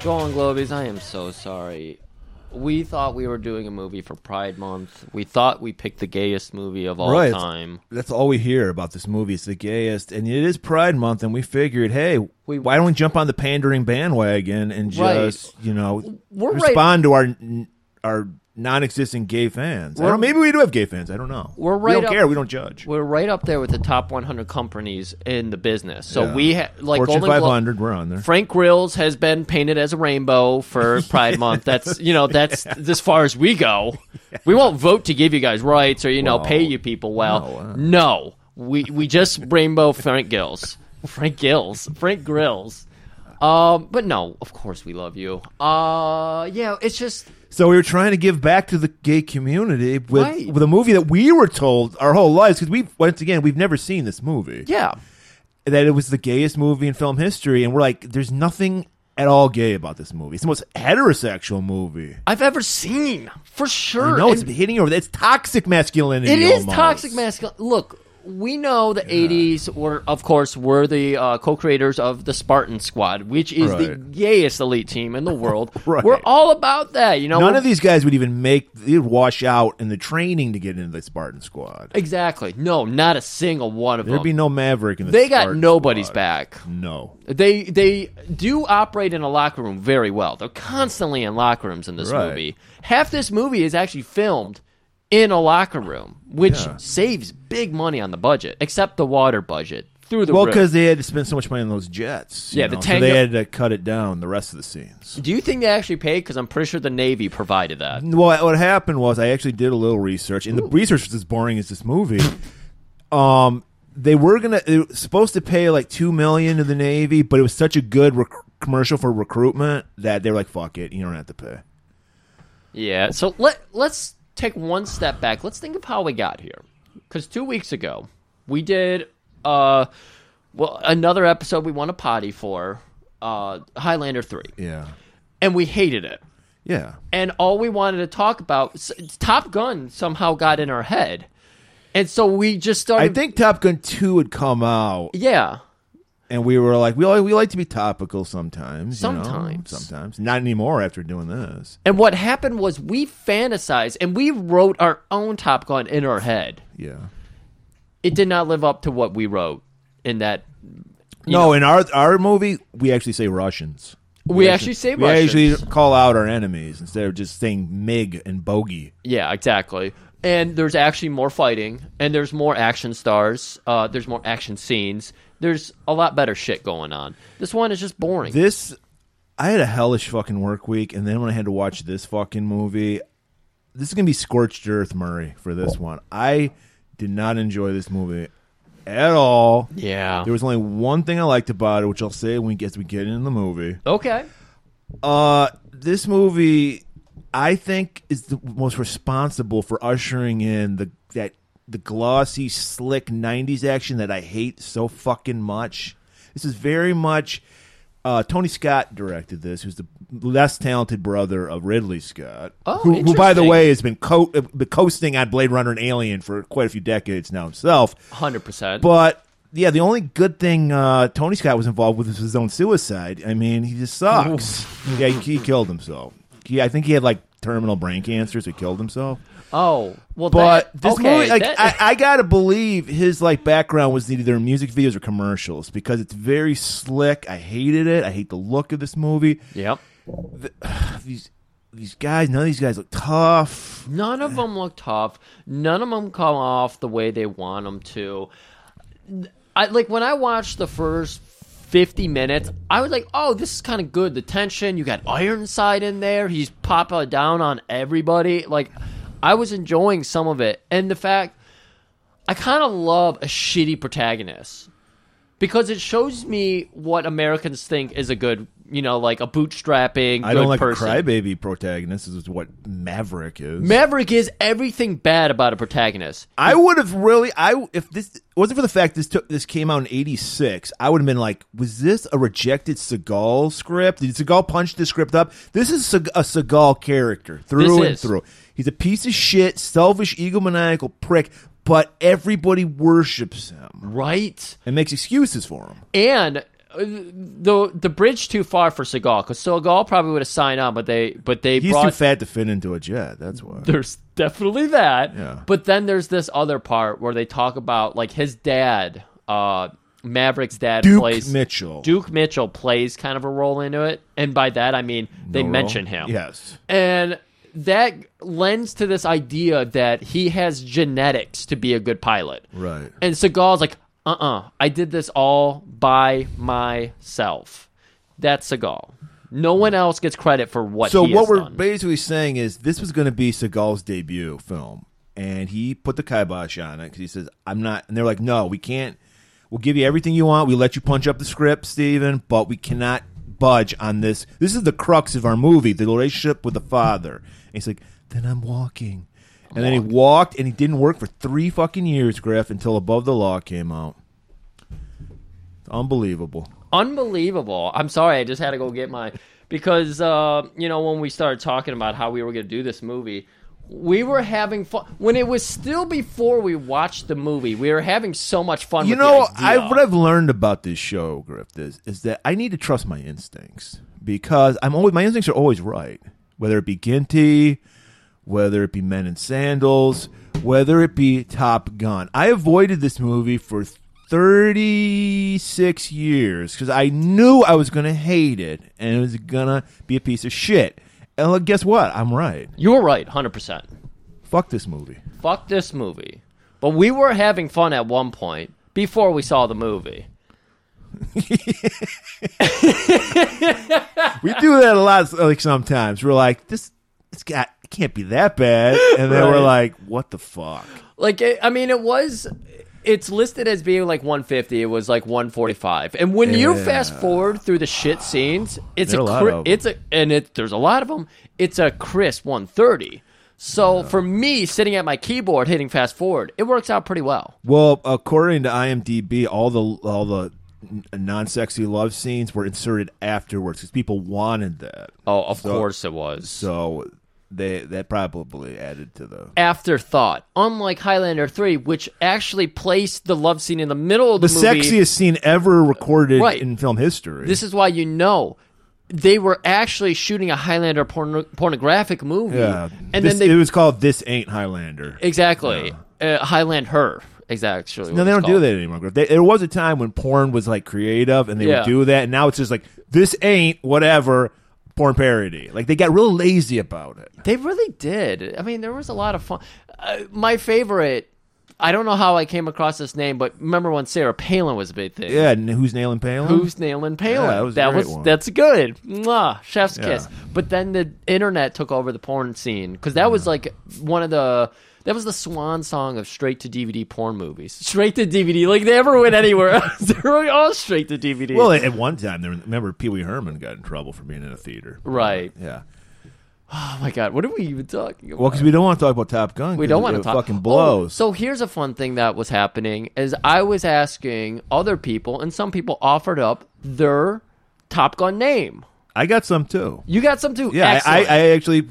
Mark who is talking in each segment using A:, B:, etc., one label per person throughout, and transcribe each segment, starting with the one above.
A: Globies, I am so sorry. We thought we were doing a movie for Pride Month. We thought we picked the gayest movie of all
B: Right.
A: time.
B: That's all we hear about this movie. It's the gayest, and it is Pride Month, and we figured, hey, why don't we jump on the pandering bandwagon and
A: Right.
B: just you know
A: We're right-
B: respond to our our non-existent gay fans? I
A: We're-
B: don't, maybe we do have gay fans. I don't know.
A: We're
B: We
A: right
B: don't
A: up-
B: care. We don't judge.
A: We're right up there with the top 100 companies in the business. So
B: Yeah.
A: we ha- like
B: Fortune
A: Golden Glo-
B: 500. we're on there.
A: Frank Grills has been painted as a rainbow for Pride Month. That's you know that's as far as we go. We won't vote to give you guys rights or you know
B: Well,
A: pay you people well.
B: no,
A: No,
B: uh.
A: we we just rainbow Frank Gills, Frank Gills, Frank Grills. Um, but no, of course we love you. Uh, yeah, it's just
B: So we were trying to give back to the gay community with
A: Right.
B: with a movie that we were told our whole lives because we once again we've never seen this movie
A: yeah.
B: that it was the gayest movie in film history, and we're like, there's nothing at all gay about this movie. It's the most heterosexual movie.
A: I've ever seen for sure.
B: No,
A: And
B: it's hitting over. It's toxic masculinity.
A: It is
B: almost.
A: toxic masculinity. Look, we know the '80s were, of course, were the uh, co-creators of the Spartan Squad, which is the
B: Right.
A: gayest elite team in the world.
B: Right.
A: We're all about that, you know.
B: None
A: We're-
B: of these guys would even make. They'd wash out in the training to get into the Spartan squad.
A: exactly. No, not a single one of
B: There'd
A: them.
B: be no Maverick in the.
A: they got
B: Spartan
A: nobody's
B: squad.
A: back.
B: No.
A: They they do operate in a locker room very well. They're constantly in locker rooms in this
B: Right.
A: movie. Half this movie is actually filmed in a locker room, which saves big money on the budget, except the water budget through the
B: Well,
A: roof.
B: because they had to spend so much money on those jets. you
A: Yeah, the
B: know, so
A: Tango-
B: they had to cut it down. The rest of the scenes.
A: Do you think they actually paid? Because I'm pretty sure the Navy provided that.
B: Well, what happened was I actually did a little research, and the research was as boring as this movie. um, they were gonna they were supposed to pay like two million to the Navy, but it was such a good rec- commercial for recruitment that they were like, "Fuck it, you don't have to pay."
A: Yeah. So let let's take one step back. Let's think of how we got here. Because two weeks ago we did uh well another episode we won a potty for uh Highlander three,
B: Yeah,
A: and we hated it.
B: yeah.
A: And all we wanted to talk about s- Top Gun somehow got in our head, and so we just started.
B: I think Top Gun Two would come out,
A: yeah.
B: and we were like, "We like, we like to be topical sometimes." you know?
A: Sometimes.
B: sometimes not anymore after doing this.
A: And what happened was we fantasized and we wrote our own Top Gun in our head.
B: Yeah.
A: it did not live up to what we wrote in that
B: no, in our our movie, we actually say Russians.
A: we, actually, say
B: we
A: Russians.
B: actually call out our enemies instead of just saying Mig and Bogey.
A: yeah exactly and there's actually more fighting and there's more action stars uh, there's more action scenes there's a lot better shit going on this one is just boring
B: This, I had a hellish fucking work week, and then when I had to watch this fucking movie, this is gonna be scorched earth, Murray, for this one. I did not enjoy this movie at all.
A: yeah
B: There was only one thing I liked about it, which I'll say when we get we get into the movie.
A: okay
B: Uh, this movie, I think, is the most responsible for ushering in the that the glossy, slick '90s action that I hate so fucking much. This is very much. Uh, Tony Scott directed this, who's the less talented brother of Ridley Scott,
A: Oh,
B: who, who, by the
A: interesting.
B: way, has been, co- uh, been coasting on Blade Runner and Alien for quite a few decades now himself.
A: 100%
B: But yeah, the only good thing uh, Tony Scott was involved with was his own suicide. I mean, he just sucks. yeah, he, he killed himself. He, I think he had like terminal brain cancer, so he killed himself.
A: oh well
B: But
A: that,
B: this
A: okay,
B: movie, like,
A: that-
B: I, I gotta believe his like background was either music videos or commercials because it's very slick. I hated it. I hate the look of this movie.
A: yep
B: These these guys, none of these guys look tough.
A: None of them look tough. None of them come off the way they want them to. I like when I watched the first 50 minutes, I was like, "Oh, this is kind of good. The tension. You got Ironside in there. He's popping down on everybody." Like I was enjoying some of it. And the fact I kind of love a shitty protagonist because it shows me what Americans think is a good, you know, like a bootstrapping
B: I don't
A: good
B: like a
A: person.
B: crybaby protagonist. This is what Maverick is.
A: Maverick is everything bad about a protagonist.
B: I would have really I if this wasn't for the fact this took this came out in '86, I would have been like, was this a rejected Seagal script? Did Seagal punch this script up? This is Se- a Seagal character through
A: This
B: and
A: is.
B: through. He's a piece of shit, selfish, egomaniacal prick, but everybody worships him
A: Right.
B: and makes excuses for him.
A: And uh, the the bridge too far for Seagal because Seagal probably would have signed on, but they but they
B: He's too
A: brought
B: fat to fit into a jet. That's why.
A: there's definitely that.
B: Yeah.
A: But then there's this other part where they talk about like his dad, uh, Maverick's dad
B: Duke
A: plays
B: Mitchell.
A: Duke Mitchell plays kind of a role into it, and by that I mean they
B: No role.
A: mention him.
B: Oh, Yes.
A: and that lends to this idea that he has genetics to be a good pilot.
B: Right.
A: And Seagal's like, uh uh I did this all by myself. That's Seagal. No one else gets credit for what
B: So
A: he
B: what
A: has
B: we're
A: done.
B: basically saying is this was going to be Seagal's debut film, and he put the kibosh on it because he says, "I'm not." And they're like, "No, we can't. We'll give you everything you want. We let you punch up the script, Steven, but we cannot budge on this. This is the crux of our movie: the relationship with the father." And he's like, "Then I'm walking." And then he walked, and he didn't work for three fucking years, Griff, until Above the Law came out. Unbelievable.
A: Unbelievable. I'm sorry, I just had to go get my because uh, you know when we started talking about how we were going to do this movie, we were having fun when it was still before we watched the movie. We were having so much fun.
B: You
A: with
B: know,
A: the
B: I
A: idea.
B: what I've learned about this show, Griff, is is that I need to trust my instincts because I'm always my instincts are always right. Whether it be Ginty, whether it be Men in Sandals, whether it be Top Gun. I avoided this movie for 36 years because I knew I was going to hate it and it was going to be a piece of shit. And look, guess what? I'm right.
A: you were right, hundred percent.
B: Fuck this movie.
A: Fuck this movie. But we were having fun at one point before we saw the movie.
B: We do that a lot. Like sometimes we're like, this, it's got, it can't be that bad, and then we're
A: Right.
B: like, what the fuck?
A: Like, it, I mean, it was. It's listed as being like 150. It was like 145. And when you
B: Yeah.
A: fast forward through the shit scenes, it's
B: There
A: a,
B: are a lot
A: cri-
B: of 'em.
A: it's a and it there's a lot of them. It's a crisp 130. So for me, sitting at my keyboard hitting fast forward, it works out pretty well.
B: Well, according to IMDb, all the all the n- non-sexy love scenes were inserted afterwards because people wanted that.
A: Oh, of course it was.
B: So they that probably added to the.
A: Afterthought, unlike Highlander 3, which actually placed the love scene in the middle of the,
B: The
A: movie.
B: sexiest scene ever recorded
A: Right.
B: in film history.
A: This is why you know they were actually shooting a Highlander porno- pornographic movie,
B: yeah,
A: and
B: This-
A: then they
B: it was called "This Ain't Highlander."
A: exactly uh, Highland her exactly.
B: No, they don't do that anymore. Griff. They, there was a time when porn was like creative, and they
A: Yeah.
B: would do that. And now it's just like this ain't whatever porn parody. Like they got real lazy about it.
A: They really did. I mean, there was a lot of fun. Uh, my favorite. I don't know how I came across this name, but remember when Sarah Palin was a big thing?
B: Yeah, and who's nailing Palin?
A: Who's nailing Palin?
B: Yeah, that was a great one.
A: that's good. Mwah, chef's
B: Yeah.
A: kiss. But then the internet took over the porn scene because that
B: Mm.
A: was like one of the that was the swan song of straight to DVD porn movies. Straight to DVD, like they never went anywhere else. they were all straight to DVD.
B: well, at one time, there, remember Pee Wee Herman got in trouble for being in a theater.
A: right.
B: Yeah.
A: Oh my god, what are we even talking about?
B: Well, because we don't want to talk about Top Gun.
A: we don't want to talk.
B: Fucking blows.
A: Oh, so here's a fun thing that was happening is I was asking other people, and some people offered up their Top Gun name.
B: I got some too.
A: You got some too.
B: Yeah, I, I,
A: Excellent.
B: I actually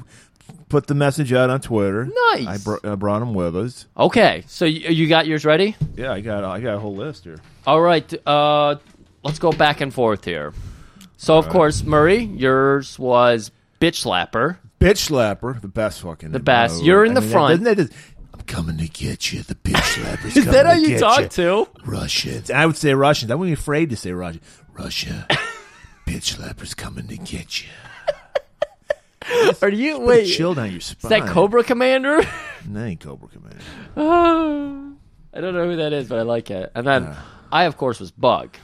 B: put the message out on Twitter.
A: Nice.
B: I, br- I brought them with us.
A: Okay, so you, you got yours ready?
B: Yeah, I got I got a whole list here.
A: All right, uh, let's go back and forth here. So, of course, Murray, yours was bitch slapper.
B: Bitch slapper, the best fucking. The
A: best. You're in the front.
B: Isn't that just, I'm coming to get you. The bitch slapper's
A: Is
B: coming
A: that how
B: to
A: you
B: get
A: talk
B: ya.
A: too?
B: Russians. I would say Russians. I wouldn't be afraid to say Russian. Russia, bitch slapper's coming to get you.
A: Are you
B: Put a
A: wait? Is
B: chill down your spine.
A: that Cobra Commander?
B: That ain't Cobra Commander.
A: I don't know who that is, but I like it. And then I, of course, was Bug,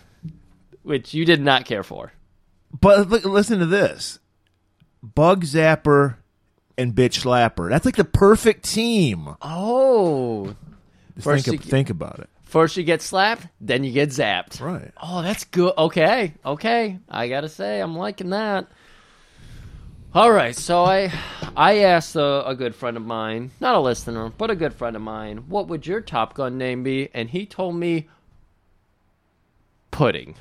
A: which you did not care for.
B: But look, listen to this: Bug Zapper and Bitch Slapper. That's like the perfect team.
A: Oh,
B: Just
A: Uh, First
B: think, of-
A: you-
B: think about it.
A: first you get slapped, then you get zapped.
B: Right.
A: Oh, that's good. Okay, okay. I gotta say, I'm liking that. All right, so I, I asked a, a good friend of mine, not a listener, but a good friend of mine, what would your Top Gun name be? And he told me, pudding.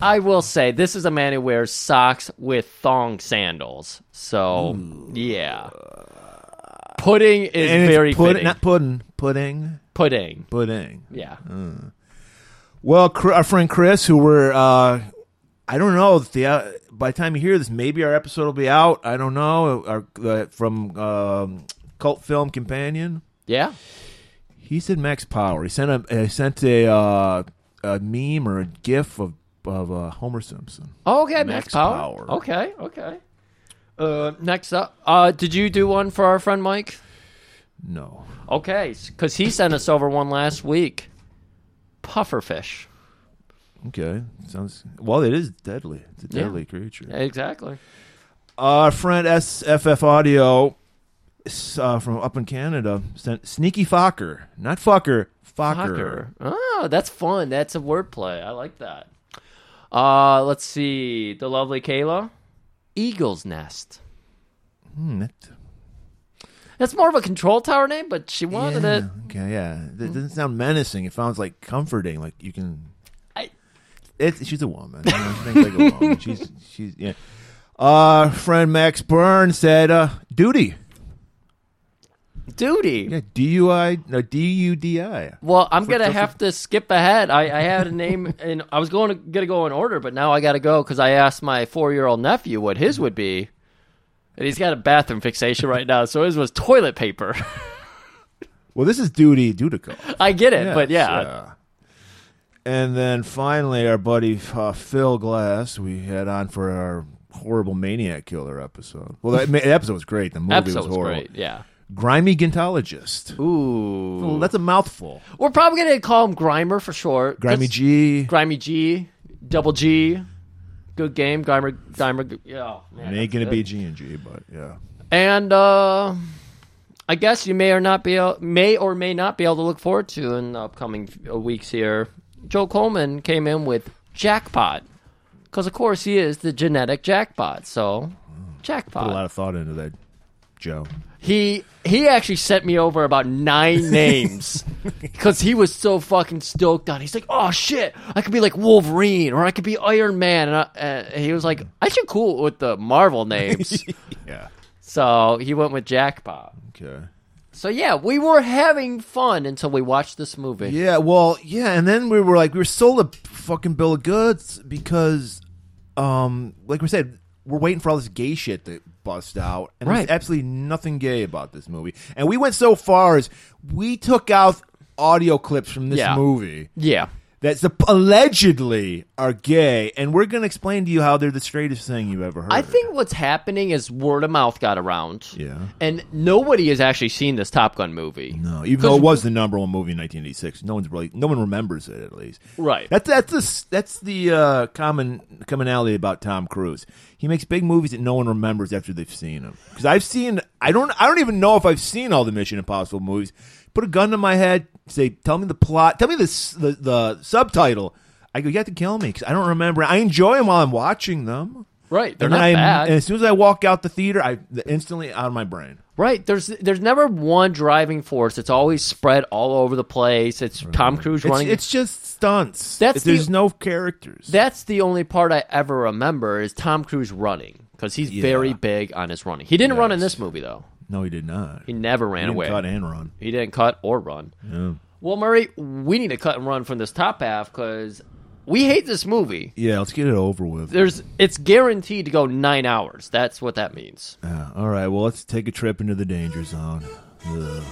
A: I will say this is a man who wears socks with thong sandals. So yeah, pudding is
B: it's
A: very
B: pud-
A: fitting.
B: not pudding, pudding,
A: pudding.
B: pudding.
A: Yeah.
B: Well, Cr- our friend Chris, who we're, uh, I don't know. If the, uh, by the time you hear this, maybe our episode will be out. I don't know. Our, uh, from um, Cult Film Companion.
A: Yeah.
B: He said Max Power. He sent a, uh, sent a, uh, a meme or a gif of, of uh, Homer Simpson.
A: Oh, okay, Max,
B: Max
A: Power.
B: Power.
A: Okay, okay. Uh, next up, uh, did you do one for our friend Mike?
B: No.
A: Okay, because he sent us over one last week. Pufferfish.
B: Okay. Sounds well. It is deadly. It's a
A: Yeah.
B: deadly creature.
A: Exactly.
B: Our friend SFF Audio s- uh, from up in Canada sent Sneaky Focker, not Fucker,
A: Fucker.
B: Focker.
A: Oh, that's fun. That's a wordplay. I like that. Uh, let's see. The lovely Kayla. Eagle's Nest.
B: Hmm, that-
A: That's more of a control tower name, but she wanted
B: yeah,
A: it. Mm.
B: Okay, yeah. That doesn't sound menacing. It sounds like comforting. Like you can.
A: I-
B: It, she's a woman. You know, she thinks like a woman. She's she's yeah. Uh, friend Max Byrne said, uh, "Duty,
A: Duty.
B: yeah, D U I, no D U D I."
A: Well, I'm gonna
B: just a-
A: have to skip ahead. I, I had a name, and I was going to gonna go in order, but now I got to go because I asked my four year old nephew what his would be, and he's got a bathroom fixation right now, so his was toilet paper.
B: Well, this is Duty Dutico.
A: I get it, Uh, but yeah,
B: And then finally, our buddy uh, Phil Glass, we had on for our horrible Maniac Killer episode. Well, that, ma- that episode was great. The movie
A: episode
B: was
A: was
B: horrible.
A: great. Yeah.
B: Grimy Gintologist.
A: Ooh.
B: Well, that's a mouthful.
A: We're probably gonna call him Grimer for short.
B: Grimy
A: That's-
B: G.
A: Grimy G. Double G. Good game, Grimer. Grimer. Yeah. man,
B: it ain't
A: that's
B: gonna
A: good.
B: be G and G, but yeah.
A: and uh, I guess you may or not be el- may or may not be able to look forward to in the upcoming uh, weeks here. Joe Coleman came in with jackpot because, of course, he is the genetic jackpot. So,
B: Put a lot
A: jackpot.
B: of thought into that, Joe.
A: He he actually sent me over about nine names because he was so fucking stoked on. it. He's like, "Oh shit, I could be like Wolverine or I could be Iron Man," and, I, and he was like, "I should cool with the Marvel names."
B: Yeah.
A: so he went with jackpot.
B: Okay.
A: So yeah, we were having fun until we watched this movie.
B: Yeah, well, yeah, and then we were like, we were sold a fucking bill of goods because, um, like we said, we're waiting for all this gay shit to bust out, and
A: Right.
B: there's absolutely nothing gay about this movie. And we went so far as we took out audio clips from this
A: Yeah.
B: movie
A: Yeah.
B: that sup- allegedly are gay, and we're gonna explain to you how they're the straightest thing you've ever heard.
A: I think what's happening is word of mouth got around.
B: Yeah.
A: And nobody has actually seen this Top Gun movie.
B: No, even though it was the number one movie in 1986, no one's really, no one remembers it at least.
A: Right.
B: That's that's the s- that's the uh, common commonality about Tom Cruise. He makes big movies that no one remembers after they've seen them. Because I've seen, I don't, I don't even know if I've seen all the Mission Impossible movies. Put a gun to my head, say, tell me the plot, tell me the s- the, the subtitle. I go, you have to kill me because I don't remember. I enjoy them while I'm watching them.
A: Right. They're
B: And then
A: not
B: I'm-
A: bad.
B: And as soon as I walk out the theater, I instantly out of my brain.
A: Right. There's there's never one driving force. It's always spread all over the place. It's Tom Cruise
B: It's,
A: running.
B: it's just stunts.
A: That's
B: there's
A: the-
B: no characters.
A: That's the only part I ever remember is Tom Cruise running because he's very big on his running. He didn't run in this movie though.
B: no, he did not.
A: He never ran
B: didn't
A: away.
B: cut and run.
A: He didn't cut or run. Well, Murray, we need to cut and run from this top half because we hate this movie.
B: Yeah, let's get it over with.
A: There's, it's guaranteed to go nine hours. That's what that means.
B: Yeah, all right, well, let's take a trip into the danger zone. The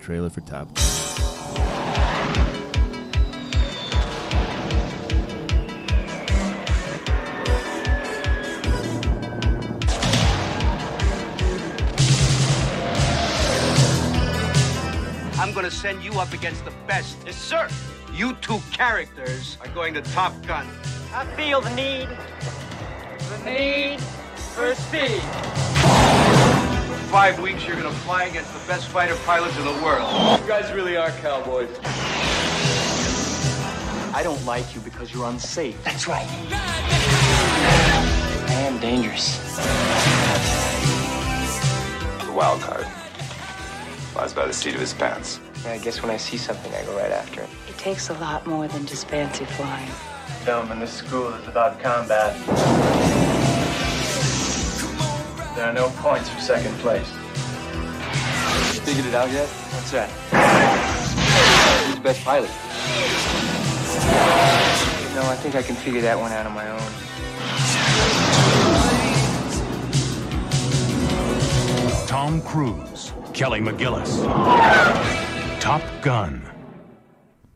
B: trailer for Top Gun.
C: I'm gonna send you up against the best. Yes, sir. You two characters are going to Top Gun.
D: I feel the need, the need for speed.
C: For five weeks, you're gonna fly against the best fighter pilots in the world.
D: You guys really are cowboys.
E: I don't like you because you're unsafe. That's right. I am dangerous.
F: the wild card. Lies by the seat of his pants.
E: I guess when I see something, I go right after it.
G: It takes a lot more than just fancy flying.
H: film in this school is about combat. There are no points for second place.
E: Figured it out yet? What's that? Who's the best pilot? No, I think I can figure that one out on my own.
I: Tom Cruise, Kelly McGillis, Top Gun.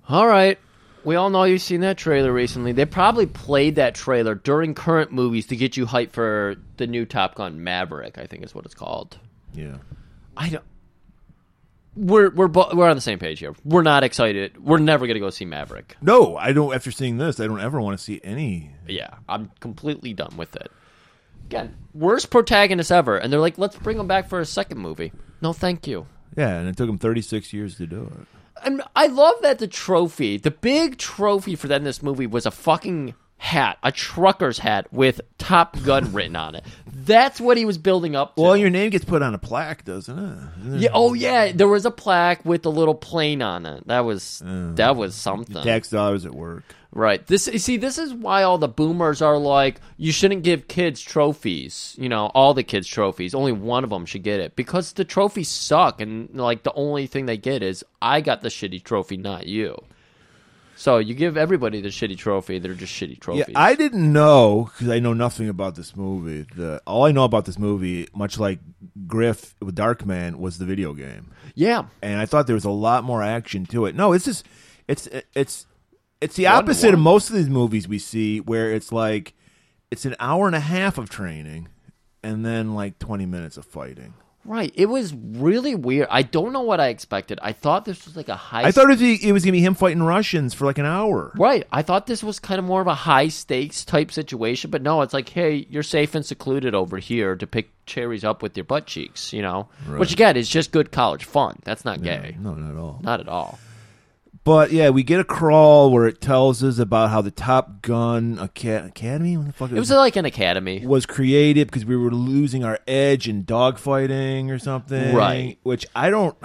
A: All right. We all know you've seen that trailer recently. They probably played that trailer during current movies to get you hyped for the new Top Gun Maverick, I think is what it's called.
B: Yeah.
A: I don't we're we're bo- we're on the same page here. We're not excited. We're never gonna go see Maverick.
B: No, I don't. After seeing this, I don't ever want to see any.
A: Yeah, I'm completely done with it. Again, worst protagonist ever, and they're like, let's bring him back for a second movie. No, thank you.
B: Yeah, and it took him 36 years to do it.
A: and I love that the trophy, the big trophy for that in this movie was a fucking hat, a trucker's hat with Top Gun written on it. That's what he was building up. To.
B: Well, your name gets put on a plaque, doesn't it?
A: yeah, oh yeah, there was a plaque with a little plane on it. That was that was something.
B: Tax dollars at work.
A: Right. This you see, this is why all the boomers are like, you shouldn't give kids trophies. You know, all the kids trophies. Only one of them should get it because the trophies suck, and like the only thing they get is, I got the shitty trophy, not you. So you give everybody the shitty trophy, they're just shitty
B: Yeah,
A: trophies.
B: I didn't know because I know nothing about this movie. The all I know about this movie, much like Griff with Darkman, was the video game,
A: yeah.
B: and I thought there was a lot more action to it. No, it's just it's it's it's the
A: One to
B: opposite of
A: one.
B: most of these movies we see, where it's like it's an hour and a half of training, and then like twenty minutes of fighting.
A: Right. It was really weird. I don't know what I expected. I thought this was like a high.
B: I thought it was, it was gonna be him fighting Russians for like an hour.
A: Right. I thought this was kind of more of a high stakes type situation, but no, it's like, hey, you're safe and secluded over here to pick cherries up with your butt cheeks, you know? Which again is just good college fun. That's not gay.
B: No, not at all.
A: Not at all.
B: But yeah, we get a crawl where it tells us about how the Top Gun Aca- Academy, what the fuck
A: It was like an academy.
B: was created because we were losing our edge in dogfighting or something,
A: Right.
B: Which I don't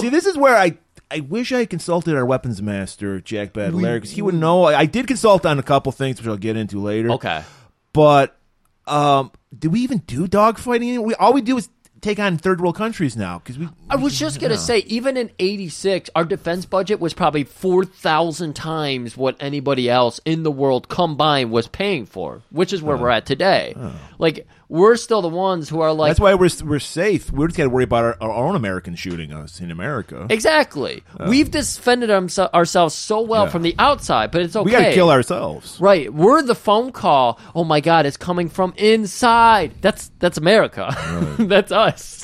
B: see. This is where I I wish I consulted our weapons master Jack Badler because he would know. I, I did consult on a couple things, which I'll get into later.
A: Okay.
B: but um, do we even do dogfighting? We all we do is take on third world countries now because we.
A: I was just going to say, even in 86, our defense budget was probably 4,000 times what anybody else in the world combined was paying for, which is where we're at today. Like, we're still the ones who are like,
B: That's why we're we're safe. We just got to worry about our, our own Americans shooting us in America.
A: Exactly. We've defended ourse- ourselves so well
B: Yeah.
A: from the outside, but it's okay.
B: We got to kill ourselves.
A: Right. We're the phone call. Oh my god, it's coming from inside. That's that's America. that's us.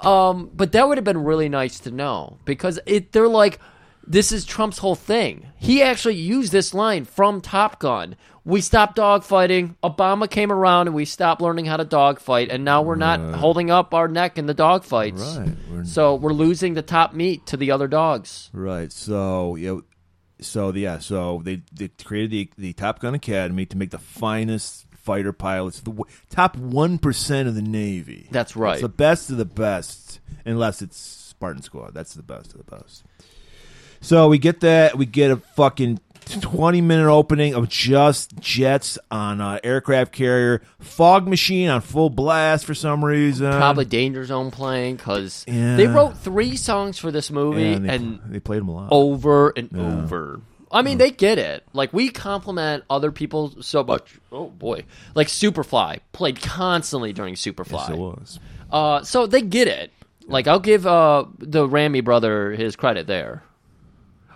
A: um, but that would have been really nice to know because it they're like this is Trump's whole thing. He actually used this line from Top Gun. We stopped dogfighting. Obama came around and we stopped learning how to dogfight and now we're not holding up our neck in the dogfights.
B: Right. We're-
A: so we're losing the top meat to the other dogs.
B: Right. So yeah. So yeah. So they they created the the Top Gun Academy to make the finest fighter pilots, the w- top one percent of the Navy.
A: That's right.
B: It's the best of the best, unless it's Spartan Squad. That's the best of the best. So we get that. We get a fucking. 20 minute opening of just jets on uh, aircraft carrier, fog machine on full blast for some reason.
A: Probably Danger Zone playing because
B: Uh, Yeah.
A: they wrote three songs for this movie
B: and they,
A: and Oh
B: they played them a lot.
A: over and over. I mean, they get it. Like we compliment other people so much. Oh boy, like Superfly played constantly during Superfly.
B: yes, it was.
A: Uh, so they get it. Like I'll give uh, the Ramy brother his credit there,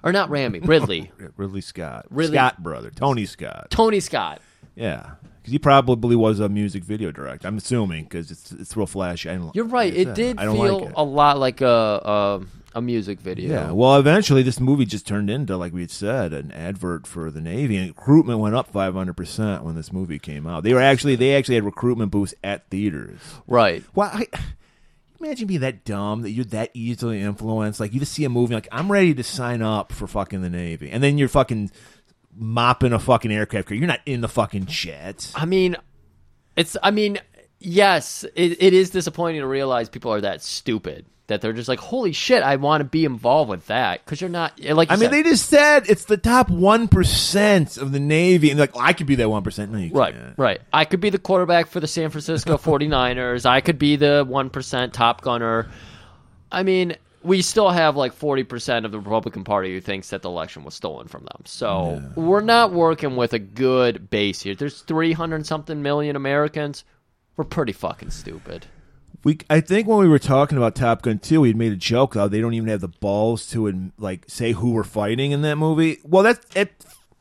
A: or not Ramy Ridley,
B: Ridley Scott.
A: Ridley-
B: Scott brother. Tony Scott.
A: Tony Scott.
B: Yeah. Because he probably was a music video director. I'm assuming because it's it's real flashy. I don't,
A: You're right.
B: like I
A: It
B: said,
A: did
B: I don't
A: feel
B: like it.
A: a lot like a, a a music video.
B: yeah. Well, eventually this movie just turned into like we had said an advert for the Navy, and recruitment went up 500 percent when this movie came out. They were actually they actually had recruitment booths at theaters.
A: right.
B: Well, I, imagine being that dumb that you're that easily influenced. Like you just see a movie, like I'm ready to sign up for fucking the Navy, and then you're fucking mopping a fucking aircraft carrier. You're not in the fucking jet.
A: I mean, it's. I mean, yes, it, it is disappointing to realize people are that stupid that they're just like, holy shit, I want to be involved with that because you're not. Like, you
B: I mean,
A: said-
B: they just said it's the top one percent of the Navy, and like well, I could be that one percent. No, you
A: Right,
B: can't.
A: right. I could be the quarterback for the San Francisco 49ers. I could be the 1% top gunner. I mean, we still have like 40% of the Republican Party who thinks that the election was stolen from them. So we're not working with a good base here. There's 300 something million Americans. We're pretty fucking stupid.
B: We, I think when we were talking about Top Gun 2, we had made a joke how they don't even have the balls to and like say who we're fighting in that movie. Well, that's it.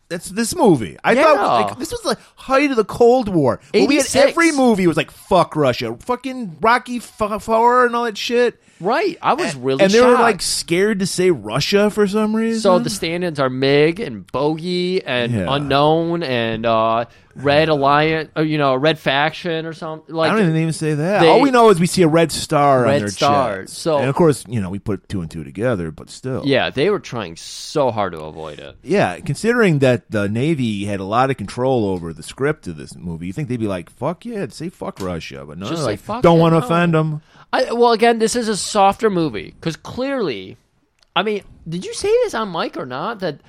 B: That's this movie. I thought
A: Yeah.
B: like, this was the height of the Cold War. When we had
A: 86.
B: every movie was like fuck Russia, fucking Rocky F- Four, and all that shit.
A: Right. I was really
B: and they were
A: shocked.
B: like scared to say Russia for some reason.
A: so the stand-ins are Mig and Bogey and
B: Yeah.
A: Unknown and uh, Red Alliance, or, you know, Red Faction or something. Like
B: I don't even say that.
A: they-
B: All we know is we see a red star on
A: Red
B: their
A: star,
B: chest.
A: so-
B: and of course, you know, we put two and two together, but still,
A: Yeah, they were trying so hard to avoid it.
B: yeah. Considering that the Navy had a lot of control over the script of this movie, you think they'd be like, "Fuck yeah, say fuck Russia," but no,
A: Just
B: they're
A: say
B: like,
A: fuck
B: don't
A: it,
B: want to
A: no.
B: offend them.
A: I, well, again, this is a softer movie because clearly, I mean, did you say this on mic or not? That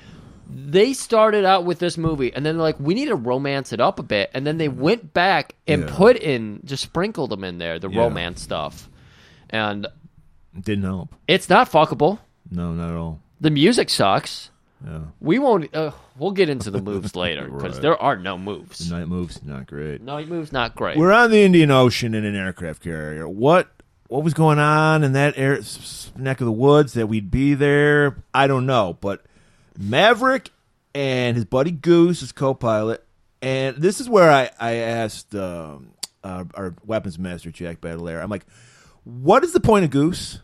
A: they started out with this movie and then they're like, we need to romance it up a bit, and then they went back and
B: Yeah.
A: put in, just sprinkled them in there, the
B: Yeah.
A: romance stuff, and
B: Didn't help.
A: it's not fuckable.
B: No, not at all.
A: The music sucks. We won't. Uh, we'll get into the moves later because
B: Right.
A: there are no moves.
B: Night moves, not great.
A: No moves, not great.
B: We're on the Indian Ocean in an aircraft carrier. What what was going on in that air s- s- neck of the woods that we'd be there? I don't know, but Maverick and his buddy Goose, his co-pilot, and this is where I I asked um, our, our weapons master Jack Battleair. I'm like, what is the point of Goose?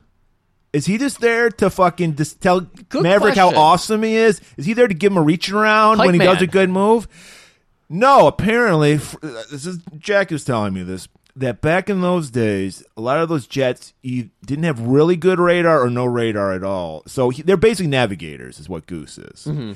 B: Is he just there to fucking just tell Maverick
A: question.
B: how awesome he is? Is he there to give him a reach around
A: Hype
B: when he does
A: man.
B: a good move? No, apparently, f- this is Jack is telling me this that back in those days, a lot of those jets you didn't have really good radar or no radar at all. So he, they're basically navigators, is what Goose is,
A: Mm-hmm.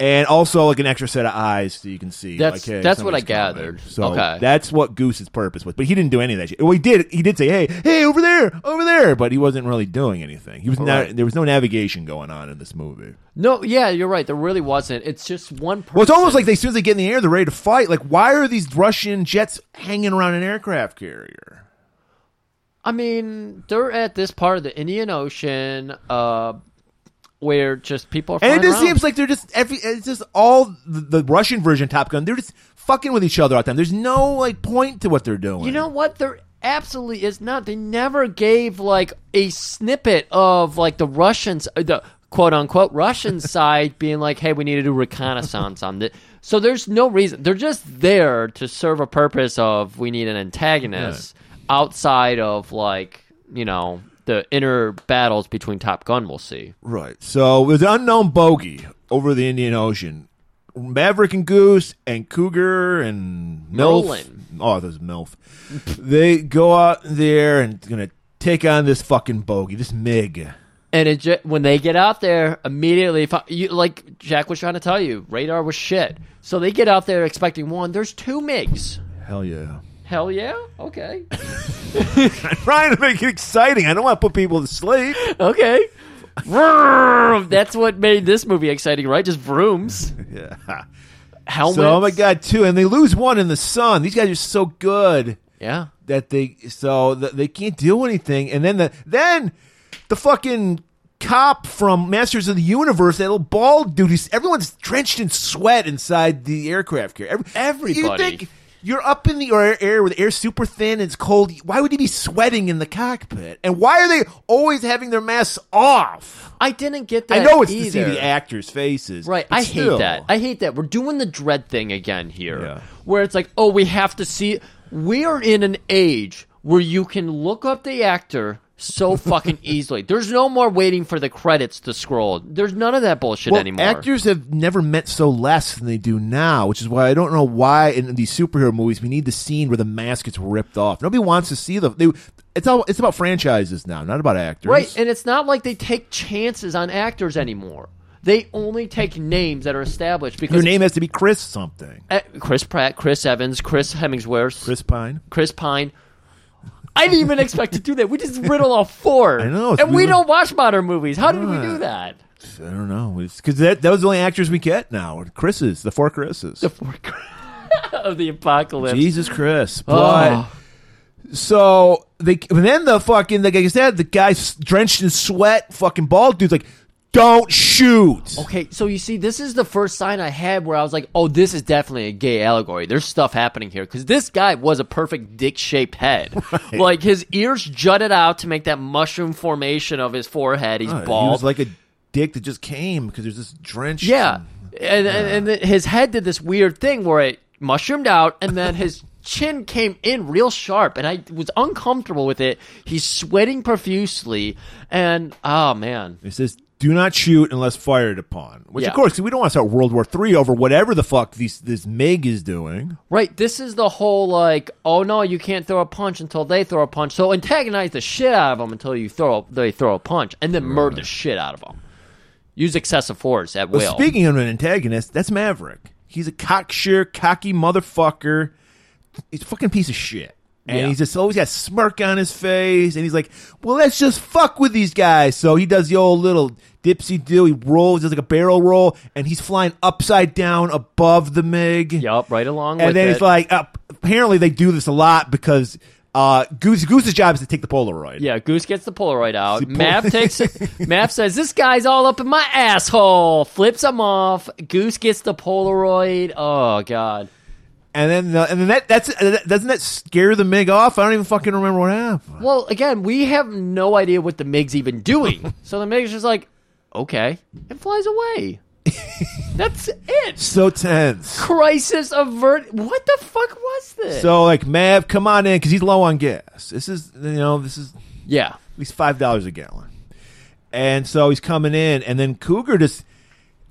B: and also like an extra set of eyes so you can see.
A: That's-
B: like, hey,
A: that's what I
B: somebody's coming.
A: gathered.
B: So
A: Okay.
B: that's what Goose's purpose was, but he didn't do any of that shit. Well, he did. He did say, "Hey, hey, over there, over there," but he wasn't really doing anything. He was not.
A: Right.
B: There was no navigation going on in this movie.
A: no, yeah, you're right. There really wasn't. It's just one person.
B: Well, it's almost like they, as soon as they get in the air, they're ready to fight. Like, why are these Russian jets hanging around an aircraft carrier?
A: I mean, they're at this part of the Indian Ocean uh, where just people are.
B: And
A: flying
B: it just
A: around.
B: seems like they're just every. It's just all the, the Russian version of Top Gun. They're just fucking with each other all the time. There's no like point to what they're doing.
A: you know what? There absolutely is not. They never gave like a snippet of like the Russians, uh, the quote unquote Russian side being like, "Hey, we need to do reconnaissance on this." So there's no reason. They're just there to serve a purpose of we need an antagonist outside of like you know the inner battles between Top Gun. We'll see.
B: Right. So with the unknown bogey over the Indian Ocean, Maverick and Goose and Cougar and Milf.
A: Merlin.
B: Oh, there's Milf. they go out there and gonna take on this fucking bogey, this Mig.
A: And it ju- when they get out there, immediately, if I- you, like Jack was trying to tell you, radar was shit. So they get out there expecting one. There's two MiGs.
B: Hell yeah.
A: Hell yeah. Okay.
B: Trying to make it exciting. I don't want to put people to sleep.
A: Okay. Vroom. That's what made this movie exciting, right? Just vrooms.
B: Yeah.
A: Helmets.
B: So oh my god, two, and they lose one in the sun. These guys are so good.
A: Yeah.
B: that they so th- they can't do anything and then the then the fucking cop from masters of the universe that little bald dude he's- everyone's drenched in sweat inside the aircraft carrier Every, you
A: Everybody.
B: think you're up in the air, air with air super thin and it's cold why would he be sweating in the cockpit and why are they always having their masks off
A: I didn't get that.
B: i know it's
A: either.
B: to see the actors faces
A: Right,
B: but
A: I
B: still.
A: hate that. I hate that. We're doing the dread thing again here,
B: Yeah.
A: where it's like, oh, we have to see. We are in an age where you can look up the actor so fucking easily. There's no more waiting for the credits to scroll. There's none of that bullshit
B: Well,
A: anymore.
B: Actors have never meant so less than they do now, which is why I don't know why in these superhero movies we need the scene where the mask gets ripped off. Nobody wants to see the. They, it's all. It's about franchises now, not about actors.
A: right, and it's not like they take chances on actors anymore. They only take names that are established because
B: Your name has to be Chris something.
A: eh, Chris Pratt, Chris Evans, Chris Hemsworth, Chris,
B: Chris Pine.
A: Pine. I didn't even expect to do that. We just riddle off four.
B: I know, it's- Ah.
A: and
B: we
A: we
B: were-
A: don't watch modern movies. How did we do that?
B: I don't know because that those are the only actors we get now. are Chris's, the four Chris's.
A: of the apocalypse. Oh.
B: Jesus Chris, but So they and then the fucking like I said, the guy's drenched in sweat, fucking bald dude's like, "Don't shoot."
A: Okay, so you see, this is the first sign I had where I was like, "Oh, this is definitely a gay allegory. There's stuff happening here." Because this guy was a perfect dick-shaped head, like his ears jutted out to make that mushroom formation of his forehead. He's
B: Uh, He
A: bald,
B: was like a dick that just came because there's this drenched.
A: yeah, and, and and th- his head did this weird thing where it mushroomed out, and then his chin came in real sharp, and I was uncomfortable with it. He's sweating profusely, and oh man,
B: It says, "Do not shoot unless fired upon." Which,
A: Yeah.
B: of course, we don't want to start World War Three over whatever the fuck these this Meg is doing.
A: Right, this is the whole like, oh no, you can't throw a punch until they throw a punch. So antagonize the shit out of them until you throw they throw a punch, and then murder the shit out of them. Use excessive force at
B: But
A: will.
B: speaking of an antagonist, that's Maverick. He's a cocksure, cocky motherfucker. He's a fucking piece of shit. And
A: Yeah.
B: he's just always got a smirk on his face. And he's like, well, let's just fuck with these guys. So he does the old little dipsy do. He rolls, does like a barrel roll, and he's flying upside down above the MiG.
A: yup, right along with
B: And then
A: it.
B: it's like, uh, apparently they do this a lot because uh, Goose Goose's job is to take the Polaroid.
A: yeah, Goose gets the Polaroid out.
B: pull-
A: Map takes it. Map says, This guy's all up in my asshole. Flips him off. Goose gets the Polaroid. Oh, God.
B: And then, the, and then that that's uh, that- doesn't that scare the Mig off? I don't even fucking remember what happened.
A: Well, again, we have no idea what the MiG's even doing. so the MiG's just like, okay, and flies away. That's it.
B: So tense.
A: Crisis avert. What the fuck was this?
B: So like, Mav, come on in because he's low on gas. This is you know this is at
A: yeah,
B: least five dollars a gallon, and so he's coming in, and then Cougar just.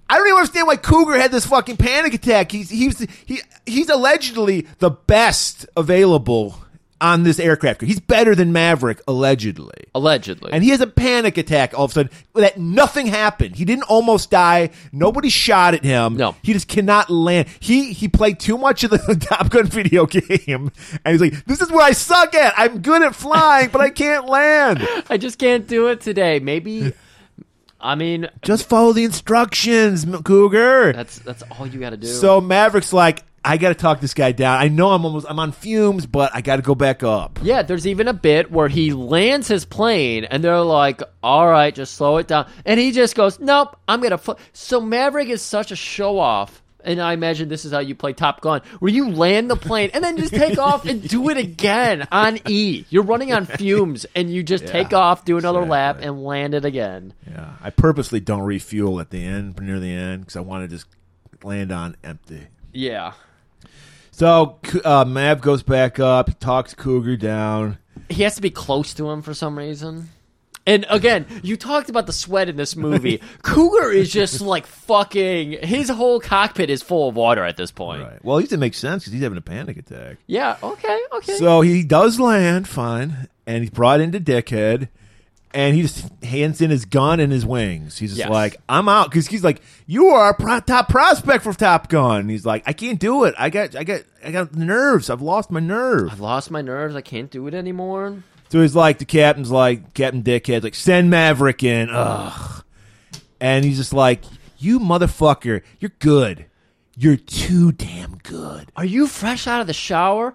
B: I don't even understand why Cougar had this fucking panic attack. He's he's he he's allegedly the best available on this aircraft. He's better than Maverick allegedly.
A: allegedly.
B: And he has a panic attack all of a sudden that nothing happened. He didn't almost die. Nobody shot at him.
A: No.
B: He just cannot land. He he played too much of the Top Gun video game. And he's like, this is where I suck at. I'm good at flying, but I can't land.
A: I just can't do it today. Maybe. I mean,
B: Just follow the instructions, M- Cougar.
A: that's that's all you got to do.
B: so Maverick's like, I gotta talk this guy down. I know I'm almost I'm on fumes, but I gotta go back up.
A: Yeah, there's even a bit where he lands his plane and they're like, all right, just slow it down. And he just goes, nope, I'm going to. Fl-. So Maverick is such a show off. And I imagine this is how you play Top Gun, where you land the plane and then just take off and do it again on E. You're running on fumes and you just take off, do another lap, and land it again.
B: Yeah. I purposely don't refuel at the end, near the end, because I want to just land on empty.
A: Yeah.
B: So uh, Mav goes back up, he talks Cougar down.
A: he has to be close to him for some reason. And again, you talked about the sweat in this movie. Cougar is just like fucking. His whole cockpit is full of water at this point.
B: Well, he doesn't make sense because he's having a panic attack.
A: Yeah. Okay. Okay.
B: So he does land fine, and he's brought into Dickhead, and he just hands in his gun and his wings. He's just
A: Yes.
B: like, "I'm out," because he's like, "You are a pro- top prospect for Top Gun." And he's like, "I can't do it. I got, I got, I got nerves. I've lost my nerve."
A: I've lost my nerves. I can't do it anymore.
B: So he's like, the captain's like, Captain Dickhead's like, send Maverick in. Ugh. And he's just like, you motherfucker, you're good. You're too damn good.
A: Are you fresh out of the shower?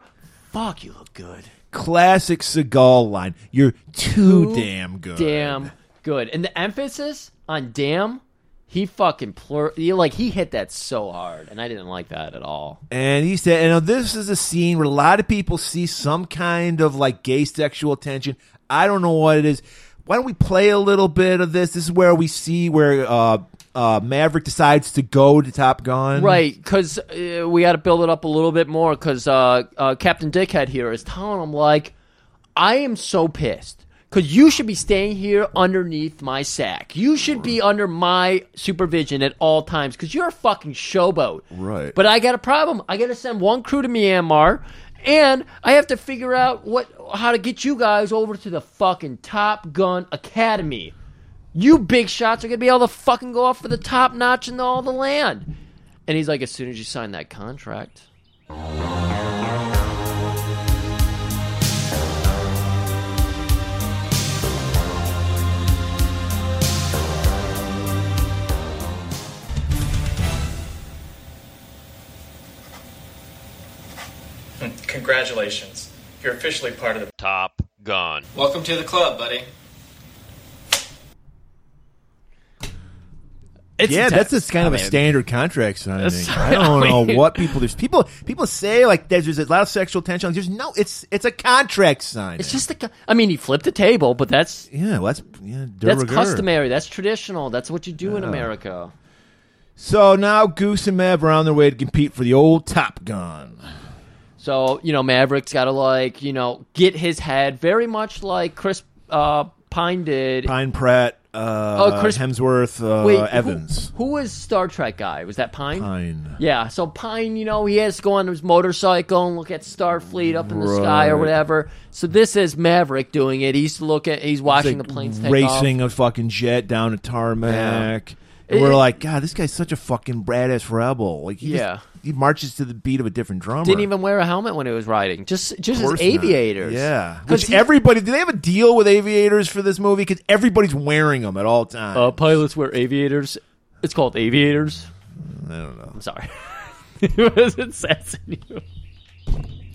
A: Fuck, you look good.
B: Classic Seagal line. You're too damn good.
A: Damn good. And the emphasis on damn. He fucking plur. he- Like he hit that so hard, and I didn't like that at all.
B: And he said, and this is a scene where a lot of people see some kind of like gay sexual tension. I don't know what it is. Why don't we play a little bit of this? This is where we see where uh, uh, Maverick decides to go to Top Gun.
A: Right, because uh, we got to build it up a little bit more. Because uh, uh, Captain Dickhead here is telling him like, I am so pissed because you should be staying here underneath my sack. You should be under my supervision at all times because you're a fucking showboat.
B: Right.
A: But I got a problem. I got to send one crew to Myanmar. And I have to figure out what how to get you guys over to the fucking Top Gun Academy. You big shots are gonna be able to fucking go off for the top notch in all the land. And he's like, as soon as you sign that contract.
J: Hmm. Congratulations. You're officially part of the
K: Top Gun.
J: Welcome to the club, buddy.
A: It's
B: yeah,
A: intense.
B: that's just kind
A: I
B: of a
A: mean,
B: standard contract signing.
A: It's-
B: I don't
A: I
B: know
A: mean-
B: what people there's people people say like there's, there's a lot of sexual tension. There's no, it's it's a contract signing.
A: It's just the. co- I mean, he flipped the table, but that's
B: yeah, well, that's yeah, de
A: that's
B: rigueur.
A: customary. That's traditional. That's what you do in America.
B: So now Goose and Mav are on their way to compete for the old Top Gun.
A: So you know, Maverick's got to like you know get his head very much like Chris uh, Pine did.
B: Pine Pratt, uh,
A: Oh, Chris-
B: Hemsworth, uh,
A: Wait, who-
B: Evans.
A: Who was Star Trek guy? Was that Pine?
B: Pine.
A: Yeah, so Pine, you know, he has to go on his motorcycle and look at Starfleet up in the sky or
B: Right.
A: whatever. So this is Maverick doing it. He's look at he's watching
B: Like
A: the planes take
B: racing
A: off.
B: a fucking jet down a tarmac. And
A: It-
B: we're
A: it-
B: like, God, this guy's such a fucking badass rebel. Like, he just-
A: Yeah.
B: he marches to the beat of a different drummer.
A: Didn't even wear a helmet when he was riding. Just just his
B: Of course not.
A: aviators.
B: Yeah,
A: 'Cause
B: which
A: he-
B: everybody do they have a deal with aviators for this movie? Because everybody's wearing them at all times.
A: uh, pilots wear aviators. It's called aviators.
B: I don't know.
A: I'm sorry. it was insensitive.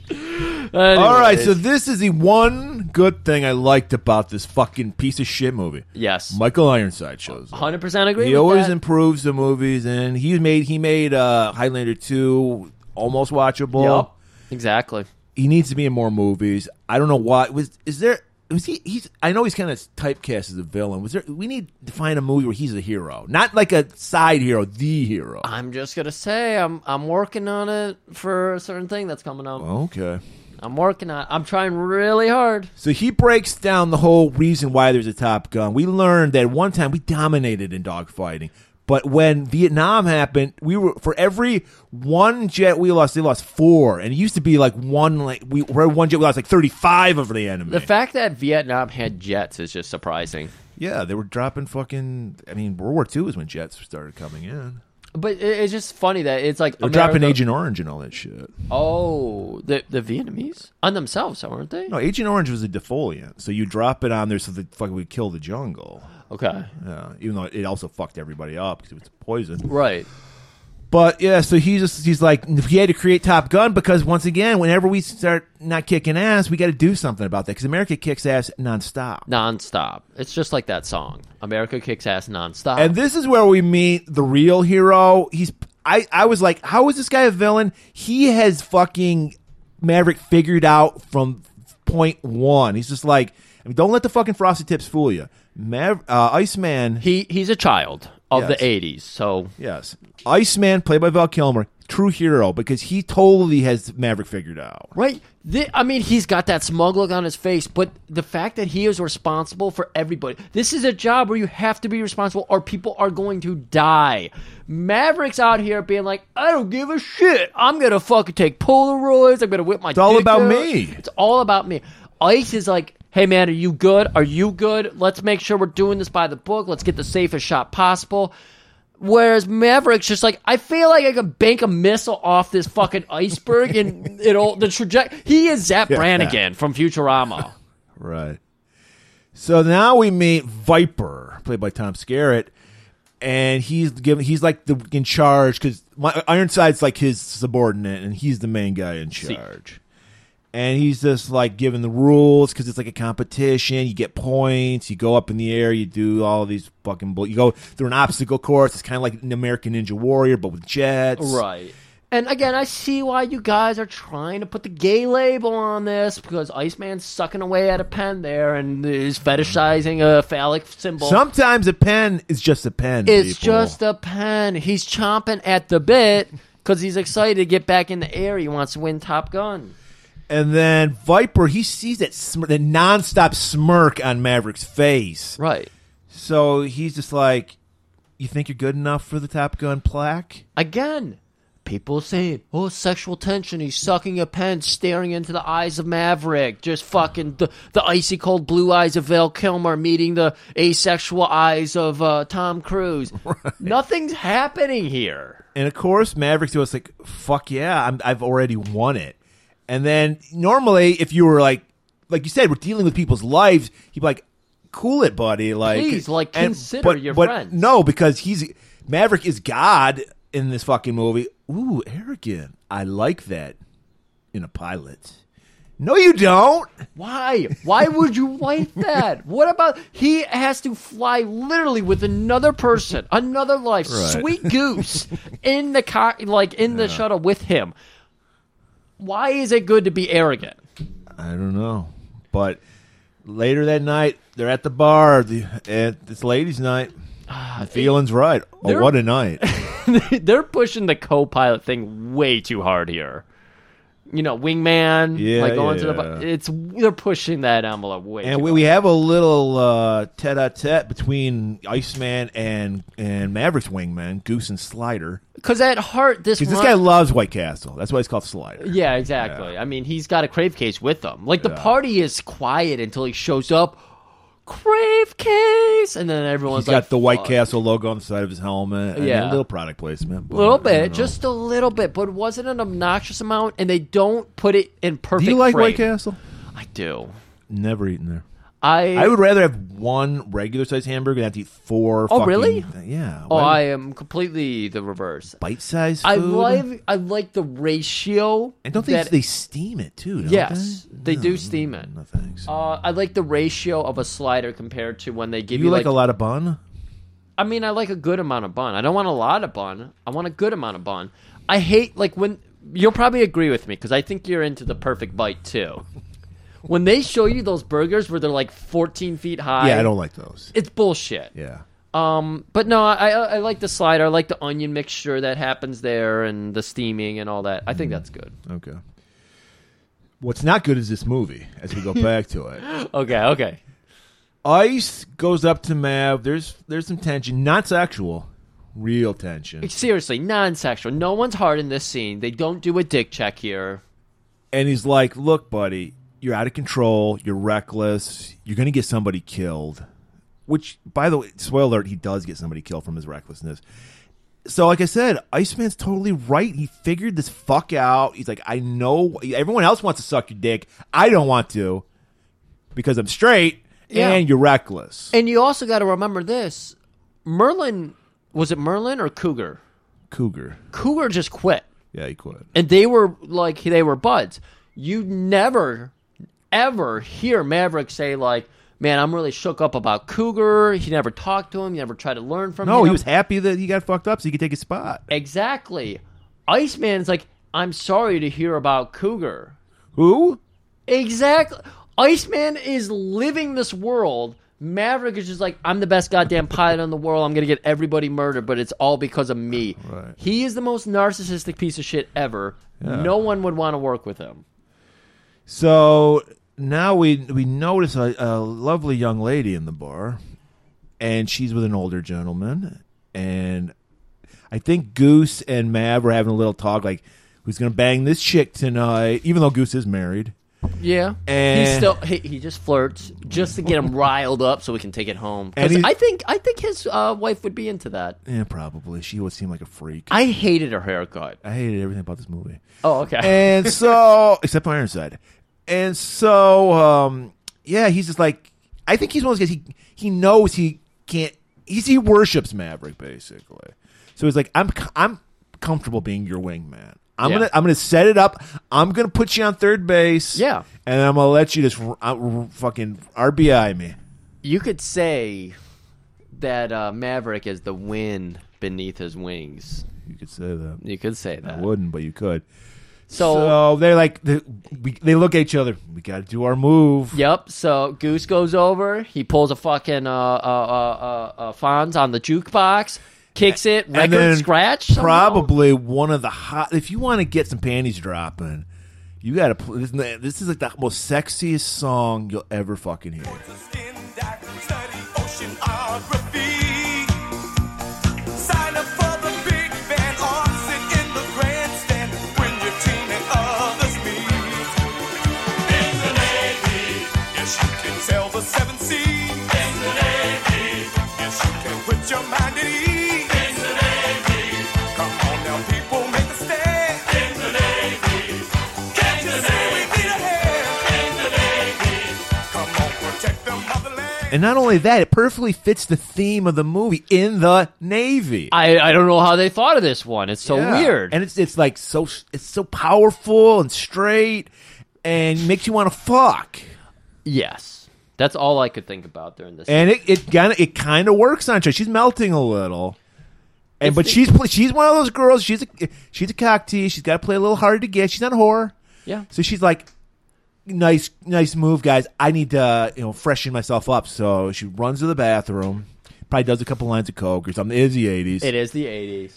A: Anyways.
B: All right, so this is the one good thing I liked about this fucking piece of shit movie.
A: Yes.
B: Michael Ironside shows. up.
A: 100% agree
B: He
A: with
B: always
A: that.
B: improves the movies, and he made he made uh, Highlander two almost watchable.
A: Yup. Exactly.
B: He needs to be in more movies. I don't know why. Was is there? Was he? He's. I know he's kind of typecast as a villain. Was there? We need to find a movie where he's a hero, not like a side hero, the hero.
A: I'm just gonna say I'm I'm working on it for a certain thing that's coming up.
B: Okay.
A: I'm working on. I'm trying really hard.
B: So he breaks down the whole reason why there's a Top Gun. We learned that one time we dominated in dogfighting, but when Vietnam happened, we were for every one jet we lost, they lost four, and it used to be like one like we for one jet we lost like thirty five of the enemy.
A: The fact that Vietnam had jets is just surprising.
B: yeah, they were dropping fucking. I mean, World War II is when jets started coming in.
A: But it, it's just funny that it's like
B: They're
A: America-
B: dropping Agent Orange and all that shit.
A: Oh, the the Vietnamese on themselves, aren't they?
B: No, Agent Orange was a defoliant, so you drop it on there so that fucking would kill the jungle.
A: Okay,
B: Yeah, even though it also fucked everybody up because it was poison.
A: right.
B: But yeah, so he just he's like he had to create Top Gun because once again, whenever we start not kicking ass, we got to do something about that because America kicks ass nonstop.
A: Nonstop. It's just like that song. America kicks ass nonstop.
B: And this is where we meet the real hero. He's I I was like, how is this guy a villain? He has fucking Maverick figured out from point one. He's just like, I mean, don't let the fucking frosty tips fool you. Maver- uh, Iceman
A: he he's a child of
B: Yes.
A: the '80s, so
B: Yes. Iceman, played by Val Kilmer, true hero because he totally has Maverick figured out.
A: Right. Thi- I mean, he's got that smug look on his face, but the fact that he is responsible for everybody. This is a job where you have to be responsible or people are going to die. Maverick's out here being like, I don't give a shit. I'm going to fucking take Polaroids. I'm going to whip my It's
B: all about me.
A: It's all about me. Ice is like, hey, man, are you good? Are you good? Let's make sure we're doing this by the book. Let's get the safest shot possible. Whereas Maverick's just like, I feel like I could bank a missile off this fucking iceberg and it'll the trajectory. He is Zap
B: Yeah.
A: Brannigan from Futurama.
B: Right. So now we meet Viper, played by Tom Skerritt, and he's given he's like the in charge because Ironside's like his subordinate, and he's the main guy in charge. And he's just like giving the rules because it's like a competition. You get points. You go up in the air. You do all these fucking. Bull- you go through an obstacle course. It's kind of like an American Ninja Warrior, but with jets.
A: right. And again, I see why you guys are trying to put the gay label on this because Iceman's sucking away at a pen there and is fetishizing a phallic symbol.
B: Sometimes a pen is just a pen.
A: It's
B: people.
A: just a pen. He's chomping at the bit because he's excited to get back in the air. He wants to win Top Gun.
B: And then Viper, he sees that sm- that nonstop smirk on Maverick's face.
A: Right.
B: So he's just like, "You think you're good enough for the Top Gun plaque?"
A: Again, people saying, oh, sexual tension. He's sucking a pen, staring into the eyes of Maverick. Just fucking the, the icy cold blue eyes of Val Kilmer meeting the asexual eyes of uh, Tom Cruise. Nothing's happening here.
B: And of course, Maverick's always like, "Fuck yeah, I'm, I've already won it." And then normally, if you were like, like you said, we're dealing with people's lives, he'd be like, "Cool it, buddy." Like,
A: Please, like,
B: and-
A: consider
B: but-
A: your
B: but
A: friends.
B: No, because he's Maverick is God in this fucking movie. Ooh, arrogant. I like that in a pilot. No, you don't.
A: Why? Why would you write that? What about he has to fly literally with another person, another life, sweet goose in the car, like in the shuttle with him. Why is it good to be arrogant?
B: I don't know. But later that night, they're at the bar. The, at this ladies' night. The feeling's right. Oh,
A: Ah, they're-
B: what a night.
A: They're pushing the co-pilot thing way too hard here. You know, wingman,
B: Yeah,
A: like going
B: yeah,
A: to the
B: yeah.
A: it's they're pushing that envelope way.
B: And
A: too
B: we,
A: hard.
B: we have a little uh, tete-a-tete between Iceman and and Maverick's wingman, Goose and Slider.
A: Because at heart, this
B: Because this
A: run-
B: guy loves White Castle. That's why it's called Slider.
A: Yeah, exactly. I mean, he's got a crave case with him. Like the party is quiet until he shows up. Crave case, and then everyone's
B: He's
A: like,
B: got the White
A: "Fuck."
B: Castle logo on the side of his helmet. Yeah.
A: Yeah.
B: a little product placement.
A: A
B: but
A: little
B: I don't
A: bit,
B: know.
A: just a little bit, but it wasn't an obnoxious amount, and they don't put it in
B: Do
A: perfect.
B: you like White
A: frame.
B: Castle?
A: I do.
B: Never eaten there.
A: I.
B: I would rather have one regular sized hamburger than have to eat four.
A: Oh,
B: fucking-
A: really?
B: Yeah.
A: oh, I
B: Why
A: am completely the reverse.
B: bite sized.
A: I love. I like the ratio.
B: And don't they
A: that,
B: they steam it too? Don't
A: Yes,
B: they,
A: they do steam it.
B: No thanks.
A: Uh, I like the ratio of a slider compared to when they give
B: you
A: you,
B: like, a lot of bun?
A: I mean, I like a good amount of bun. I don't want a lot of bun. I want a good amount of bun. I hate like when you'll probably agree with me because I think you're into the perfect bite too. when they show you those burgers where they're like 14 feet high,
B: Yeah, I don't like those.
A: It's bullshit.
B: Yeah.
A: Um, but no, I I I like the slider. I like the onion mixture that happens there and the steaming and all that. I
B: Mm.
A: think that's good.
B: Okay. What's not good is this movie. As we go back to it.
A: Okay, okay.
B: Ice goes up to Mav. There's there's some tension, not sexual, real tension.
A: Seriously, non-sexual. No one's hard in this scene. They don't do a dick check here.
B: And he's like, "Look, buddy, you're out of control. You're reckless. You're gonna get somebody killed." Which, by the way, spoiler alert, he does get somebody killed from his recklessness. So, like I said, Iceman's totally right. He figured this fuck out. He's like, I know everyone else wants to suck your dick. I don't want to because I'm straight
A: Yeah.
B: and you're reckless.
A: And you also got to remember this: Merlin was it Merlin or Cougar?
B: Cougar.
A: Cougar just quit,
B: Yeah, he quit.
A: and they were like they were buds. You never, ever hear Maverick say like, "Man, I'm really shook up about Cougar. He never talked to him. He never tried to learn from him."
B: No, he was happy that he got fucked up so he could take his spot.
A: exactly. Iceman's like, "I'm sorry to hear about Cougar."
B: Who?
A: Exactly. Iceman is living this world. Maverick is just like, I'm the best goddamn pilot in the world. I'm going to get everybody murdered, but it's all because of me.
B: Right.
A: He is the most narcissistic piece of shit ever. No one would want to work with him.
B: So now we we notice a, a lovely young lady in the bar, and she's with an older gentleman, and I think Goose and Mav are having a little talk, like who's gonna bang this chick tonight? Even though Goose is married,
A: Yeah.
B: And-
A: he still he, he just flirts just to get him riled up so we can take it home. 'Cause
B: And he-
A: I think I think his uh, wife would be into that.
B: yeah, probably she would seem like a freak.
A: I hated her haircut.
B: I hated everything about this movie.
A: Oh, okay.
B: And so, except for Ironside. And so, um, yeah, he's just like, I think he's one of those guys. He he knows he can't. He's, he worships Maverick basically. So he's like, I'm co- I'm comfortable being your wingman. I'm
A: Yeah.
B: gonna I'm gonna set it up. I'm gonna put you on third base.
A: Yeah.
B: and I'm gonna let you just r- uh, r- fucking RBI me.
A: you could say that uh, Maverick is the wind beneath his wings.
B: You could say that.
A: You could say
B: I
A: that.
B: wouldn't, but you could.
A: So,
B: they're like, they, we, they look at each other. We got to do our move.
A: yep. So Goose goes over. He pulls a fucking uh, uh, uh, uh, uh, Fonz on the jukebox, kicks it, record
B: And then
A: scratch. somehow.
B: Probably one of the hot. If you want to get some panties dropping, you got to. play This this is like the most sexiest song you'll ever fucking hear. And not only that, it perfectly fits the theme of the movie in the Navy.
A: I, I don't know how they thought of this one. It's Ah, so
B: Yeah.
A: weird.
B: and it's it's like so it's so powerful and straight. and makes you want to fuck.
A: Yes, that's all I could think about during this.
B: And it it kind of it kind of works on her. She's melting a little. And but she's pl- she's one of those girls. She's a she's a cock tease. She's got to play a little hard to get. She's not a whore.
A: yeah,
B: So she's like, nice, nice move, guys. I need to, you know, freshen myself up. So she runs to the bathroom, probably does a couple lines of coke or something. It is the eighties.
A: it is the '80s.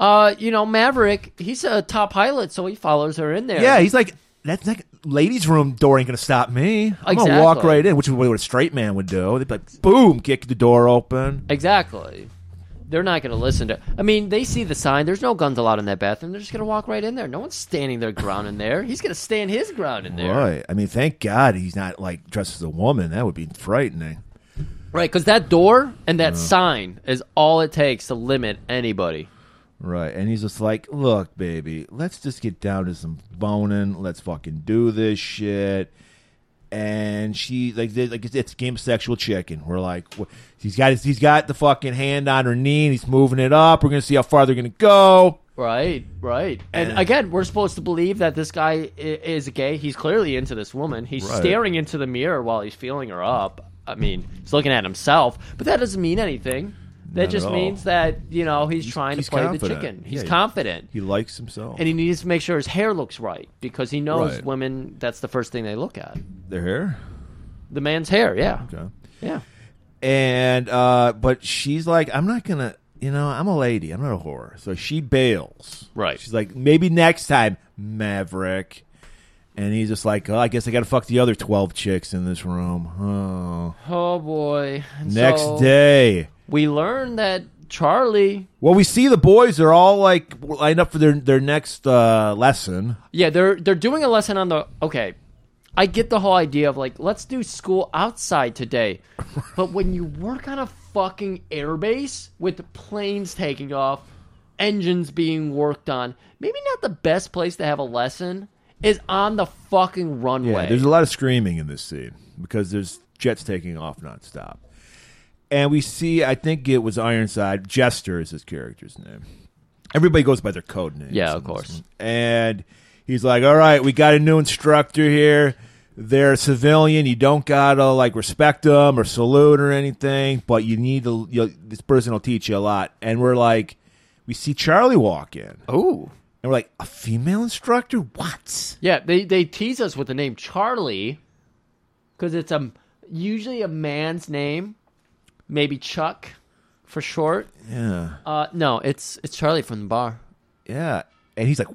A: Uh, you know, Maverick, he's a top pilot, so he follows her in there.
B: Yeah, he's like, that's like ladies' room door ain't gonna stop me. I'm gonna
A: Exactly.
B: walk right in, which is what a straight man would do. They'd be like, boom, kick the door open.
A: exactly. They're not going to listen to. I mean, they see the sign. There's no guns allowed in that bathroom. They're just going to walk right in there. No one's standing their ground in there. He's going to stand his ground in there.
B: Right. I mean, thank God he's not like dressed as a woman. That would be frightening.
A: Right, because that door and that sign is all it takes to limit anybody.
B: Right. And he's just like, look, baby, let's just get down to some boning. Let's fucking do this shit. And she like they- like it's, it's game of sexual chicken. We're like, wh- he's got his, he's got the fucking hand on her knee. and He's moving it up. We're gonna see how far they're gonna go.
A: Right, right. And, again, we're supposed to believe that this guy i- is gay. He's clearly into this woman. He's
B: Right.
A: staring into the mirror while he's feeling her up. I mean, he's looking at himself, but that doesn't mean anything. That
B: at
A: just
B: all.
A: means that, you know, he's,
B: He's-
A: trying
B: he's
A: to play
B: confident.
A: the chicken. He's
B: Yeah, he-
A: confident.
B: He likes himself.
A: and he needs to make sure his hair looks right because he knows
B: Right.
A: women, that's the first thing they look at.
B: Their hair.
A: The man's hair, yeah.
B: Okay.
A: Yeah.
B: And uh, but she's like, I'm not gonna. You know, I'm a lady. I'm not a whore. So she bails.
A: Right.
B: She's like, maybe next time, Maverick. And he's just like, oh, I guess I got to fuck the other twelve chicks in this room. Oh.
A: Oh, boy. And
B: Next
A: so
B: day.
A: We learn that Charlie
B: Well, we see the boys are all like lined up for their their next uh, lesson.
A: Yeah, they're they're doing a lesson on the okay. I get the whole idea of like let's do school outside today. But when you work on a fucking airbase with planes taking off, engines being worked on, maybe not the best place to have a lesson is on the fucking runway.
B: Yeah, there's a lot of screaming in this scene because there's jets taking off nonstop. And we see, I think it was Ironside, Jester is his character's name. Everybody goes by their code name.
A: Yeah, of course.
B: And he's like, all right, we got a new instructor here. They're a civilian. You don't got to like respect them or salute or anything, but you need to, you this person will teach you a lot. And we're like, we see Charlie walk in. And
A: Ooh.
B: we're like, a female instructor? What?
A: Yeah, they they tease us with the name Charlie cuz it's a usually a man's name, maybe Chuck for short.
B: Yeah.
A: Uh no, it's it's Charlie from the bar.
B: Yeah, and he's like,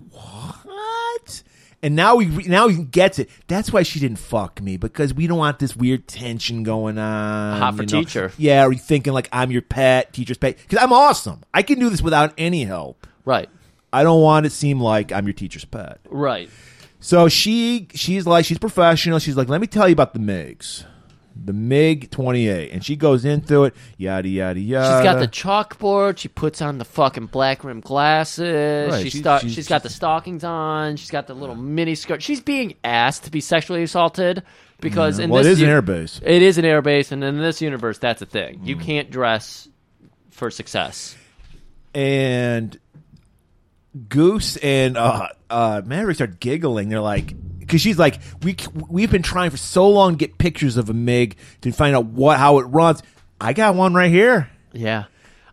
B: "What?" And now he now he gets it. That's why she didn't fuck me because we don't want this weird tension going on.
A: Hot for
B: you know?
A: teacher.
B: Yeah, or you thinking like I'm your pet, teacher's pet? Because I'm awesome. I can do this without any help.
A: Right.
B: I don't want it to seem like I'm your teacher's pet.
A: Right.
B: So she she's like she's professional. She's like, let me tell you about the MIGs, the MIG twenty eight, and she goes into it, yada yada yada.
A: She's got the chalkboard. She puts on the fucking black rim glasses.
B: Right,
A: she
B: she-
A: sta-
B: she's-
A: she's got the stockings on. She's got the little mini skirt. She's being asked to be sexually assaulted because in
B: well, it
A: this
B: is an
A: u-
B: airbase.
A: It is an airbase, and in this universe, that's a thing. You
B: Mm.
A: can't dress for success.
B: and Goose and uh, uh, Maverick start giggling. They're like, because she's like, we c- we've been trying for so long to get pictures of a Mig to find out what how it runs. I got one right here.
A: Yeah,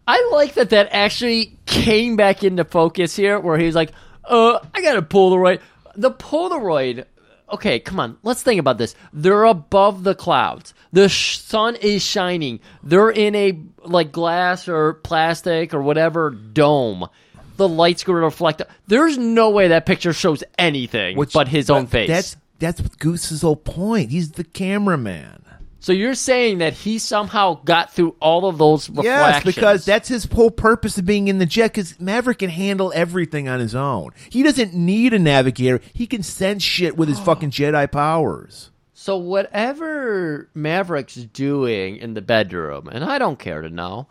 A: I like that. That actually came back into focus here, where he was like, "Uh, I got a Polaroid." The Polaroid. Okay, come on. Let's think about this. They're above the clouds. The sh- sun is shining. They're in a like glass or plastic or whatever dome. The light's going to reflect. There's no way that picture shows anything
B: Which-
A: but his own face.
B: That's that's Goose's whole point. He's the cameraman.
A: so you're saying that he somehow got through all of those
B: Yes,
A: reflections?
B: because that's his whole purpose of being in the jet. Because Maverick can handle everything on his own. He doesn't need a navigator. He can sense shit with his fucking Jedi powers.
A: So whatever Maverick's doing in the bedroom, and I don't care to know,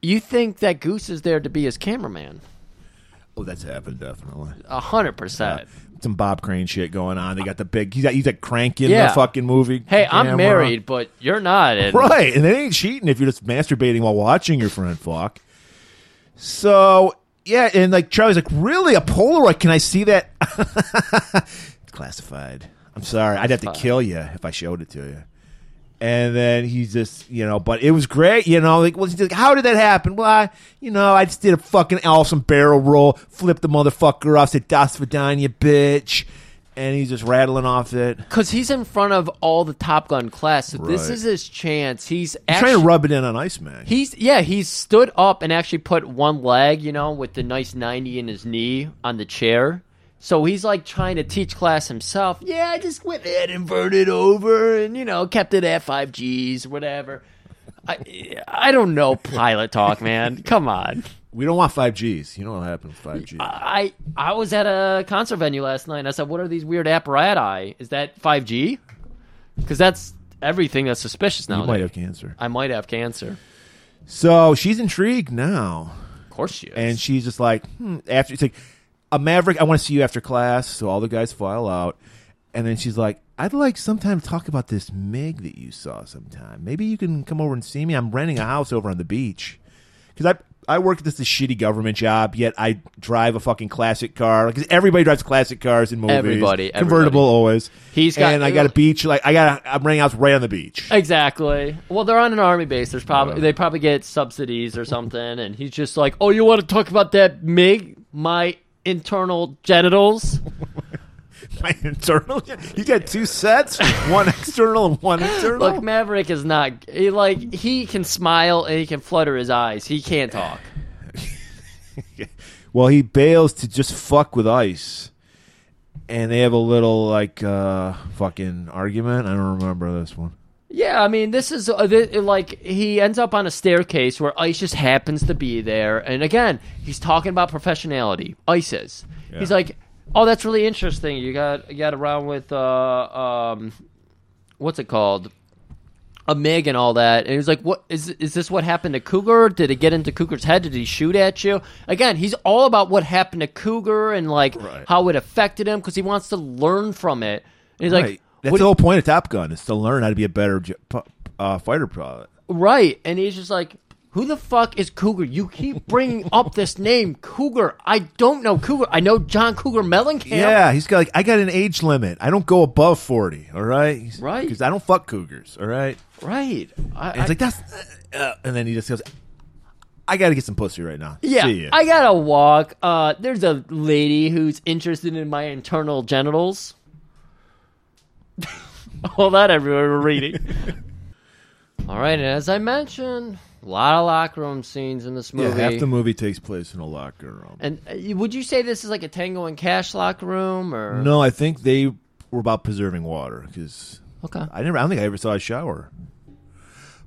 A: you think that Goose is there to be his cameraman?
B: Oh, that's happened definitely.
A: A hundred percent.
B: some Bob Crane shit going on. They got the big. He's he's like cranking
A: Yeah.
B: the fucking movie.
A: Hey,
B: camera.
A: I'm married, but you're not. And
B: right? And it ain't cheating if you're just masturbating while watching your friend fuck. So yeah, and like Charlie's like, really a Polaroid? Can I see that? classified. I'm sorry. I'd have to kill you if I showed it to you. And then he's just, you know, but it was great, you know. Like, well, he's like, how did that happen? Well, I, you know, I just did a fucking awesome barrel roll, flipped the motherfucker off, said, Das Vidania, bitch. And he's just rattling off it.
A: Because he's in front of all the Top Gun class, so this
B: Right.
A: is his chance. He's
B: He's
A: actually
B: trying to rub it in on Iceman.
A: He's yeah, he's stood up and actually put one leg, you know, with the nice 90 in his knee on the chair. So he's like trying to teach class himself. Yeah, I just went ahead and inverted over and you know, kept it at 5 Gs, whatever. I I don't know pilot talk, man. Come on.
B: we don't want 5Gs. You know what happens with 5Gs.
A: I I was at a concert venue last night and I said, "What are these weird apparati? Is that 5G?" Cuz that's everything that's suspicious now.
B: you might have cancer.
A: I might have cancer.
B: So she's intrigued now.
A: Of course she is.
B: And she's just like, hmm, after it's like, a maverick, I want to see you after class. So all the guys file out. And then she's like, I'd like sometime to talk about this Meg that you saw sometime. Maybe you can come over and see me. I'm renting a house over on the beach. Because I, I work at this shitty government job, yet I drive a fucking classic car. Because everybody drives classic cars in movies.
A: Everybody, everybody.
B: Convertible always.
A: He's got-
B: and I got a beach. Like I got, a, I'm renting a house right on the beach.
A: Exactly. Well, they're on an army base. There's probably they probably get subsidies or something, and he's just like, "Oh, you want to talk about that Mig, my internal genitals?"
B: My internal. You got two sets, one external and one internal.
A: Look, Maverick is not he, like he can smile and he can flutter his eyes. He can't talk.
B: Well, he bails to just fuck with Ice, and they have a little like uh fucking argument. I don't remember this one.
A: Yeah, I mean, this is uh, thi- like he ends up on a staircase where Ice just happens to be there, and again, he's talking about professionality. Ice is. He's like, "Oh, that's really interesting. You got you got around with uh um, what's it called?" A Mig and all that, and he was like, "What is is this? What happened to Cougar? Did it get into Cougar's head? Did he shoot at you?" Again, he's all about what happened to Cougar and like how it affected him because he wants to learn from it. And he's like,
B: right. That's
A: "What-
B: the whole point of Top Gun is to learn how to be a better j- pu- uh, fighter pilot.
A: Right. And he's just like, who the fuck is Cougar? You keep bringing up this name, Cougar. I don't know Cougar. I know John Cougar Mellencamp.
B: Yeah, he's got like I got an age limit. I don't go above forty. All right, He's-
A: Right.
B: Because I don't fuck cougars. All right.
A: Right. I,
B: And it's
A: I-
B: like that's, uh, uh, and then he just goes, I got to get some pussy right now. See
A: yeah,
B: ya."
A: I gotta walk. Uh, there's a lady who's interested in my internal genitals. All that everywhere we're reading. All right, and as I mentioned, a lot of locker room scenes in this
B: yeah.
A: movie.
B: Half the movie takes place in a locker room.
A: and uh, would you say this is like a Tango and Cash locker room, or
B: No, I think they were about preserving water because
A: Okay.
B: I never. I don't think I ever saw a shower.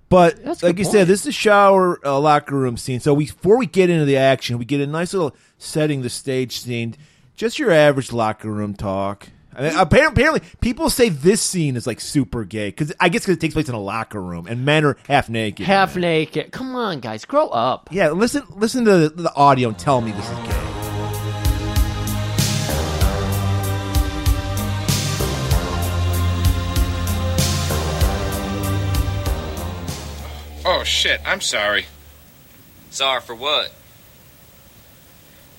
B: But
A: That's a
B: like
A: good
B: you
A: point.
B: said, this is a shower uh, locker room scene. So we before we get into the action, we get a nice little setting the stage scene. Just your average locker room talk. I mean, apparently, apparently, people say this scene is like super gay because I guess because it takes place in a locker room and men are half naked.
A: half naked? Come on, guys, grow up.
B: Yeah, listen, listen to the, the audio and tell me this is gay.
J: Oh, shit. I'm sorry. Sorry for what?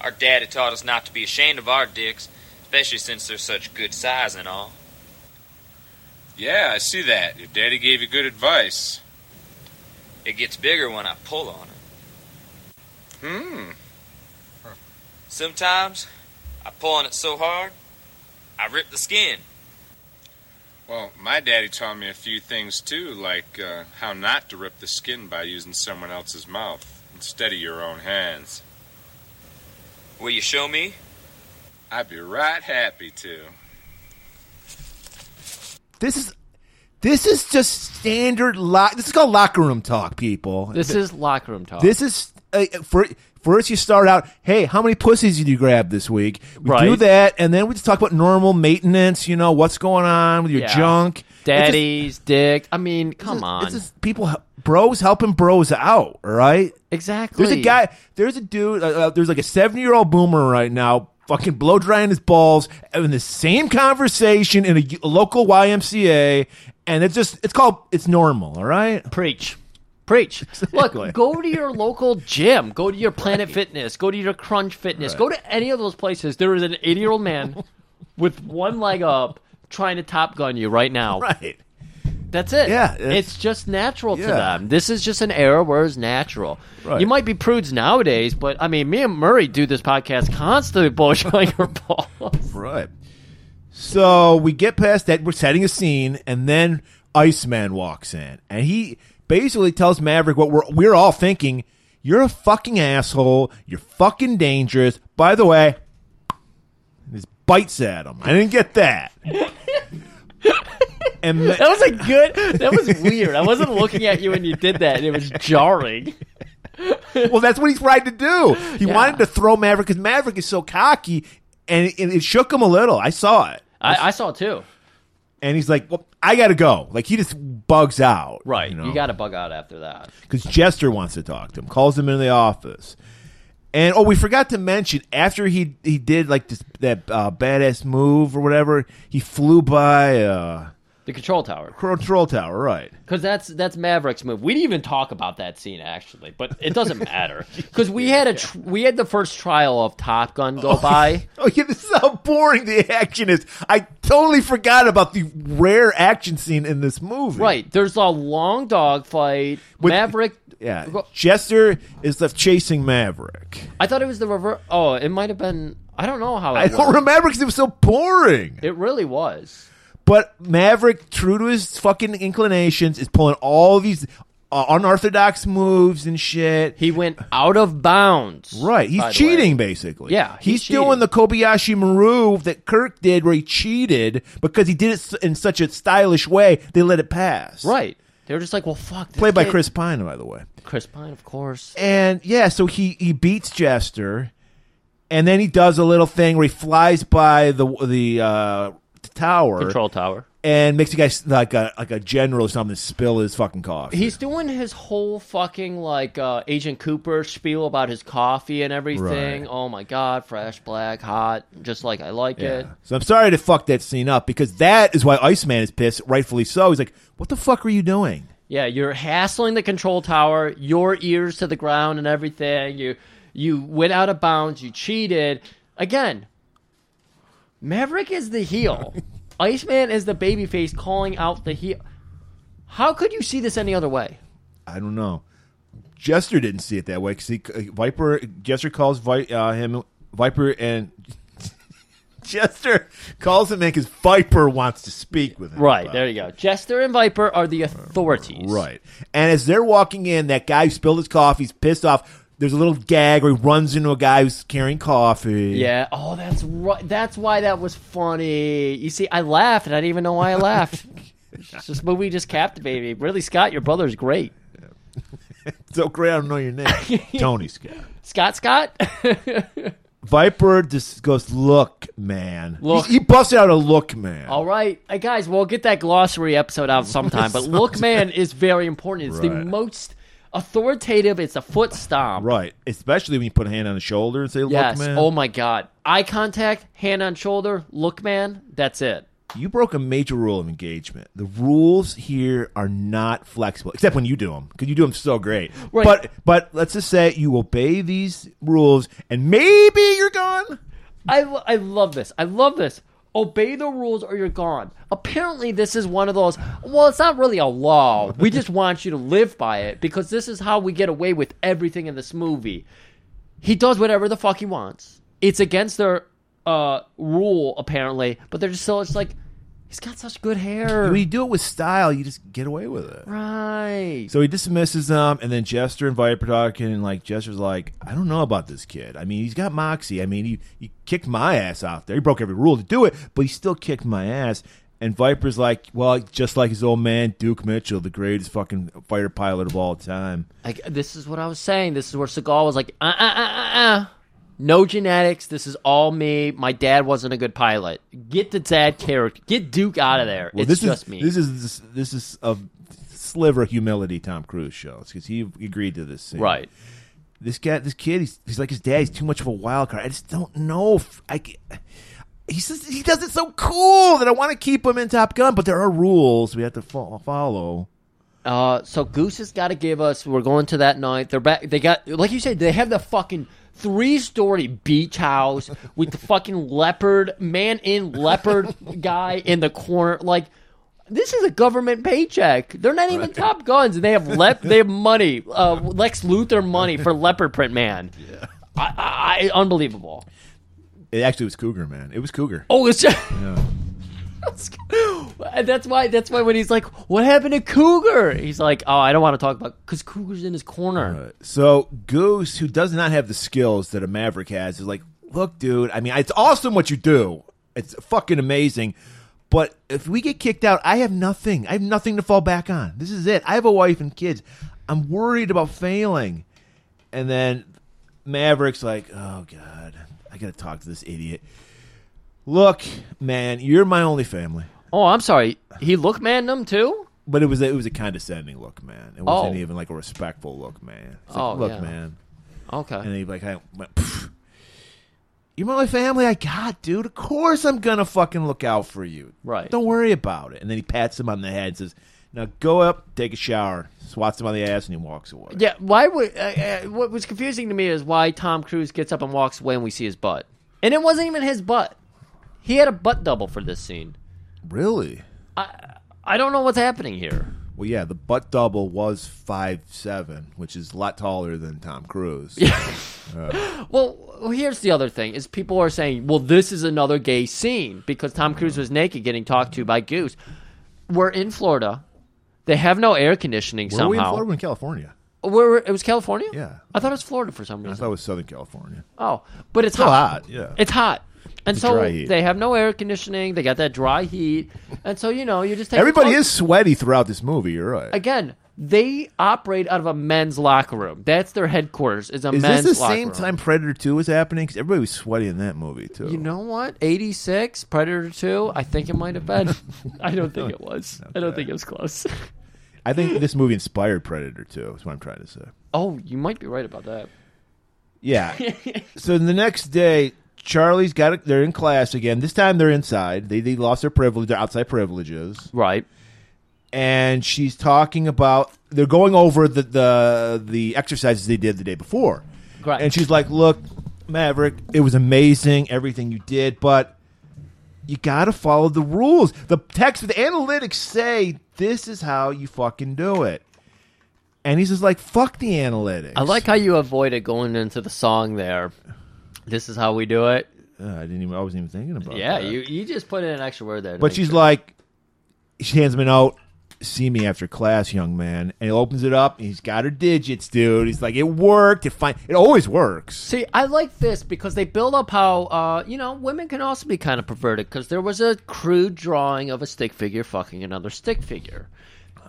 J: Our daddy taught us not to be ashamed of our dicks, especially since they're such good size and all.
K: Yeah, I see that. Your daddy gave you good advice.
J: It gets bigger when I pull on it.
K: Hmm.
J: Sometimes, I pull on it so hard, I rip the skin.
K: Well, my daddy taught me a few things too, like uh, how not to rip the skin by using someone else's mouth instead of your own hands.
J: Will you show me?
K: I'd be right happy to.
B: This is this is just standard lock. This is called locker room talk, people.
A: This is locker room talk.
B: This is uh, for first. You start out, hey, how many pussies did you grab this week? We do
A: Right.
B: that, and then we just talk about normal maintenance. You know what's going on with your
A: Yeah.
B: junk, It's
A: daddy's dick. I mean,
B: just-
A: come
B: it's
A: on.
B: just- it's just people, bros helping bros out. All right.
A: exactly.
B: There's a guy. There's a dude. Uh, uh, there's like a seventy year old boomer right now, fucking blow drying his balls, having the same conversation in a, y- a local YMCA, and it's just it's called it's normal. All right.
A: preach. Preach.
B: Exactly.
A: Look, go to your local gym. Go to your Planet Fitness. Go to your Crunch Fitness. Go to any of those places. There is an 80 year old man with one leg up trying to top gun you right now.
B: Right.
A: That's it.
B: Yeah, it's-
A: It's, just natural to
B: Yeah.
A: them. This is just an era where it's natural.
B: Right.
A: You might be prudes nowadays, but I mean, me and Murray do this podcast constantly bullshitting her balls.
B: Right. So we get past that. We're setting a scene, and then Iceman walks in, and he basically tells Maverick what we're we're all thinking. You're a fucking asshole. You're fucking dangerous. By the way, and this bites at him. I didn't get that. and Ma-
A: That was a good. That was weird. I wasn't looking at you when you did that, and it was jarring.
B: well, that's what he tried to do. He
A: Yeah.
B: wanted to throw Maverick because Maverick is so cocky, and it, it shook him a little. I saw it.
A: I, I saw it too.
B: and he's like, "Well, I gotta go." Like he just bugs out,
A: Right.
B: You,
A: You,
B: know?
A: got to bug out after that.
B: because Jester wants to talk to him, calls him into the office, and oh, we forgot to mention after he he did like this that uh, badass move or whatever, he flew by uh,
A: The control tower,
B: control tower, right?
A: because that's that's Maverick's move. We didn't even talk about that scene actually, but it doesn't matter because we had a tr- we had the first trial of Top Gun go by.
B: Oh yeah, this is how boring the action is. I totally forgot about the rare action scene in this movie.
A: Right. There's a long dog fight.
B: With-
A: Maverick.
B: Yeah,
A: Go-
B: Jester is left chasing Maverick.
A: I thought it was the reverse. Oh, it might have been. I don't know how. It
B: I don't
A: was.
B: remember because it was so boring.
A: It really was.
B: But Maverick, true to his fucking inclinations, is pulling all these uh, unorthodox moves and shit.
A: He went out of bounds.
B: Right,
A: by
B: he's
A: the
B: cheating
A: way.
B: basically.
A: Yeah,
B: he's,
A: he's
B: doing the Kobayashi Maru that Kirk did, where he cheated because he did it s- in such a stylish way. They let it pass.
A: Right. They were just like, well, fuck. this
B: played by
A: kid-
B: Chris Pine, by the way.
A: Chris Pine, of course.
B: And yeah, so he he beats Jester, and then he does a little thing where he flies by the the uh, tower
A: Control tower.
B: and makes the guy s- like a like a general or something spill his fucking coffee.
A: He's doing his whole fucking like uh, Agent Cooper spiel about his coffee and everything.
B: Right.
A: Oh my god, fresh, black, hot, just like I like it.
B: So I'm sorry to fuck that scene up because that is why Iceman is pissed, rightfully so. He's like, "What the fuck were you doing?"
A: Yeah, you're hassling the control tower, your ears to the ground and everything. You you went out of bounds, you cheated. Again, Maverick is the heel. Iceman is the babyface calling out the heel. How could you see this any other way?
B: I don't know. Jester didn't see it that way because Viper Jester calls Vi, uh, him Viper and Jester calls him in because Viper wants to speak with him.
A: Right,
B: about
A: there you go. Jester and Viper are the authorities.
B: Right. And as they're walking in, that guy who spilled his coffee. He's pissed off. There's a little gag where he runs into a guy who's carrying coffee.
A: Yeah. Oh, that's right. That's why that was funny. You see, I laughed and I didn't even know why I laughed. this movie just captivated me. Really, Scott, your brother's great.
B: So great, I don't know your name. Tony Scott.
A: Scott, Scott.
B: Viper just goes, "Look, man."
A: Look.
B: He, he busted out a look, man.
A: All right, Hey, guys, we'll get that glossary episode out sometime. But look, man, is very important. It's the
B: Right.
A: most authoritative. It's a foot stomp.
B: Right. Especially when you put a hand on the shoulder and say, "Look,
A: Yes.
B: man."
A: Oh my God. Eye contact, hand on shoulder, look, man. That's it.
B: You broke a major rule of engagement. The rules here are not flexible, except when you do them, because you do them so great.
A: Right.
B: But but let's just say you obey these rules, and maybe you're gone.
A: I, lo- I love this. I love this. Obey the rules or you're gone. Apparently, this is one of those. Well, it's not really a law. We just want you to live by it because this is how we get away with everything in this movie. He does whatever the fuck he wants. It's against their uh, rule, apparently, but they're just so. It's like, he's got such good hair.
B: When you do it with style, you just get away with it.
A: right.
B: So he dismisses them, and then Jester and Viper talking, and like Jester's like, I don't know about this kid. I mean, he's got moxie. I mean, he, he kicked my ass out there. He broke every rule to do it, but he still kicked my ass. And Viper's like, well, just like his old man Duke Mitchell, the greatest fucking fighter pilot of all time.
A: Like this is what I was saying. This is where Seagal was like, uh, uh, uh, uh, uh. no genetics. This is all me. My dad wasn't a good pilot. Get the dad character. Get Duke out of there.
B: Well,
A: it's
B: this
A: just
B: is,
A: me.
B: This is this is a sliver of humility Tom Cruise shows because he agreed to this scene.
A: right.
B: this guy, this kid, he's, he's like his dad. He's too much of a wild card. I just don't know. If I, ca- he says he does it so cool that I want to keep him in Top Gun, but there are rules we have to fo- follow.
A: Uh, so Goose has got to give us. We're going to that night. They're back. They got like you said. They have the fucking three story beach house with the fucking leopard, man in leopard guy in the corner. Like, this is a government paycheck. They're not even Top Guns, and they have lep- they have money, uh, Lex Luthor money for Leopard Print Man. Yeah, I, I, unbelievable.
B: It actually was Cougar, man. It was Cougar.
A: Oh, it's just.
B: Yeah.
A: And that's why. That's why when he's like, "What happened to Cougar?" He's like, "Oh, I don't want to talk about because Cougar's in his corner."
B: So Goose, who does not have the skills that a Maverick has, is like, "Look, dude. I mean, it's awesome what you do. It's fucking amazing." But if we get kicked out, I have nothing. I have nothing to fall back on. This is it. I have a wife and kids. I'm worried about failing. And then Maverick's like, oh, God, I got to talk to this idiot. Look, man, you're my only family.
A: Oh, I'm sorry. He look man them too?
B: But it was a, it was a condescending look, man. It wasn't even like a respectful look, man. It's like,
A: Oh,
B: look,
A: yeah.
B: man.
A: Okay.
B: And he's like, I went, "Pff, you're my only family I got, dude. Of course I'm gonna fucking look out for you.
A: Right.
B: Don't worry about it. And then he pats him on the head and says, Now go up, take a shower, swats him on the ass, and he walks away.
A: Yeah. Why would? Uh, uh, what was confusing to me is why Tom Cruise gets up and walks away, and we see his butt. And it wasn't even his butt. He had a butt double for this scene.
B: Really?
A: I don't know what's happening here.
B: Well, yeah, the butt double was five seven, which is a lot taller than Tom Cruise. Yeah.
A: Well, well, here's the other thing: is people are saying, "Well, this is another gay scene because Tom Cruise was naked getting talked to by Goose." We're in Florida. They have no air conditioning
B: Were
A: somehow.
B: we in Florida or in California?
A: Where it was California?
B: Yeah.
A: I thought it was Florida for some
B: I
A: reason.
B: thought it was Southern California.
A: Oh, but it's
B: Still
A: hot.
B: hot, yeah.
A: It's hot. And
B: It's a
A: so
B: dry heat.
A: they have no air conditioning. They got that dry heat. And so, you know, you just take a
B: Everybody
A: fuck-
B: is sweaty throughout this movie. You're right.
A: Again, they operate out of a men's locker room. That's their headquarters, is a
B: is
A: men's
B: this the
A: locker
B: same
A: room.
B: time Predator Two was happening? Because everybody was sweaty in that movie too.
A: You know what? 86, Predator 2, I think it might have been. I don't think it was. I don't think it was close.
B: I think this movie inspired Predator 2, is what I'm trying to say.
A: oh, you might be right about that.
B: Yeah. so the next day, Charlie's got it. They're in class again. This time they're inside. They, they lost their privilege, their outside privileges.
A: Right.
B: And she's talking about, they're going over the, the, the exercises they did the day before.
A: Right.
B: And she's like, look, Maverick, it was amazing, everything you did, but you got to follow the rules. The text, the analytics say this is how you fucking do it. And he's just like, fuck the analytics.
A: I like how you avoided going into the song there. This is how we do it.
B: Uh, I didn't even. I wasn't even thinking about.
A: Yeah,
B: that.
A: you, you just put in an extra word there. to
B: But
A: make
B: she's
A: sure.
B: like, she hands him a note. See me after class, young man. And he opens it up. And he's got her digits, dude. He's like, it worked. It fine. It always works.
A: See, I like this because they build up how uh, you know women can also be kind of perverted. Because there was a crude drawing of a stick figure fucking another stick figure.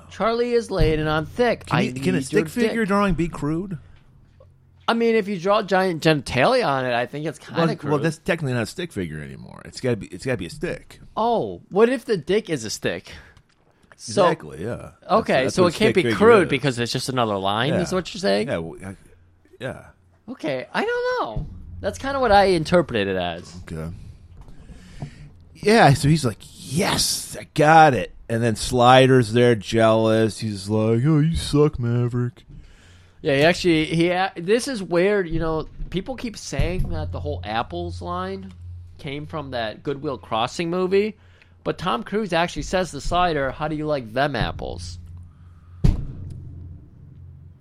A: Charlie is laid and I'm thick.
B: Oh. Can,
A: I
B: you- can a
A: need your
B: stick figure
A: dick.
B: drawing be crude?
A: I mean, if you draw giant genitalia on it, I think it's kind of
B: Well,
A: crude.
B: well, that's technically not a stick figure anymore. It's got to be. It's got to be a stick.
A: oh, what if the dick is a stick? So,
B: exactly. Yeah. That's-
A: Okay,
B: that's
A: so
B: what
A: it can't
B: stick
A: be
B: figure
A: crude
B: is.
A: because it's just another line.
B: Yeah.
A: Is what you're saying?
B: Yeah. well, I- yeah.
A: Okay, I don't know. That's kind of what I interpreted it as.
B: Okay. Yeah, so he's like, yes, I got it. And then Slider's there, jealous. He's like, oh, you suck, Maverick.
A: Yeah, he actually, he. a- This is where you know people keep saying that the whole apples line came from that Goodwill Crossing movie, but Tom Cruise actually says to Slider, "How do you like them apples?"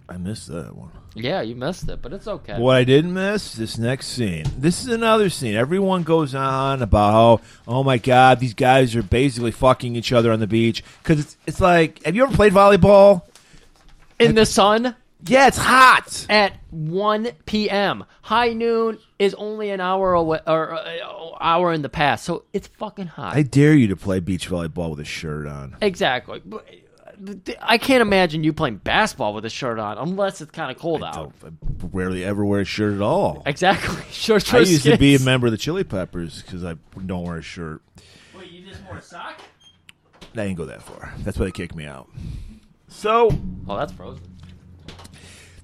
B: I missed that one.
A: Yeah, you missed it, but it's okay.
B: What I didn't miss, this next scene. This is another scene. Everyone goes on about how, oh my God, these guys are basically fucking each other on the beach. Because it's, it's like, have you ever played volleyball?
A: In the sun
B: Yeah, it's hot.
A: at one p.m. High noon is only an hour away, or uh, hour in the past, so it's fucking hot.
B: I dare you to play beach volleyball with a shirt on.
A: exactly. But, uh, I can't imagine you playing basketball with a shirt on unless it's kind of cold
B: I,
A: out.
B: don't, I rarely ever wear a shirt at all.
A: Exactly. Shorts.
B: I
A: or
B: used to be a
A: skins.
B: member of the Chili Peppers because I don't wear a shirt.
A: Wait, you just wore a sock?
B: I didn't go that far. That's why they kicked me out. So
A: Oh, that's frozen.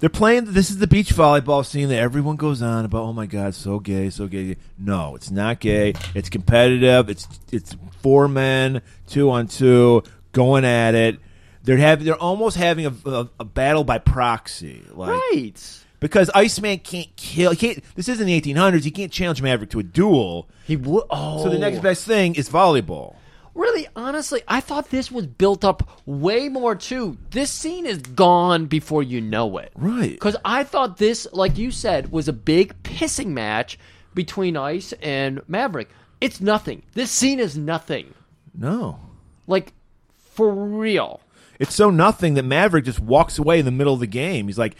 B: they're playing. This is the beach volleyball scene that everyone goes on about. Oh my god, so gay, so gay. No, it's not gay. It's competitive. It's it's four men, two on two, going at it. They're have they're almost having a, a, a battle by proxy, like
A: right?
B: Because Iceman can't kill. He can't. This isn't the 1800s. He can't challenge Maverick to a duel.
A: He would. Oh,
B: So the next best thing is volleyball.
A: Really, honestly, I thought this was built up way more too. This scene is gone before you know it.
B: Right.
A: Because I thought this, like you said, was a big pissing match between Ice and Maverick. It's nothing. This scene is nothing.
B: No,
A: Like, for real.
B: it's so nothing that Maverick just walks away in the middle of the game. He's like,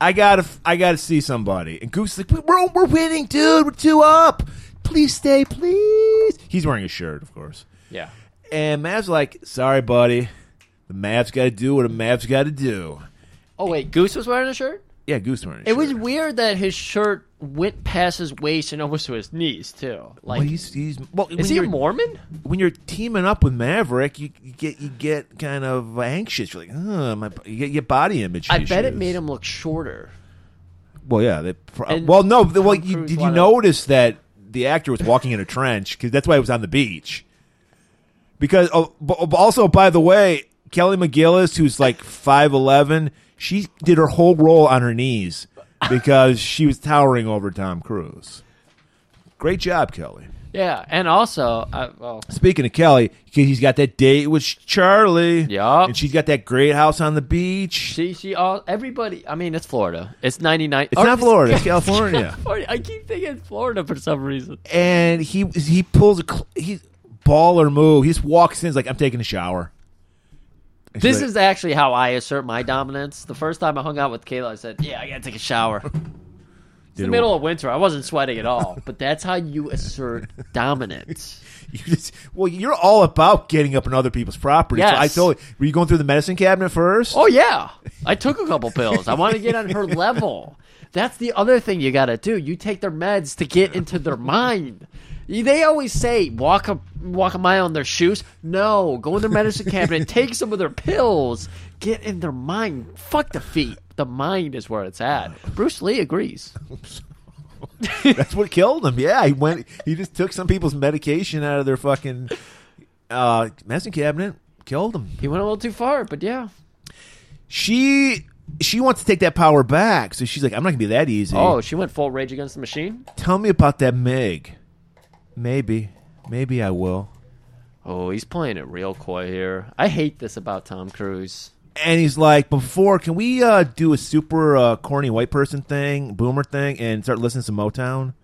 B: I gotta, I gotta see somebody. And Goose is like, we're we're winning, dude. We're two up. Please stay, please. He's wearing a shirt, of course.
A: Yeah.
B: And Mav's like, sorry, buddy. The Mav's got to do what a Mav's got to do.
A: Oh wait, Goose was wearing a shirt.
B: Yeah, Goose wearing a
A: It
B: shirt.
A: was weird that his shirt went past his waist and almost to his knees too. Like,
B: Well, he's, he's, well, when
A: is he a
B: you're-
A: Mormon?
B: when you're teaming up with Maverick, you, you get you get kind of anxious. You're like, oh, my, you get your body image.
A: I bet it
B: issues."
A: made him look shorter.
B: Well, yeah. They pro-
A: And
B: well, no. the- well,
A: Tom
B: you,
A: Cruise
B: did you
A: wanna-
B: notice that the actor was walking in a trench? Because that's why it was on the beach. Because oh, b- b- also, by the way, Kelly McGillis, who's like five eleven, she did her whole role on her knees because she was towering over Tom Cruise. Great job, Kelly.
A: Yeah, and also, I, well,
B: Speaking of Kelly, 'cause he's got that date with Charlie.
A: Yup.
B: And she's got that great house on the beach.
A: she, she, all everybody. I mean, it's Florida. It's ninety nine.
B: It's Oh, not Florida, it's California.
A: I keep thinking it's Florida for some reason.
B: And he he pulls a cl- he baller move. He just walks in. He's like, I'm taking a shower. And she's
A: This
B: like,
A: is actually how I assert my dominance. The first time I hung out with Kayla, I said, "Yeah, I gotta take a shower." It's
B: Did
A: the
B: it
A: middle of winter. I wasn't sweating at all, but that's how you assert dominance.
B: you just, well, you're all about getting up on other people's property. So
A: Yes.
B: I told you, were you going through the medicine cabinet first?
A: Oh yeah, I took a couple pills. I want to get on her level. That's the other thing you got to do. You take their meds to get into their mind. They always say walk a walk a mile in their shoes. No, go in their medicine cabinet, take some of their pills, get in their mind. Fuck the feet. The mind is where it's at. Bruce Lee agrees.
B: That's what killed him. Yeah, he went. He just took some people's medication out of their fucking uh, medicine cabinet. Killed him.
A: He went a little too far, but yeah.
B: she she wants to take that power back. So she's like, I'm not gonna be that easy.
A: Oh, she went full Rage Against the Machine.
B: tell me about that Meg. Maybe, maybe I will.
A: Oh, he's playing it real coy here. I hate this about Tom Cruise.
B: And he's like, before, can we uh, do a super uh, corny white person thing, boomer thing, and start listening to Motown?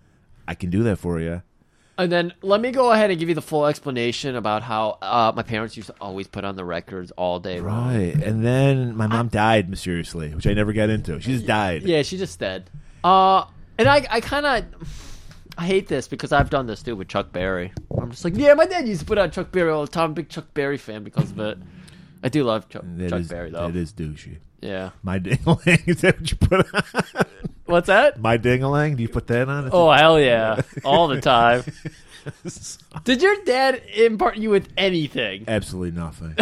B: I can do that for you.
A: And then let me go ahead and give you the full explanation about how uh, my parents used to always put on the records all day long.
B: Right. And then my mom died mysteriously, which I never got into. She just died.
A: Yeah, she just dead. Uh, and I, I kind of, I hate this because I've done this too with Chuck Berry. I'm just like, yeah, my dad used to put on Chuck Berry all the time. I'm a big Chuck Berry fan because of it. I do love Chuck,
B: That
A: Chuck
B: is-
A: Berry though.
B: That is douchey.
A: Yeah,
B: My ding-a-lang, is that what you put on?
A: what's that?
B: My ding-a-lang, do you put that on?
A: Oh hell yeah, all the time. Did your dad impart you with anything?
B: Absolutely nothing.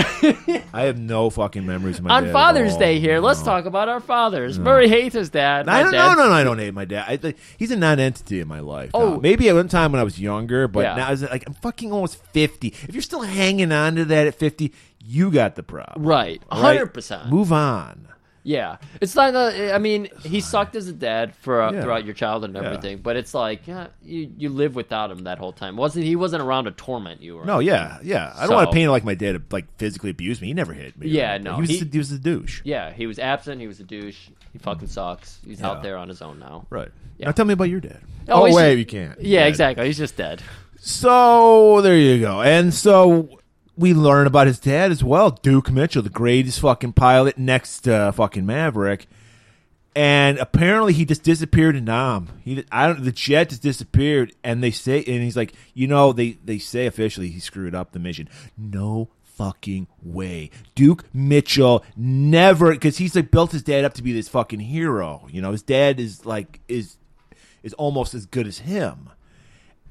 B: I have no fucking memories of my dad
A: On
B: at
A: Father's
B: all.
A: Day here, let's
B: No.
A: talk about our fathers. Murray hates his dad. My
B: I don't,
A: dad's
B: no, no, no, I don't hate my dad. I, think- he's a non-entity in my life.
A: Oh.
B: now. maybe at one time when I was younger, but
A: Yeah.
B: now it's like I'm fucking almost fifty. If you're still hanging on to that at fifty, you got the problem.
A: Right,
B: All right?
A: hundred percent.
B: Move on.
A: Yeah, it's not. A, I mean, he sucked as a dad for uh,
B: Yeah.
A: throughout your childhood and
B: Yeah.
A: everything, but it's like yeah, you you live without him that whole time. wasn't He wasn't around to torment you. Or
B: No, yeah, yeah. I don't
A: So-
B: want to paint it like my dad like physically abused me. He never hit me. or
A: Yeah,
B: anything.
A: no,
B: He was,
A: he-
B: a, he was a douche.
A: yeah. He was absent. He was a douche. He fucking sucks. He's
B: Yeah.
A: out there on his own now.
B: Right.
A: Yeah.
B: Now tell me about your dad.
A: Oh,
B: oh
A: he's
B: wait,
A: just-
B: you can't.
A: Yeah,
B: Dad.
A: exactly. He's just dead.
B: So there you go. And so we learn about his dad as well, Duke Mitchell, the greatest fucking pilot next to fucking Maverick. And apparently he just disappeared in Nam. He I don't the jet just disappeared and they say and he's like, "You know, they they say officially he screwed up the mission." No fucking way. Duke Mitchell never cuz he's like built his dad up to be this fucking hero. You know, his dad is like is is almost as good as him.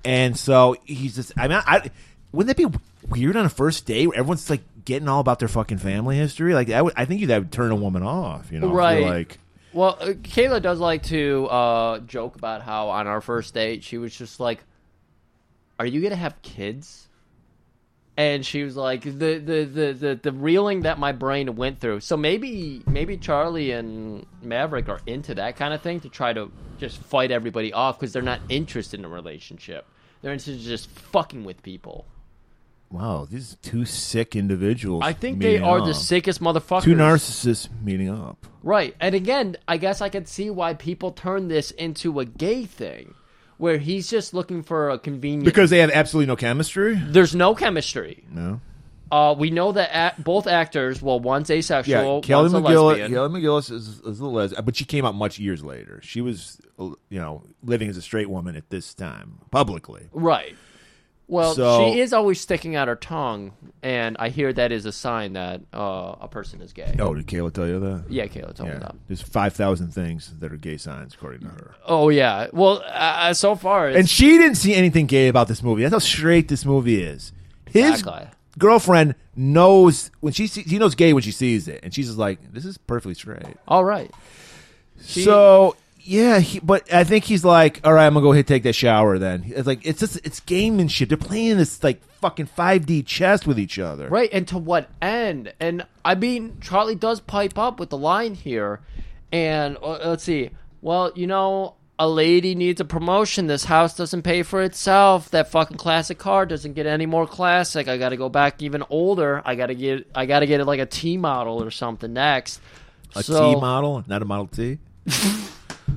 B: And so he's just. I mean, I wouldn't that be weird on a first date where everyone's like getting all about their fucking family history? Like, I, would, I think that would turn a woman off. You know, if you're
A: Right.
B: Like,
A: Well, uh, Kayla does like to uh, joke about how on our first date she was just like, "Are you gonna have kids?" and she was like the the, the the the reeling that my brain went through. So maybe maybe Charlie and Maverick are into that kind of thing to try to just fight everybody off because they're not interested in a relationship. They're interested in just fucking with people.
B: Wow, these two sick individuals.
A: I think they
B: meeting
A: are the
B: up.
A: sickest motherfuckers.
B: Two narcissists meeting up.
A: Right. And again, I guess I could see why people turn this into a gay thing where he's just looking for a convenient
B: Because they have absolutely no chemistry?
A: there's no chemistry.
B: No.
A: Uh, we know that a both actors, well, one's
B: Yeah,
A: asexual,
B: Kelly
A: one's a
B: McGillis,
A: lesbian.
B: Kelly McGillis is, is a lesbian, but she came out much years later. She was, uh, you know, living as a straight woman at this time publicly.
A: Right. Well,
B: So-
A: she is always sticking out her tongue, and I hear that is a sign that uh, a person is gay.
B: Oh, did Kayla tell you that?
A: Yeah, Kayla told me that.
B: There's five thousand things that are gay signs according to her,
A: Oh, yeah. Well, uh, so far, it's,
B: and she didn't see anything gay about this movie. That's how straight this movie is. His
A: Exactly.
B: girlfriend knows when she see, she knows gay when she sees it, and she's just like, "This is perfectly straight."
A: all right. She-
B: so yeah, he, but I think he's like, all right, I'm gonna go ahead and take that shower. Then it's like it's just it's gamemanship. They're playing this like fucking 5D chess with each other.
A: Right, and to what end? And I mean, Charlie does pipe up with the line here, and uh, let's see. Well, you know, a lady needs a promotion. This house doesn't pay for itself. That fucking classic car doesn't get any more classic. I got to go back even older. I got to get I got to get like a T model or something next.
B: A T
A: So-
B: model, not a Model T.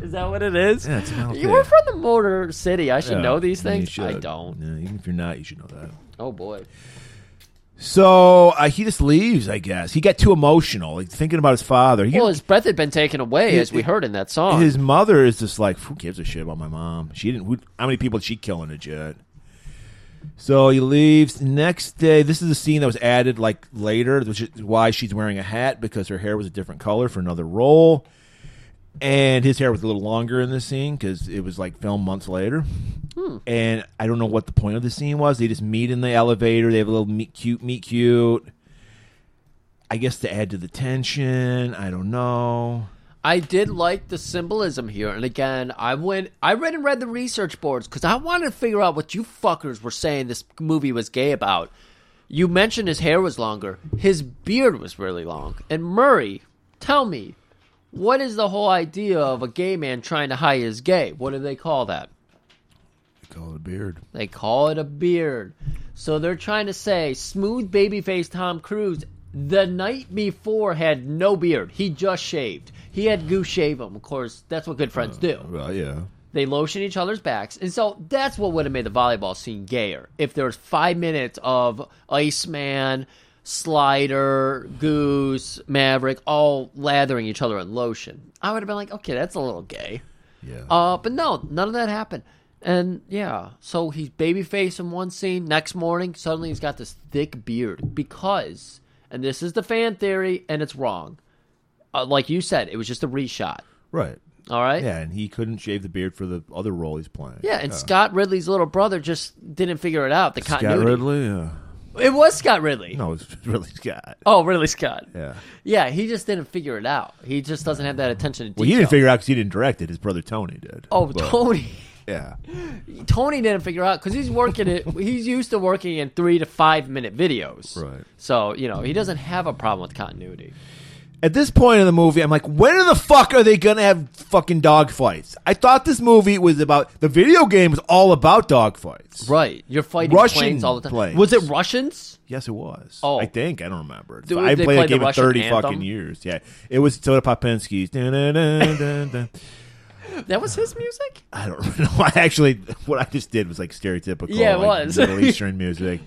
A: Is that what it is?
B: Yeah, it's a Model T.
A: you were from the Motor City. I should
B: Yeah,
A: know these
B: yeah, you
A: things. I
B: should.
A: don't.
B: Yeah, even if you're not, you should know that.
A: Oh boy.
B: So uh, he just leaves, I guess. He got too emotional, like thinking about his father. He,
A: Well, his breath had been taken away,
B: His-
A: as we heard in that song.
B: his mother is just like, who gives a shit about my mom? She didn't. Who, how many people did she kill in a jet? So he leaves. Next day, this is a scene that was added like later, which is why she's wearing a hat because her hair was a different color for another role, and his hair was a little longer in this scene because it was like filmed months later. And I don't know what the point of the scene was. They just meet in the elevator. They have a little meet cute, meet cute. I guess to add to the tension. I don't know.
A: I did like the symbolism here, and again, I went, I read and read the research boards because I wanted to figure out what you fuckers were saying this movie was gay about. You mentioned his hair was longer, his beard was really long, and Murray, tell me, what is the whole idea of a gay man trying to hide his gay? What do they call that?
B: They call it a beard.
A: They call it a beard. So they're trying to say smooth babyface Tom Cruise the night before had no beard. He just shaved. He had goose shave him. Of course, that's what good friends do.
B: Well, yeah.
A: They lotion each other's backs. And so that's what would have made the volleyball scene gayer. If there was five minutes of Iceman, Slider, Goose, Maverick all lathering each other in lotion, I would have been like, okay, that's a little gay.
B: Yeah.
A: Uh, but no, none of that happened. And yeah, so he's babyface in one scene. Next morning, suddenly he's got this thick beard because, and this is the fan theory, and it's wrong. Uh, like you said, it was just a reshot.
B: right.
A: All right.
B: Yeah, and he couldn't shave the beard for the other role he's playing. Oh.
A: Yeah, and Scott Ridley's little brother just didn't figure it out. The
B: Scott
A: continuity.
B: Ridley. Yeah.
A: It was Scott Ridley.
B: No, it's really Scott.
A: Oh, Ridley Scott.
B: Yeah.
A: Yeah, he just didn't figure it out. He just doesn't have that attention to detail.
B: Well, he didn't figure out because he didn't direct it. His brother Tony did.
A: Oh,
B: But,
A: Tony.
B: Yeah.
A: Tony didn't figure out because he's working it. He's used to working in three to five minute videos.
B: Right.
A: So you know he doesn't have a problem with continuity.
B: At this point in the movie, I'm like, when in the fuck are they gonna have fucking dog fights? I thought this movie was about the video game was all about dog fights.
A: Right. You're fighting
B: Russian
A: planes all the time.
B: planes.
A: Was it Russians?
B: Yes, it was.
A: Oh.
B: I think I don't remember.
A: Do-
B: I haven't
A: they
B: played
A: play
B: that
A: the
B: game in
A: Russian
B: thirty
A: anthem?
B: fucking years. Yeah, it was Soda Popinski's. Dun, dun, dun, dun, dun.
A: That was his music.
B: I don't know. I actually, what I just did was like stereotypical.
A: Yeah, it
B: like,
A: was.
B: Middle Eastern music.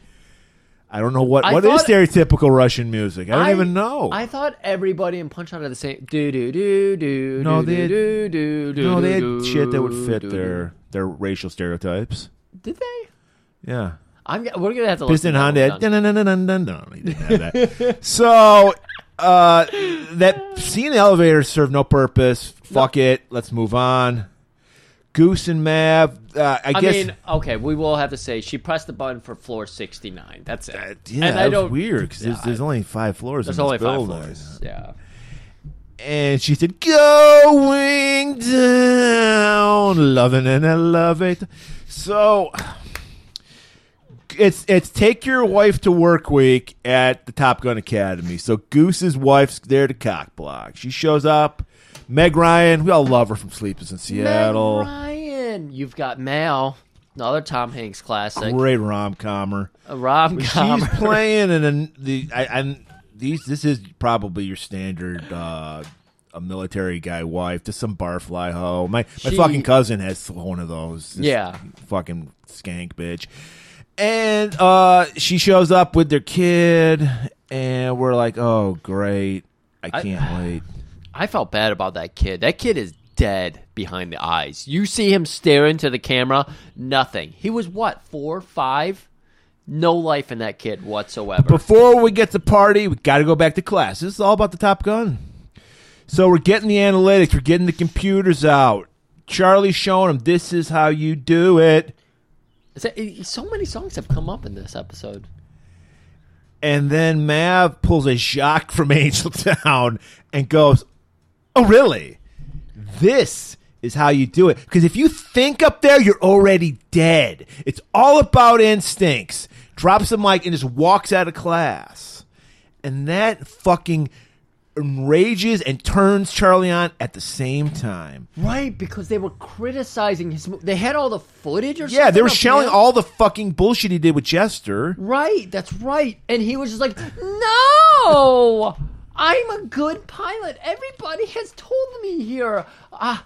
B: I don't know what
A: I
B: what is
A: thought-
B: stereotypical Russian music. I don't even know.
A: I thought everybody in Punch Out are the same. Do do do do.
B: No,
A: do,
B: they had-
A: do, do, do,
B: no,
A: do,
B: they had
A: do,
B: shit that would fit
A: do, do.
B: their their racial stereotypes.
A: Did they?
B: Yeah,
A: I'm. We're gonna have to.
B: Piston
A: listen to that when
B: Honda.
A: we're done.
B: had dun, dun, dun, dun, dun, dun. He didn't have that. so uh, that scene in the elevator served no purpose. Fuck it. Let's move on. Goose and Mav. Uh, I,
A: I
B: guess.
A: mean, okay, we will have to say she pressed the button for floor 69. That's it.
B: uh, yeah,
A: and
B: that
A: I
B: was
A: don't,
B: weird because there's, there's only five floors.
A: There's
B: in this
A: only five
B: building.
A: floors. Yeah.
B: and she said, "Going down, loving an elevator." So, it's it's take your wife to work week at the Top Gun Academy. So Goose's wife's there to cock block. She shows up. Meg Ryan, we all love her from Sleepless in Seattle.
A: Meg Ryan. You've got Mal, another Tom Hanks classic.
B: Great rom comer.
A: A rom com.
B: She's playing in an, the I, I'm these. This is probably your standard. uh a military guy wife, just some barfly hoe. My my
A: She-
B: fucking cousin has one of those. This
A: Yeah.
B: fucking skank bitch. And uh, she shows up with their kid, and we're like, oh great, I
A: I-
B: can't wait.
A: I felt bad about that kid. That kid is dead behind the eyes. You see him staring to the camera, nothing. He was what, four, five? No life in that kid whatsoever.
B: Before we get to party, we got to go back to class. This is all about the Top Gun. So we're getting the analytics, we're getting the computers out. Charlie's showing him this is how you do it,
A: Is that- eh, so many songs have come up in this episode.
B: and then Mav pulls a Jacques from Angel Town and goes, "Oh, really? This." Is how you do it. Because if you think up there, you're already dead. It's all about instincts. Drops the mic and just walks out of class. and that fucking enrages and turns Charlie on at the same time.
A: Right, because they were criticizing his. mo- They had all the footage or
B: Yeah,
A: something
B: they were
A: of
B: showing
A: him?
B: all the fucking bullshit he did with Jester.
A: Right, that's right. And he was just like, "No, I'm a good pilot. Everybody has told me here. Ah,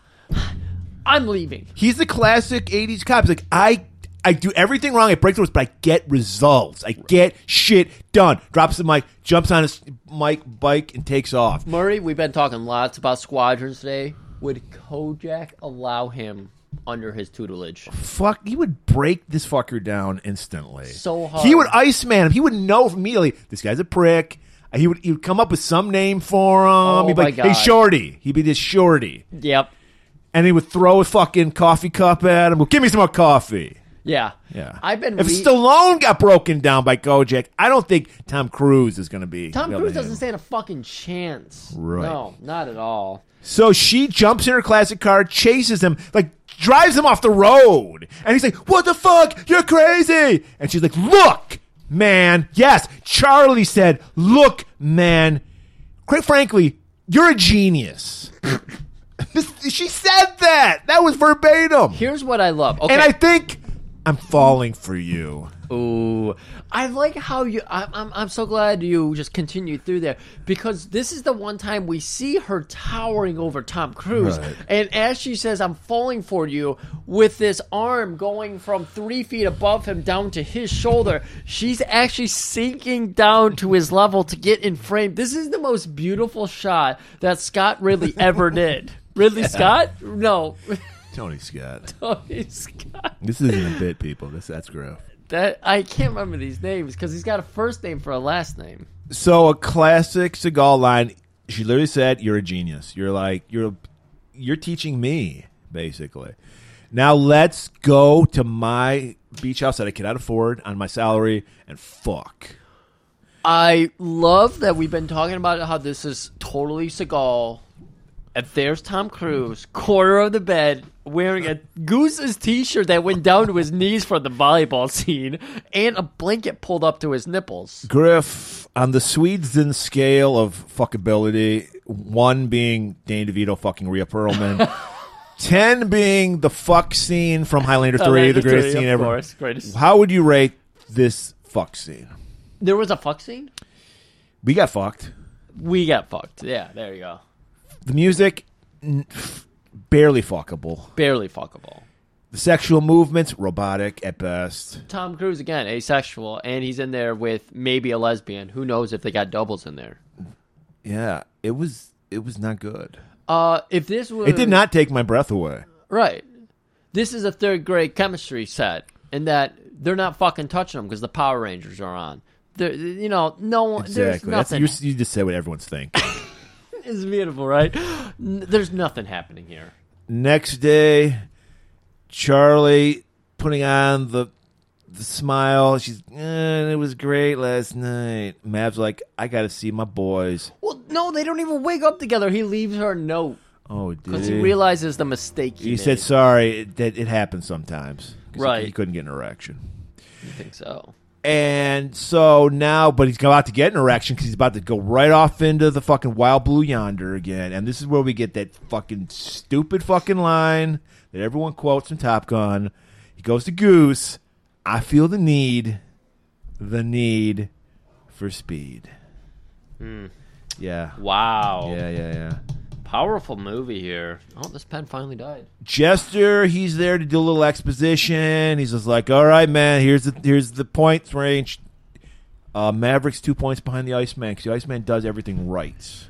A: I'm leaving."
B: He's the classic '80s cop. He's like, I, I do everything wrong. I break the rules, but I get results. I get shit done. Drops the mic, jumps on his mic bike, and takes off.
A: Murray, we've been talking lots about squadrons today. Would Kojak allow him under his tutelage?
B: Fuck, he would break this fucker down instantly.
A: So hard.
B: He would Iceman him. He would know immediately this guy's a prick. Uh, He would he would come up with some name for him.
A: Oh
B: He'd be
A: my
B: like,
A: God.
B: "Hey, Shorty." He'd be this Shorty,
A: Yep.
B: and he would throw a fucking coffee cup at him. Well, give me some more coffee.
A: Yeah.
B: Yeah,
A: I've been.
B: If
A: re-
B: Stallone got broken down by Kojak, I don't think Tom Cruise is going to be.
A: Tom
B: able to
A: Cruise
B: handle
A: doesn't stand a fucking chance.
B: Right.
A: No, not at all.
B: So she jumps in her classic car, chases him, like drives him off the road. And he's like, What the fuck? You're crazy. And she's like, Look, man. Yes, Charlie said, Look, man. Quite frankly, you're a genius. This- she said that. That was verbatim.
A: Here's what I love. Okay.
B: And I think I'm falling for you.
A: Ooh, I like how you. I, I'm I'm so glad you just continued through there because this is the one time we see her towering over Tom Cruise,
B: Right.
A: and as she says, "I'm falling for you," with this arm going from three feet above him down to his shoulder, she's actually sinking down to his level to get in frame. This is the most beautiful shot that Scott Ridley ever did. Ridley Scott? No, Oh,
B: Tony Scott.
A: Tony Scott.
B: This isn't a bit, people. This that's gross.
A: That I can't remember these names because he's got a first name for a last name.
B: So a classic Seagal line. She literally said, "You're a genius. You're like you're you're teaching me basically." Now let's go to my beach house that I cannot afford on my salary and fuck.
A: I love that we've been talking about how this is totally Seagal. And there's Tom Cruise, corner of the bed, wearing a Goose's t shirt that went down to his knees from the volleyball scene, and a blanket pulled up to his nipples.
B: Griff on the Sweden scale of fuckability, one being Dane DeVito fucking Rhea Perlman. Ten being the fuck scene from Highlander 3,
A: Highlander
B: the greatest
A: 3,
B: scene
A: of
B: ever.
A: course, greatest.
B: How would you rate this fuck scene?
A: There was a fuck scene?
B: We got fucked.
A: We got fucked. Yeah, there you go.
B: The music, n- barely fuckable.
A: Barely fuckable.
B: The sexual movements, robotic at best.
A: Tom Cruise, again, asexual, and he's in there with maybe a lesbian. Who knows if they got doubles in there?
B: Yeah, it was it was not good.
A: Uh, if this was
B: It did not take my breath away.
A: right, this is a third grade chemistry set, and that they're not fucking touching them because the Power Rangers are on. They're, you know, no one. There's
B: Exactly. That's,
A: nothing.
B: you you just said what everyone's thinking.
A: It's beautiful, right? N- There's nothing happening here.
B: Next day, Charlie putting on the the smile. She's eh, it was great last night. Mav's like, I got to see my boys.
A: Well, no, they don't even wake up together. He leaves her a note
B: Oh, dude.
A: because he realizes the mistake he,
B: He said
A: made.
B: sorry it- that it happens sometimes. 'Cause he-
A: Right.
B: He couldn't get an erection.
A: think so.
B: And so now, but he's about to get an erection because he's about to go right off into the fucking wild blue yonder again. And this is where we get that fucking stupid fucking line that everyone quotes from Top Gun. He goes to Goose. I feel the need, the need for speed.
A: Hmm.
B: Yeah.
A: Wow.
B: Yeah, yeah, yeah.
A: Powerful movie here. Oh, this pen finally died.
B: Jester, he's there to do a little exposition. He's just like, "All right, man, here's the here's the points range." Uh, Mavericks two points behind the Iceman because the Iceman does everything right.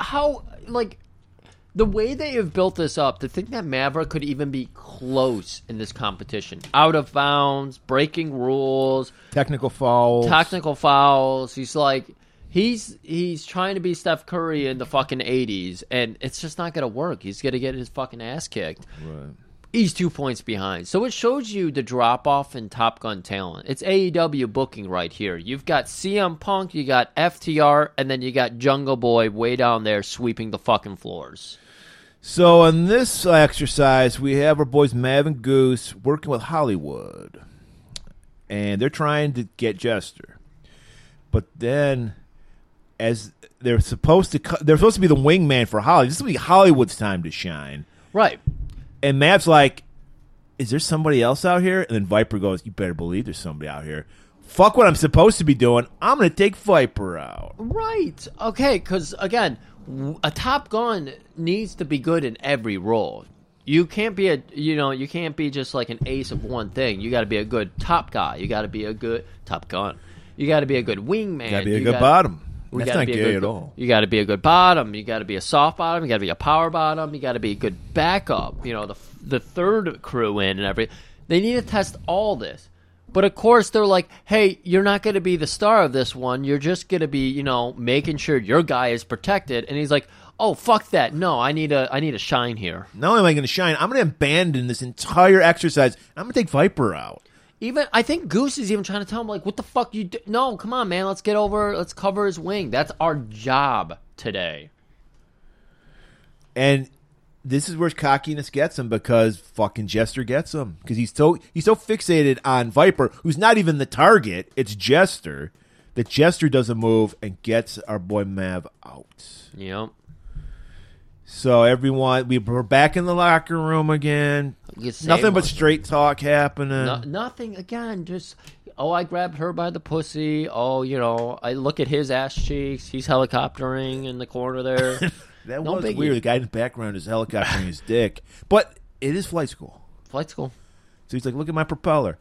A: How like the way they have built this up to think that Maverick could even be close in this competition, out of bounds, breaking rules,
B: Technical foul.
A: technical fouls. He's like. He's he's trying to be Steph Curry in the fucking 80s, and it's just not going to work. He's going to get his fucking ass kicked.
B: Right.
A: he's two points behind. So it shows you the drop off in Top Gun talent. It's AEW booking right here. You've got CM Punk, you got FTR, and then you got Jungle Boy way down there sweeping the fucking floors.
B: So in this exercise, we have our boys Mav and Goose working with Hollywood, and they're trying to get Jester. But then, as they're supposed to, co- they're supposed to be the wingman for Hollywood. This will be Hollywood's time to shine.
A: Right.
B: And Mav's like, "Is there somebody else out here?" And then Viper goes, "You better believe there's somebody out here. Fuck what I'm supposed to be doing. I'm gonna take Viper out."
A: Right. Okay, because again, w- a Top Gun needs to be good in every role. You can't be a you know you can't be just like an ace of one thing. You got to be a good top guy. You got to be a good Top Gun. You got to be a good wingman.
B: Gotta be a
A: You
B: good
A: gotta-
B: bottom.
A: We
B: That's
A: gotta
B: not
A: be a
B: gay
A: good-
B: at all.
A: You got to be a good bottom. You got to be a soft bottom. You got to be a power bottom. You got to be a good backup. You know the the third crew in and everything. They need to test all this, but of course they're like, "Hey, you're not going to be the star of this one. You're just going to be, you know, making sure your guy is protected." And he's like, "Oh, fuck that! No, I need a I need a shine here."
B: Not only am I going to shine, I'm going to abandon this entire exercise. I'm going to take Viper out.
A: Even I think Goose is even trying to tell him like, "What the fuck you? Do? No, come on, man. Let's get over. Let's cover his wing. That's our job today."
B: And this is where cockiness gets him because fucking Jester gets him because he's so he's so fixated on Viper, who's not even the target. It's Jester. That Jester doesn't move and gets our boy Mav out.
A: You know.
B: So everyone, we- we're back in the locker room again.
A: You say
B: Nothing
A: one.
B: but straight talk happening.
A: No, nothing again. Just oh, I grabbed her by the pussy. Oh, you know, I look at his ass cheeks. He's helicoptering in the corner there.
B: that
A: no
B: was
A: biggie.
B: weird. The guy in the background is helicoptering his dick, but it is flight school.
A: Flight school.
B: So he's like, "Look at my propeller,"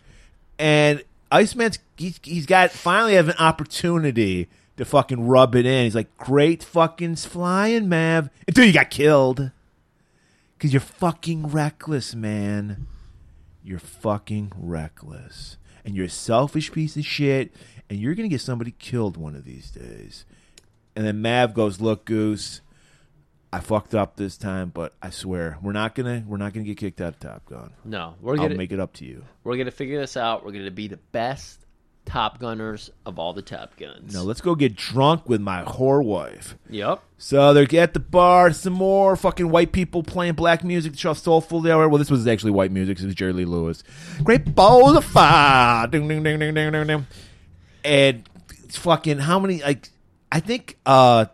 B: and Iceman's he's, he's got finally have an opportunity to fucking rub it in. He's like, "Great fucking flying, Mav," until you got killed because you're fucking reckless, man. You're fucking reckless, and you're a selfish piece of shit, and you're gonna get somebody killed one of these days. And then Mav goes, "Look, Goose." I fucked up this time, but I swear we're not gonna we're not gonna get kicked out of Top Gun.
A: No, we're
B: I'll
A: gonna
B: make it up to you.
A: we're gonna figure this out. We're gonna be the best Top Gunners of all the Top Guns.
B: Now let's go get drunk with my whore wife.
A: Yep.
B: So they're at the bar, some more fucking white people playing black music, just how soulful they are. Well, this was actually white music 'cause it was Jerry Lee Lewis. Great balls of fire, ding ding ding ding ding ding ding, and it's fucking how many? Like, I think uh,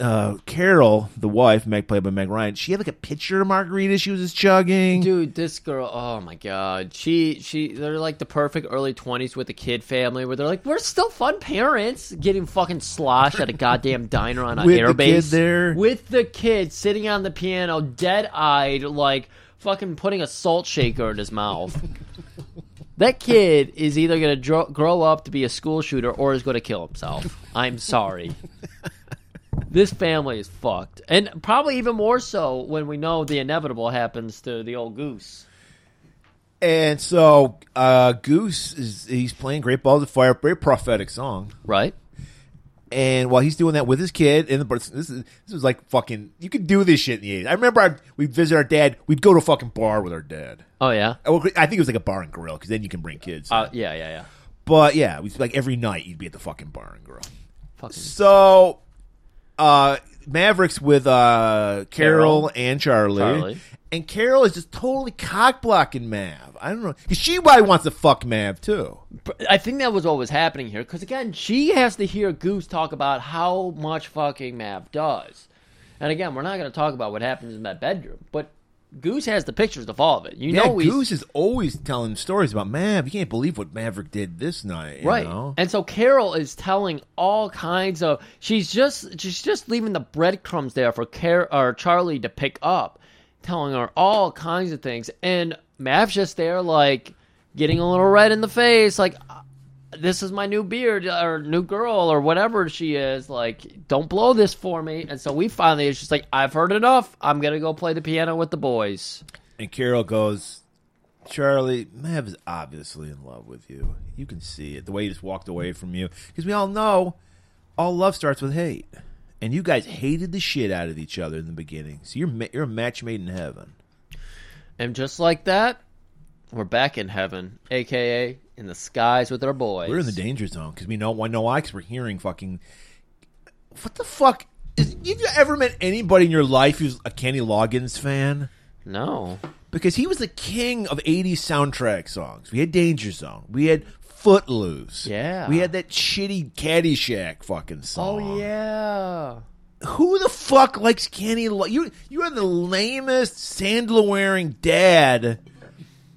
B: uh, Carol, the wife, Meg played by Meg Ryan, she had like a picture of margarita she was just chugging.
A: Dude, this girl, oh my god. She she they're like the perfect early 20s with a kid family where they're like, "We're still fun parents getting fucking sloshed at a goddamn diner on an
B: With the
A: airbase."
B: kid there.
A: Uh, With the kid sitting on the piano dead-eyed like fucking putting a salt shaker in his mouth. that kid is either going to dro- grow up to be a school shooter or is going to kill himself. I'm sorry this family is fucked, and probably even more so when we know the inevitable happens to the old goose.
B: And so uh, Goose is he's playing Great Balls of Fire, very prophetic song.
A: Right?
B: And while he's doing that with his kid, and the, but this is this was like fucking you could do this shit in the eighties. I remember I'd, we'd visit our dad. We'd go to a fucking bar with our dad.
A: Oh yeah.
B: I would- I think it was like a bar and grill because then you can bring kids.
A: Uh, yeah, yeah, yeah.
B: but yeah, it was like every night you'd be at the fucking bar and grill.
A: Fucking
B: So, uh, Mavericks with uh, Carol,
A: Carol.
B: and Charlie.
A: Charlie.
B: And Carol is just totally cock blocking Mav. I don't know. 'Cause she probably wants to fuck Mav too.
A: But I think that was what was happening here because again, she has to hear Goose talk about how much fucking Mav does, and again, we're not going to talk about what happens in that bedroom, but Goose has the pictures of all of it. You
B: yeah,
A: know, he's,
B: Goose is always telling stories about Mav. You can't believe what Maverick did this night. you
A: right?
B: know?
A: And so Carol is telling all kinds of. She's just she's just leaving the breadcrumbs there for Car- or Charlie to pick up, telling her all kinds of things, and Mav's just there like getting a little red in the face, like "Uh, this is my new beard or new girl or whatever she is. Like, don't blow this for me. And so we finally, it's just like, I've heard enough. I'm going to go play the piano with the boys.
B: And Carol goes, Charlie, Mav is obviously in love with you. You can see it. The way he just walked away from you. Because we all know all love starts with hate. And you guys hated the shit out of each other in the beginning. So you're, ma- you're a match made in heaven.
A: And just like that, we're back in heaven, aka in the skies with our boys.
B: We're in the danger zone because we know why. Know why? Because we're hearing fucking. What the fuck? Is, have you ever met anybody in your life who's a Kenny Loggins fan?
A: No.
B: Because he was the king of '80s soundtrack songs. We had Danger Zone. We had Footloose.
A: Yeah.
B: We had that shitty Caddyshack fucking song.
A: Oh, yeah.
B: Who the fuck likes Kenny? Lo- you you are the lamest sandal wearing dad,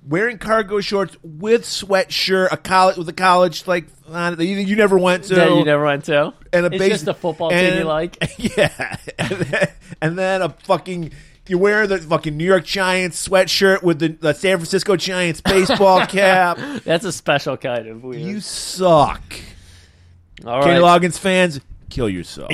B: wearing cargo shorts with sweatshirt, a college with a college like uh, that you, you never went to,
A: that you never went to?
B: and a
A: it's
B: base-
A: just a football
B: and-
A: team you like.
B: yeah, and then, and then a fucking. You wear the fucking New York Giants sweatshirt with the, the San Francisco Giants baseball cap.
A: That's a special kind of weird.
B: You suck.
A: All
B: Kenny
A: right.
B: Loggins fans, kill yourself.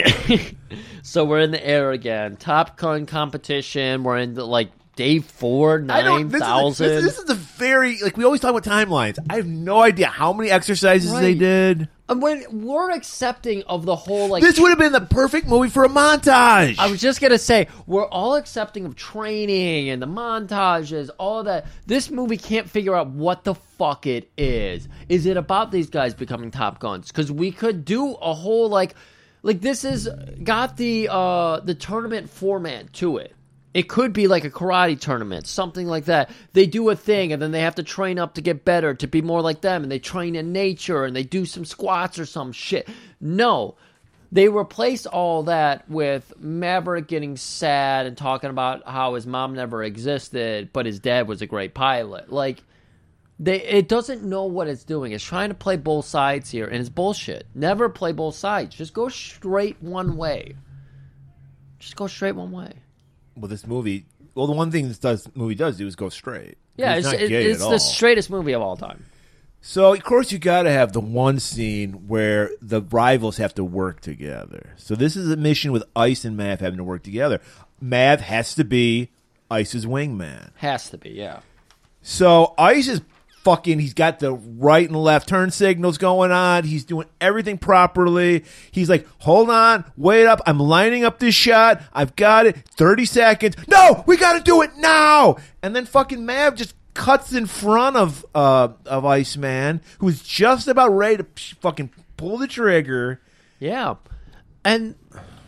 A: so we're in the air again. Top Gun competition. We're in the, like day four,
B: I don't. This is, a,
A: 9,000.
B: this, this is a very like we always talk about timelines. I have no idea how many exercises they
A: Right.
B: did.
A: And when we're accepting of the whole like
B: This would have been the perfect movie for a montage.
A: I was just gonna say we're all accepting of training and the montages, all that. This movie can't figure out what the fuck it is. Is it about these guys becoming Top Guns? Because we could do a whole like, like this is got the uh the tournament format to it. It could be like a karate tournament, something like that. They do a thing and then they have to train up to get better, to be more like them, and they train in nature and they do some squats or some shit. No they replace all that with Maverick getting sad and talking about how his mom never existed, but his dad was a great pilot. Like they it doesn't know what it's doing. It's trying to play both sides here and it's bullshit. Never play both sides. Just go straight one way. Just go straight one way.
B: well, this movie. Well, the one thing this does movie does do is go straight.
A: Yeah,
B: He's
A: it's
B: not
A: it-
B: gay
A: it's
B: at
A: the
B: all.
A: straightest movie of all time.
B: So of course you got to have the one scene where the rivals have to work together. So this is a mission with Ice and Mav having to work together. Mav has to be Ice's wingman.
A: Has to be, yeah.
B: So Ice is fucking. He's got the right and left turn signals going on. He's doing everything properly. He's like, hold on, wait up. I'm lining up this shot. I've got it. 30 seconds. No, we got to do it now. And then fucking Mav just cuts in front of uh of Iceman, who's just about ready to p- fucking pull the trigger.
A: Yeah. And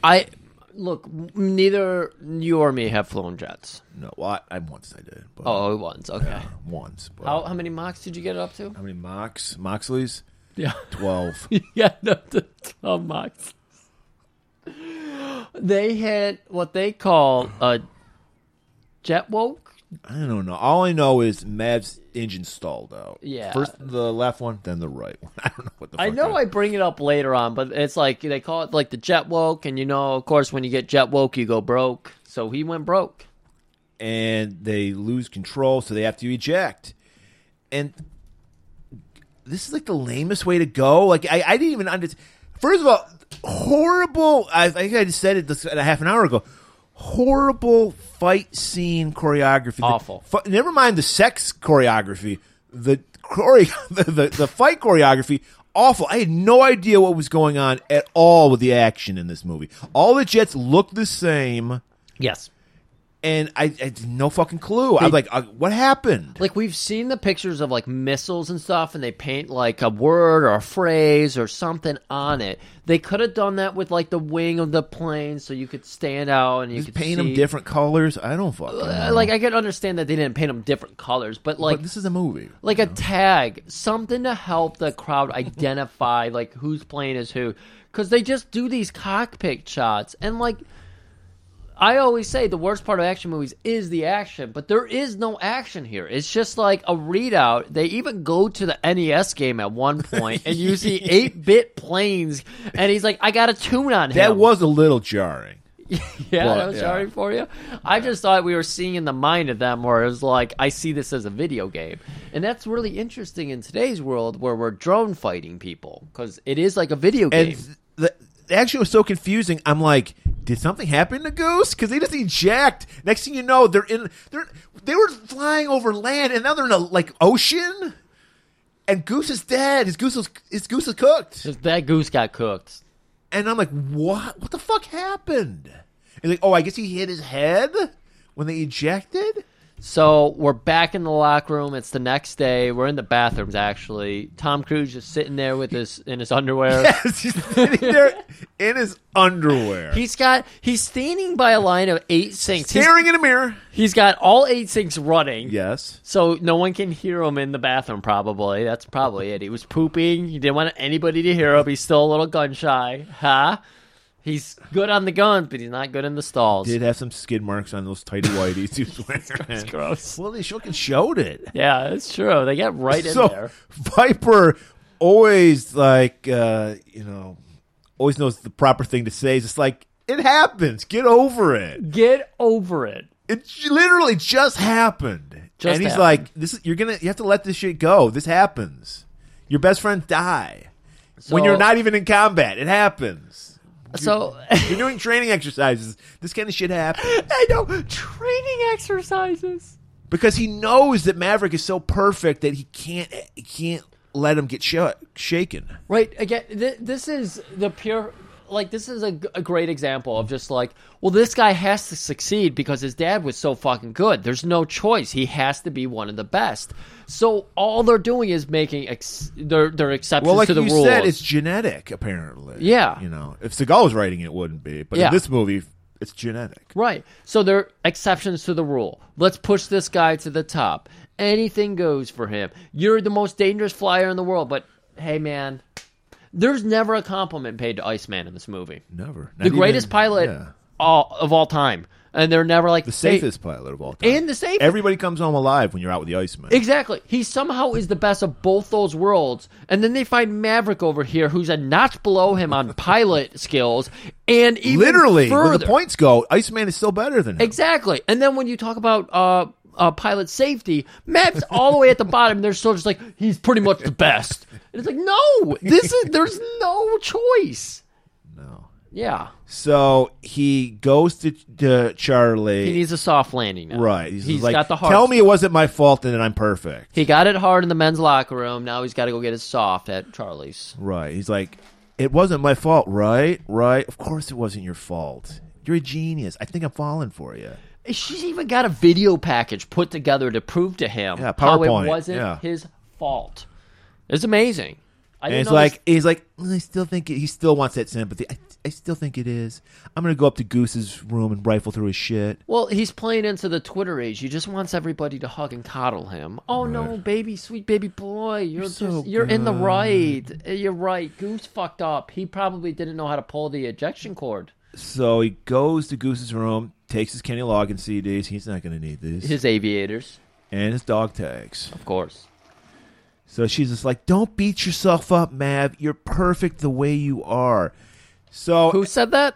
A: I look, neither you or me have flown jets.
B: No, well, I, I once I did. But,
A: Oh, once. Okay.
B: yeah, once. But,
A: How, how many mocks did you get it up to?
B: how many mocks? Moxleys?
A: Yeah.
B: 12.
A: yeah, no, the 12 mocks. They had what they call a jet woke.
B: I don't know. All I know is Mav's engine stalled out.
A: Yeah.
B: First the left one, then the right one. I don't know what the.
A: I
B: fuck
A: know
B: that-
A: I bring it up later on, but it's like they call it like the jet woke, and you know, of course, when you get jet woke, you go broke. So he went broke.
B: And they lose control, so they have to eject. And this is like the lamest way to go. Like I, I didn't even understand. First of all, horrible. I, I think I just said it this, a half an hour ago. Horrible fight scene choreography. The
A: Awful.
B: fu- never mind the sex choreography. The chore, the, the the fight choreography. Awful. I had no idea what was going on at all with the action in this movie. All the jets looked the same
A: Yes.
B: and I, I had no fucking clue. I was like, uh, what happened?
A: Like we've seen the pictures of like missiles and stuff, and they paint like a word or a phrase or something on it. They could have done that with like the wing of the plane, so you could stand out and you
B: Just
A: could
B: paint
A: see.
B: them different colors. I don't fucking
A: Uh,
B: know.
A: Like I could understand that they didn't paint them different colors, but like
B: but this is a movie.
A: like a tag, something to help the crowd identify like who's playing is who, because they just do these cockpit shots and like. I always say the worst part of action movies is the action, but there is no action here. It's just like a readout. They even go to the NES game at one point, and you see eight bit planes, and he's like, "I got a tune on him."
B: That was a little jarring.
A: Yeah,
B: Well,
A: that was
B: yeah.
A: sorry for you. I just thought we were seeing in the mind of them where it was like, I see this as a video game. And that's really interesting in today's world where we're drone fighting people because it is like a video game.
B: And th- the, the action was so confusing. I'm like, did something happen to Goose? Because they just eject. Next thing you know, they're in. They're they were flying over land, and now they're in a like ocean. And Goose is dead. His goose is his goose is cooked.
A: Just that goose got cooked.
B: And I'm like, what? What the fuck happened? And like, oh, I guess he hit his head when they ejected.
A: So we're back in the locker room. It's the next day. We're in the bathrooms, actually. Tom Cruise just sitting there with his in his underwear.
B: Yes, he's sitting there in his underwear,
A: He's got he's standing by a line of eight sinks. He's-
B: staring in a mirror.
A: he's got all eight sinks running.
B: Yes.
A: So no one can hear him in the bathroom. Probably that's probably it. He was pooping. He didn't want anybody to hear him. He's still a little gun shy, huh? He's good on the guns, but he's not good in the stalls.
B: did have some skid marks on those tidy whities he was wearing.
A: gross.
B: Well, they fucking showed it.
A: Yeah, that's true. They got right in
B: so
A: there.
B: Viper always like uh, you know always knows the proper thing to say. It's just like it happens. Get over it.
A: Get over it.
B: It j- literally just happened.
A: Just
B: and he's
A: happened.
B: like, "This is you're gonna you have to let this shit go. This happens. Your best friend die
A: So-
B: when you're not even in combat. It happens.
A: So
B: You're doing training exercises. This kind of shit happens."
A: I know training exercises.
B: because he knows that Maverick is so perfect that he can't he can't let him get sh- shaken.
A: Right. Again, th- this is the pure. Like this is a, g- a great example of just like, well, this guy has to succeed because his dad was so fucking good. There's no choice. He has to be one of the best. So all they're doing is making ex- their their exceptions
B: Well, like
A: to the
B: you
A: rules.
B: said, it's genetic apparently.
A: Yeah.
B: you know, if Seagal was writing it, it wouldn't be, but
A: Yeah.
B: in this movie, it's genetic.
A: Right. So they're exceptions to the rule. Let's push this guy to the top. Anything goes for him. You're the most dangerous flyer in the world, but hey, man, there's never a compliment paid to Iceman in this movie.
B: Never Not
A: the greatest
B: even-
A: pilot
B: yeah.
A: all, of all time. And they're never like
B: the safest pilot of all time,
A: And the safest.
B: Everybody comes home alive when you're out with the Iceman.
A: Exactly. He somehow is the best of both those worlds. And then they find Maverick over here, who's a notch below him on pilot skills, and even
B: Literally, where the
A: further.
B: points go, Iceman is still better than him.
A: Exactly. And then when you talk about uh, uh, pilot safety, Mav's all the way at the bottom. They're still just like he's pretty much the best. And it's like no, this is there's no choice.
B: No.
A: Yeah,
B: So he goes to, to Charlie.
A: he needs a soft landing. Now.
B: right. He's,
A: He's,
B: like,
A: got the hard.
B: Tell me it wasn't my fault and that I'm perfect.
A: He got it hard in the men's locker room. Now he's got to go get his soft at Charlie's.
B: Right. He's like, it wasn't my fault, right? Right. Of course it wasn't your fault. You're a genius. I think I'm falling for you.
A: She's even got a video package put together to prove to him
B: Yeah,
A: how
B: PowerPoint,
A: it wasn't
B: yeah.
A: his fault. It's amazing. I
B: And
A: didn't
B: it's
A: know this-
B: like, he's like, "Mm, I still think it, he still wants that sympathy. I, I still think it is. I'm gonna go up to Goose's room and rifle through his shit.
A: Well, he's playing into the Twitter age. He just wants everybody to hug and coddle him. Oh no, baby, sweet baby boy, you're, just,
B: so
A: you're in the right. Uh, You're right. Goose fucked up. He probably didn't know how to pull the ejection cord.
B: So he goes to Goose's room, takes his Kenny Loggins CDs. He's not gonna need these,
A: His aviators,
B: and his dog tags.
A: of course.
B: So she's just like, "Don't beat yourself up, Mav. You're perfect the way you are." So
A: Who said that?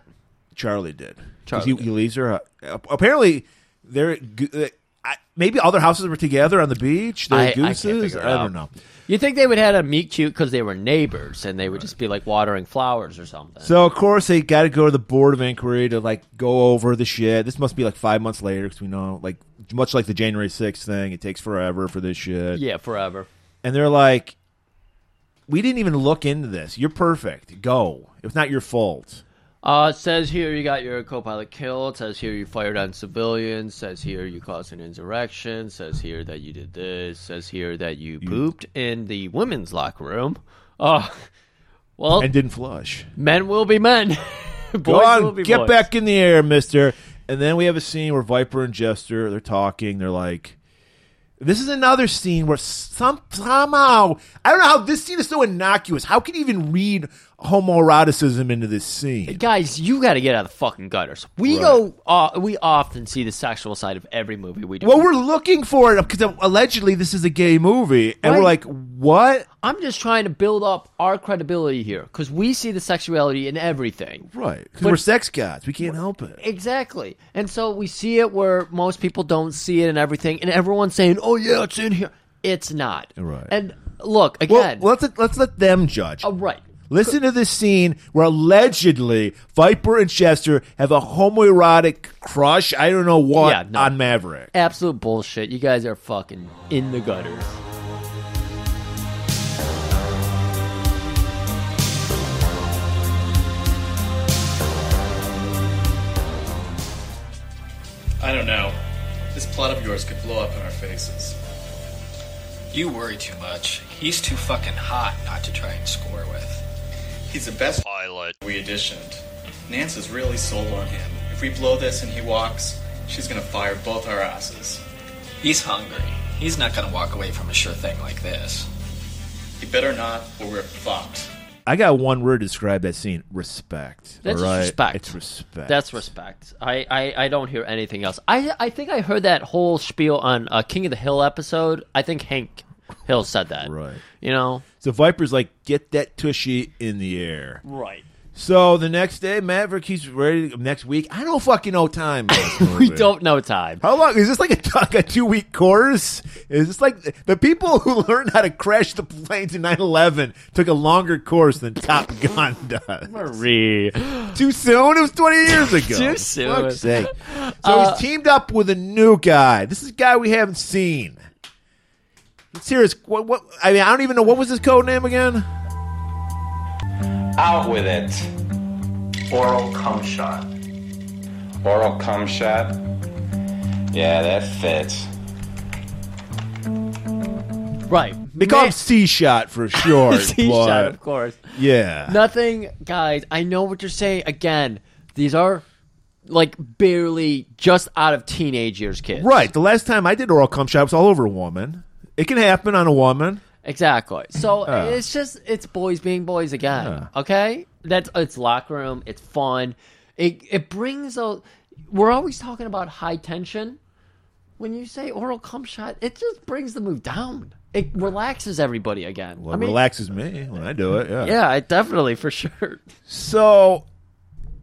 B: Charlie did. 'Cause
A: Charlie
B: he, he leaves her. uh, Apparently, they're g- uh, I- maybe other houses were together on the beach. They're
A: I- I can't
B: gooses.
A: figure
B: I,
A: it out.
B: don't know.
A: You think they would have had a meet cute because they were neighbors and they would just be like watering flowers or something?
B: So of course they got to go to the board of inquiry to like go over the shit. This must be like five months later because we know like much like the January sixth thing, it takes forever for this shit.
A: yeah, forever.
B: And they're like, we didn't even look into this. You're perfect. Go. It was not your fault.
A: Uh, it says here you got your co-pilot killed. It says here you fired on civilians. It says here you caused an insurrection. It says here that you did this. It says here that you pooped in the women's locker room. Oh, well,
B: and didn't flush.
A: men will be men. boys
B: Go
A: will
B: on,
A: be
B: get
A: boys.
B: back in the air, Mister. And then we have a scene where Viper and Jester they're talking. They're like, "This is another scene where some somehow I don't know how this scene is so innocuous. How can you even read homoeroticism into this scene?
A: Guys, you got to get out of the fucking gutters. We
B: Right.
A: go. Uh, we often see the sexual side of every movie we do.
B: Well, we're looking for it because allegedly this is a gay movie, and we're
A: Right.
B: like, what?
A: I'm just trying to build up our credibility here because we see the sexuality in everything.
B: Right? Because
A: But-
B: we're sex gods. We can't help it.
A: Exactly. And so we see it where most people don't see it and everything, and everyone's saying, oh, yeah, it's in here. It's not.
B: Right.
A: And look,
B: Well,
A: again,
B: let's let's let them judge.
A: uh, right.
B: Listen to this scene where allegedly Viper and Chester have a homoerotic crush. I don't know what
A: Yeah, no.
B: on Maverick.
A: Absolute bullshit. You guys are fucking in the gutters.
L: I don't know. This plot of yours could blow up in our faces. You worry too much. He's too fucking hot not to try and score with. He's the best pilot we auditioned. Nance is really sold on him. If we blow this and he walks, she's gonna fire both our asses. He's hungry. He's not gonna walk away from a sure thing like this. He better not, or we're fucked.
B: I got one word to describe that scene: respect.
A: That's
B: all right?
A: respect.
B: It's respect.
A: That's respect. I, I, I don't hear anything else. I I think I heard that whole spiel on uh, King of the Hill episode. I think Hank Hill said that.
B: right.
A: You know.
B: So Viper's like, get that tushy in the air.
A: Right.
B: So the next day, Maverick he's ready. Next week, I don't fucking know time. in this movie.
A: We don't know time.
B: How long is this like a, like a two week course? Is this like the people who learned how to crash the planes in 9 11 took a longer course than Top Gun does?
A: Marie.
B: Too soon? It was 20 years ago.
A: Too soon.
B: Fuck's sake. So
A: Uh,
B: he's teamed up with a new guy. This is a guy we haven't seen. Let's hear his. What, what, I mean, I don't even know. What was his code name again?
F: Out with it. Oral cum shot. Oral cum shot? Yeah, that fits.
A: Right.
B: They call him C Shot for short.
A: C-Shot,
B: but-
A: of course.
B: Yeah.
A: Nothing, guys. I know what you're saying. Again, these are like barely just out of teenage years kids.
B: Right. The last time I did oral cum shot was all over a woman. It can happen on a woman.
A: Exactly. So
B: Yeah.
A: it's just it's boys being boys again. Okay, that's it's locker room. It's fun. It it brings a. We're always talking about high tension. When you say oral cum shot, it just brings the move down. It relaxes everybody again.
B: Well,
A: I mean,
B: it relaxes me when I do it. Yeah.
A: yeah, it definitely for sure.
B: So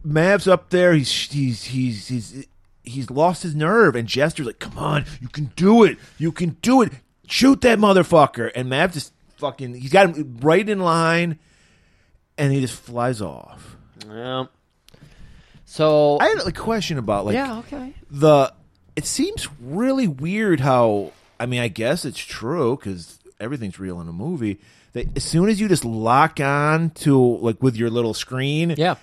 B: Mav's up there. He's he's he's he's he's lost his nerve, and Jester's like, "Come on, you can do it. You can do it. Shoot that motherfucker!" And Mav just fucking he's got him right in line, and he just flies off.
A: Yeah. So
B: I had a question about like
A: yeah, okay.
B: the it seems really weird how I mean I guess it's true because everything's real in a movie. That as soon as you just lock on to like with your little screen,
A: Yeah.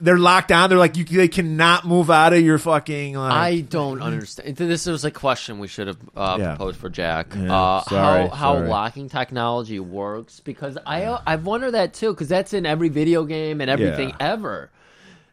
B: they're locked on. They're like you, they cannot move out of your fucking. Like,
A: I don't understand. This was a question we should have uh,
B: Yeah.
A: proposed for Jack.
B: Yeah,
A: uh,
B: sorry,
A: how how
B: sorry.
A: locking technology works? Because I I wonder that too. Because that's in every video game and everything
B: Yeah.
A: ever.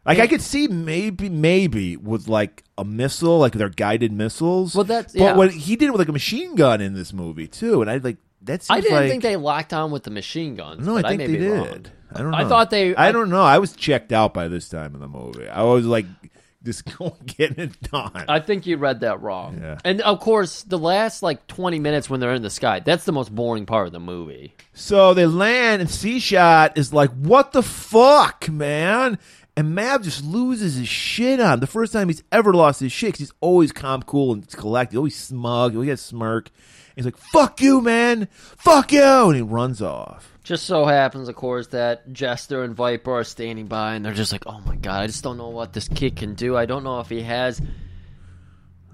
B: like I could see maybe maybe with like a missile, like their guided missiles.
A: Well, that's-
B: but
A: yeah.
B: what he did with like a machine gun in this movie too, and I like that's
A: I didn't
B: like,
A: think they locked on with the machine guns.
B: No, I
A: but
B: think
A: may
B: they
A: be
B: did.
A: wrong.
B: I don't. Know.
A: I thought they-
B: I,
A: I-
B: don't know. I was checked out by this time in the movie. I was like, just going getting it done.
A: I think you read that wrong.
B: Yeah.
A: And of course, the last like twenty minutes when they're in the sky, that's the most boring part of the movie.
B: so they land, and C Shot is like, "What the fuck, man." And Mav just loses his shit on him. the first time he's ever lost his shit. 'cause he's always calm, cool, and collected. Always smug. He always has a smirk. And he's like, "Fuck you, man! Fuck you!" And he runs off.
A: Just so happens, of course, that Jester and Viper are standing by, and they're just like, "Oh my god, I just don't know what this kid can do. I don't know if he has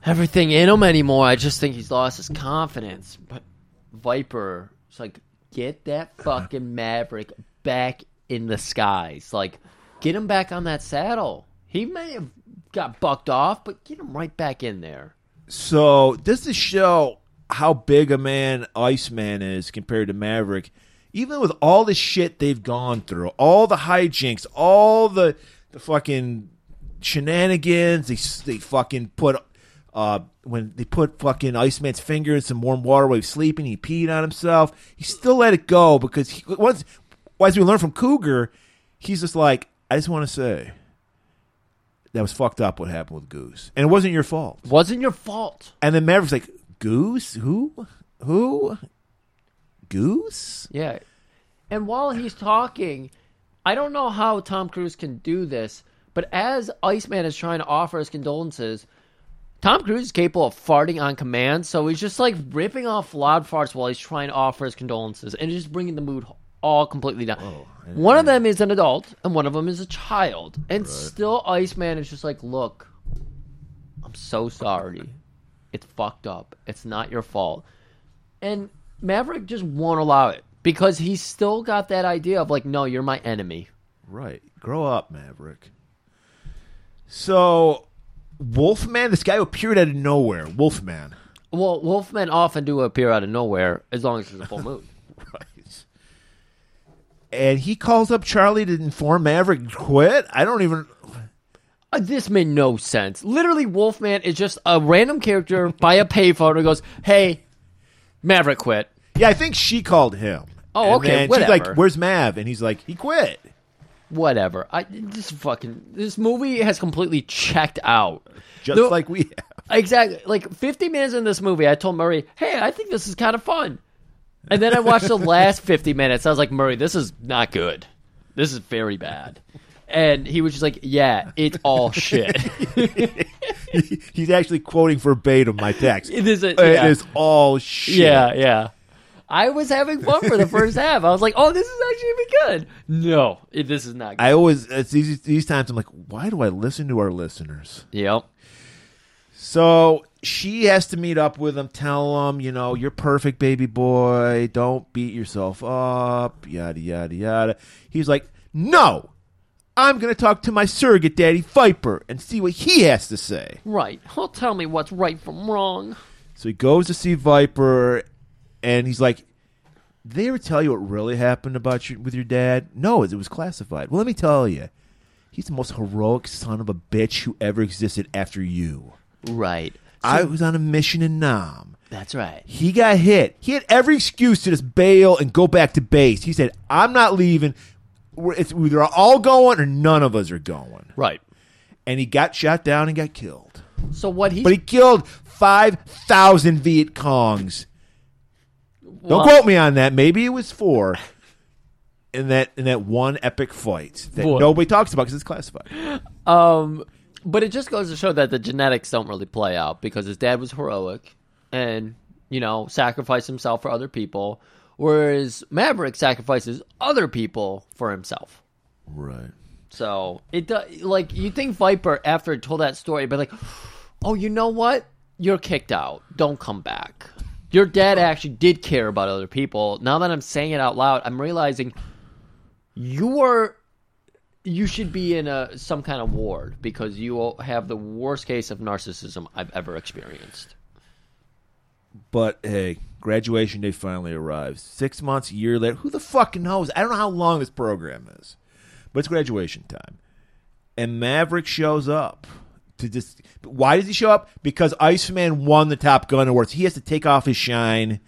A: everything in him anymore. I just think he's lost his confidence." But Viper is like, "Get that fucking Maverick back in the skies! Like, Get him back on that saddle. He may have got bucked off, but get him right back in there.
B: So this is show how big a man Iceman is compared to Maverick. Even with all the shit they've gone through, all the hijinks, all the the fucking shenanigans, they they fucking put uh when they put fucking Iceman's finger in some warm water while he was sleeping, he peed on himself. He still let it go because he, once as we learned from Cougar, he's just like, I just want to say that was fucked up what happened with Goose. And it wasn't your fault.
A: Wasn't your fault.
B: And then Maverick's like, Goose? Who? Who? Goose?
A: Yeah. And while he's talking, I don't know how Tom Cruise can do this, but as Iceman is trying to offer his condolences, Tom Cruise is capable of farting on command, so he's just like ripping off loud farts while he's trying to offer his condolences and it's just bringing the mood all completely down. one of them is an adult and one of them is a child. And still, Iceman is just like, look, I'm so sorry. It's fucked up. It's not your fault. And Maverick just won't allow it because he's still got that idea of like, no, you're my enemy.
B: Right. Grow up, Maverick. So, Wolfman, this guy who appeared out of nowhere. Wolfman.
A: Well, wolfmen often do appear out of nowhere as long as it's a full moon.
B: right. And he calls up Charlie to inform Maverick to quit. I don't even.
A: Uh, this made no sense. Literally, Wolfman is just a random character by a payphone who goes, "Hey, Maverick quit."
B: Yeah, I think she called him.
A: Oh,
B: And
A: okay,
B: then
A: whatever.
B: She's like, "Where's Mav?" And he's like, "He quit."
A: whatever. I this fucking this movie has completely checked out.
B: Just like we
A: have. Exactly. Like 50 minutes in this movie, I told Murray, "Hey, I think this is kind of fun." And then I watched the last 50 minutes. I was like, "Murray, this is not good. This is very bad." And he was just like, "Yeah, it's all shit."
B: He's actually quoting verbatim my text.
A: It is a-
B: It
A: yeah.
B: is all shit.
A: Yeah, yeah. I was having fun for the first half. I was like, "Oh, this is actually gonna be good." No, it, this is not. good.
B: I always it's these these times I'm like, why do I listen to our listeners?
A: Yep.
B: So she has to meet up with him, tell him, you know, you're perfect, baby boy. Don't beat yourself up. Yada yada yada. He's like, no, I'm gonna talk to my surrogate daddy Viper and see what he has to say.
A: Right. He'll tell me what's right from wrong.
B: So he goes to see Viper, and he's like, "Did they ever tell you what really happened about your, with your dad? No, it was classified. Well, let me tell you, he's the most heroic son of a bitch who ever existed after you.
A: Right.
B: I was on a mission in Nam.
A: That's right.
B: He got hit. He had every excuse to just bail and go back to base. He said, "I'm not leaving. We're, it's either all going or none of us are going."
A: Right.
B: And he got shot down and got killed.
A: So what he
B: But he killed 5,000 Viet Congs.
A: Wow.
B: Don't quote me on that. Maybe it was four in that in that one epic fight that
A: Four.
B: nobody talks about because it's classified.
A: Um, but it just goes to show that the genetics don't really play out because his dad was heroic and you know sacrificed himself for other people, whereas Maverick sacrifices other people for himself.
B: Right.
A: So it does. Like you think Viper after he told that story, but like, oh, you know what? You're kicked out. Don't come back. Your dad actually did care about other people. Now that I'm saying it out loud, I'm realizing you are. You should be in a some kind of ward because you will have the worst case of narcissism I've ever experienced.
B: But hey, graduation day finally arrives. Six months, a year later. Who the fuck knows? I don't know how long this program is, but it's graduation time. And Maverick shows up to just. Why does he show up? Because Iceman won the Top Gun Awards. He has to take off his shine.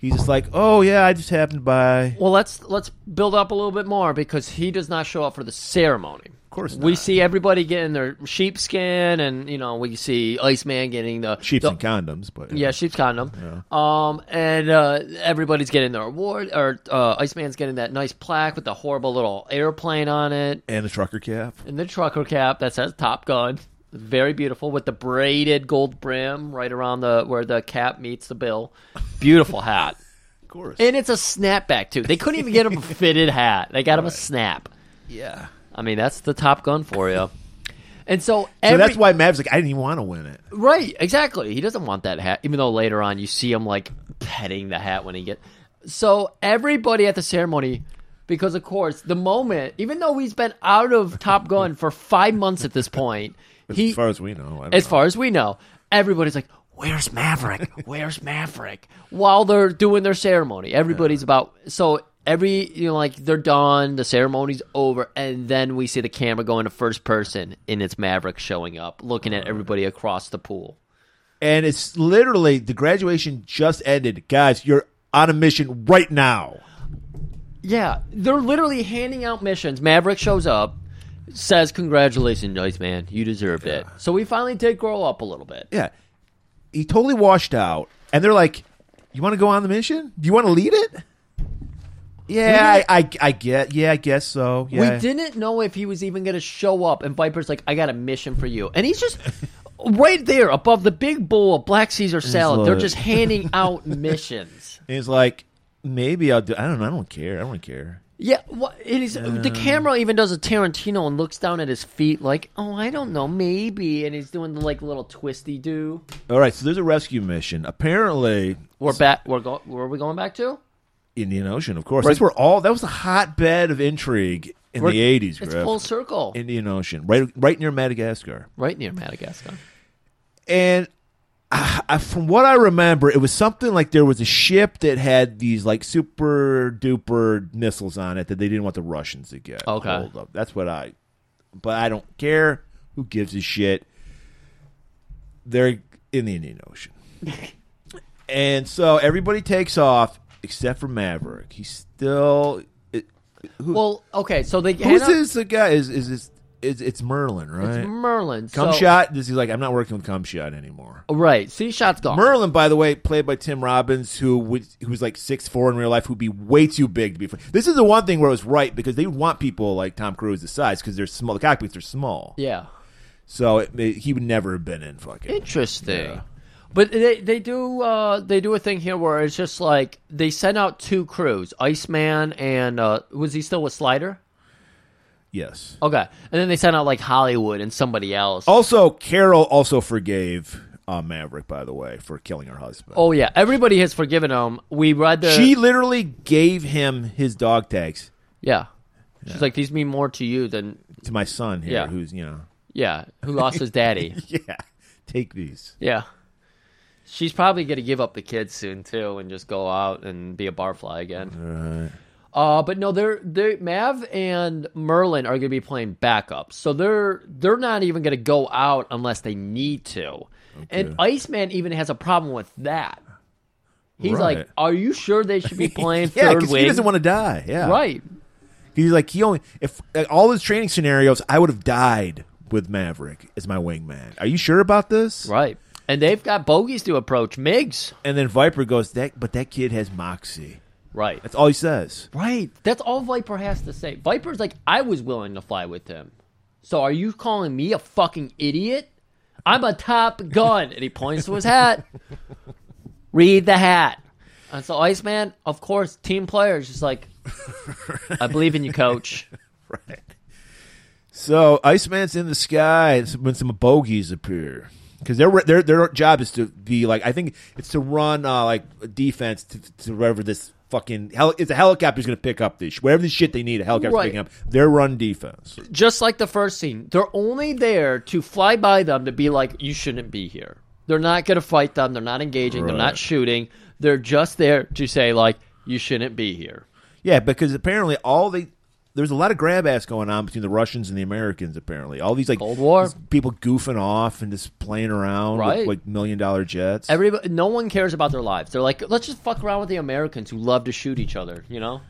B: He's just like, oh yeah, I just happened by.
A: Well, let's let's build up a little bit more because he does not show up for the ceremony. Of
B: course,
A: we see everybody getting their sheepskin, and you know we see Iceman getting the
B: Sheeps
A: the-
B: and condoms, but
A: Yeah, sheep's condom. Um, and uh, everybody's getting their award, or uh, Iceman's getting that nice plaque with the horrible little airplane on it,
B: and the trucker cap.
A: and the trucker cap that says Top Gun. Very beautiful with the braided gold brim right around the where the cap meets the bill. Beautiful hat,
B: Of course.
A: and it's a snapback too. They couldn't even get him a fitted hat; they got him a snap.
B: Yeah.
A: I mean that's the Top Gun for you. And so,
B: So
A: every,
B: that's why Mav's like, I didn't even want to win it.
A: Right, exactly. He doesn't want that hat, even though later on you see him like petting the hat when he get. So everybody at the ceremony because of course the moment, even though he's been out of Top Gun for five months at this point,
B: As
A: he
B: far as we know, I don't
A: as
B: know.
A: far as we know, everybody's like, "Where's Maverick? Where's Maverick?" While they're doing their ceremony, everybody's about so every you know like they're done, the ceremony's over, and then we see the camera go into first person, and it's Maverick showing up, looking at everybody across the pool.
B: and it's literally the graduation just ended, guys. You're on a mission right now.
A: Yeah, they're literally handing out missions. Maverick shows up, says, "Congratulations, Ice Man, you deserved it." So we finally did grow up a little bit.
B: Yeah, he totally washed out, and they're like, "You want to go on the mission? Do you want to lead it?" Yeah, I, I, I get. Yeah, I guess so. Yeah,
A: We didn't know if he was even going to show up, and Viper's like, "I got a mission for you," and he's just right there above the big bowl of Black Caesar salad. They're
B: like-
A: just handing out missions.
B: And he's like, "Maybe I'll do." I don't know. I don't care. I don't care.
A: Yeah, what, it is. the camera even does a Tarantino and looks down at his feet, like, "Oh, I don't know, maybe," and he's doing the like little twisty do.
B: All right, so there's a rescue mission. Apparently,
A: We're back. We're go- Where are we going back to?
B: Indian Ocean, of course.
A: We're-
B: That's where all that was the hotbed of intrigue in
A: We're-
B: the eighties.
A: It's full circle.
B: Indian Ocean, right, right near Madagascar,
A: right near Madagascar.
B: and. I, I- from what I remember, it was something like there was a ship that had these like super duper missiles on it that they didn't want the Russians to get
A: Okay.
B: hold of. That's what I, but I don't care. Who gives a shit? They're in the Indian Ocean. And so everybody takes off except for Maverick. He's still. It, who,
A: Well, okay, so they
B: who's
A: hand out-
B: this guy? Is is this? Is, it's Merlin, right?
A: Merlin, so-
B: Cum shot. This is like I'm not working with cum shot anymore.
A: Right. See, shot's gone.
B: Merlin, by the way, played by Tim Robbins, who would who's like six four in real life, who'd be way too big to be. This is the one thing where it was right because they want people like Tom Cruise's size because they're small. The cockpits are small,
A: yeah.
B: so it, it- he would never have been in fucking.
A: Interesting. But they they do uh, they do a thing here where it's just like they sent out two crews, Iceman and uh, was he still with Slider?
B: Yes.
A: Okay, and then they sent out like Hollywood and somebody else.
B: Also, Carol also forgave uh, Maverick, by the way, for killing her husband.
A: Oh yeah, everybody has forgiven him. We read the
B: She literally gave him his dog tags
A: yeah. She's like these mean more to you than
B: to my son here,
A: Yeah.
B: who's you know,
A: yeah who lost his daddy.
B: yeah, take these.
A: Yeah. She's probably going to give up the kids soon too and just go out and be a barfly again. Uh but no, they're they Mav and Merlin are going to be playing backup. So they're they're not even going to go out unless they need to. And Iceman even has a problem with that. He's
B: Right.
A: like, "Are you sure they should be playing
B: Yeah,
A: third
B: because
A: wing?"
B: he doesn't want to die. Yeah,
A: Right.
B: He's like he only if like, all his training scenarios, I would have died with Maverick as my wingman. Are you sure about this?
A: Right. And they've got bogeys to approach, Migs.
B: And then Viper goes that, but that kid has moxie.
A: Right.
B: That's all he says.
A: Right. That's all Viper has to say. Viper's like, I was willing to fly with him. So are you calling me a fucking idiot? I'm a top gun. And he points to his hat. Read the hat. And so Iceman, of course, team player is just like, I believe in you, coach.
B: Right. So Iceman's in the sky when some bogeys appear because their their their job is to be like I think it's to run uh, like defense to, to wherever this fucking hel- it's a helicopter's going to pick up this whatever the shit they need a helicopter's
A: Right.
B: picking up. Their run defense.
A: Just like the first scene, they're only there to fly by them to be like, you shouldn't be here. They're not going to fight them. They're not engaging. They're
B: Right.
A: not shooting. They're just there to say, like, you shouldn't be here.
B: Yeah, because apparently all they there's a lot of grab ass going on between the Russians and the Americans. Apparently, all these like Cold
A: War.
B: people goofing off and just playing around
A: Right.
B: with like million dollar jets.
A: Everybody, no one cares about their lives. They're like, let's just fuck around with the Americans who love to shoot each other. You know?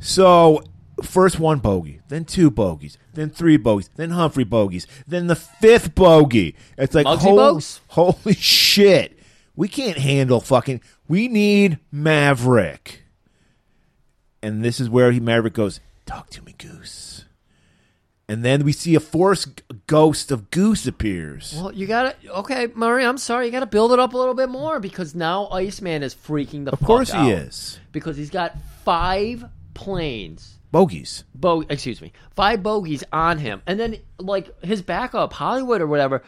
B: So first one bogey, then two bogeys, then three bogeys, then Humphrey bogeys, then the fifth bogey. It's like
A: Muggsy
B: hol-
A: bogues?
B: holy shit, we can't handle fucking. We need Maverick. And this is where he Maverick goes, talk to me, Goose. And then we see a force g- ghost of Goose appears.
A: Well, you gotta. Okay, Murray, I'm sorry. You gotta build it up a little bit more because now Iceman is freaking the.
B: Of course
A: fuck
B: he
A: out.
B: is.
A: because he's got five planes.
B: Bogeys.
A: Bo, excuse me, five bogeys on him, and then like his backup, Hollywood or whatever.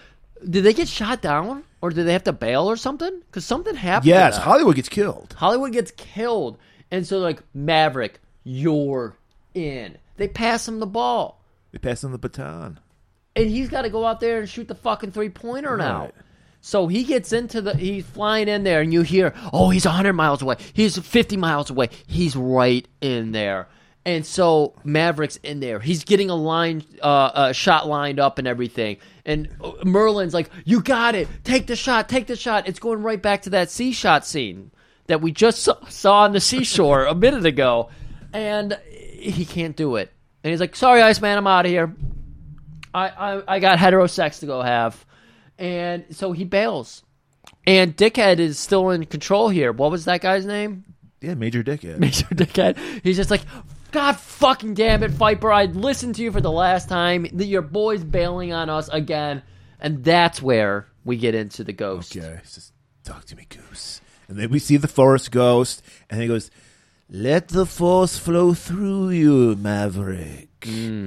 A: Did they get shot down, or did they have to bail or something? Because something happened. to
B: Yes,
A: them.
B: Hollywood gets killed.
A: Hollywood gets killed, and so like Maverick, you're in. They pass him the ball,
B: They passed him the baton.
A: and he's got to go out there and shoot the fucking three pointer now.
B: Right.
A: So he gets into the, he's flying in there, and you hear, oh, he's 100 miles away. He's 50 miles away. He's right in there. And so Maverick's in there. He's getting a line, uh, uh, shot lined up and everything. And uh, Merlin's like, you got it. Take the shot. Take the shot. It's going right back to that sea shot scene that we just saw, saw on the seashore a minute ago. And he can't do it. And he's like, sorry, Iceman, I'm out of here. I, I I got heterosex to go have, and so he bails. And Dickhead is still in control here. What was that guy's name?
B: Yeah, major dickhead.
A: Major Dickhead. He's just like, God fucking damn it, Viper! I listened to you for the last time. That Your boy's bailing on us again, and that's where we get into the ghost.
B: Okay, it's just, talk to me, goose. And then we see the forest ghost, and he goes, "Let the force flow through you, Maverick."
A: Hmm.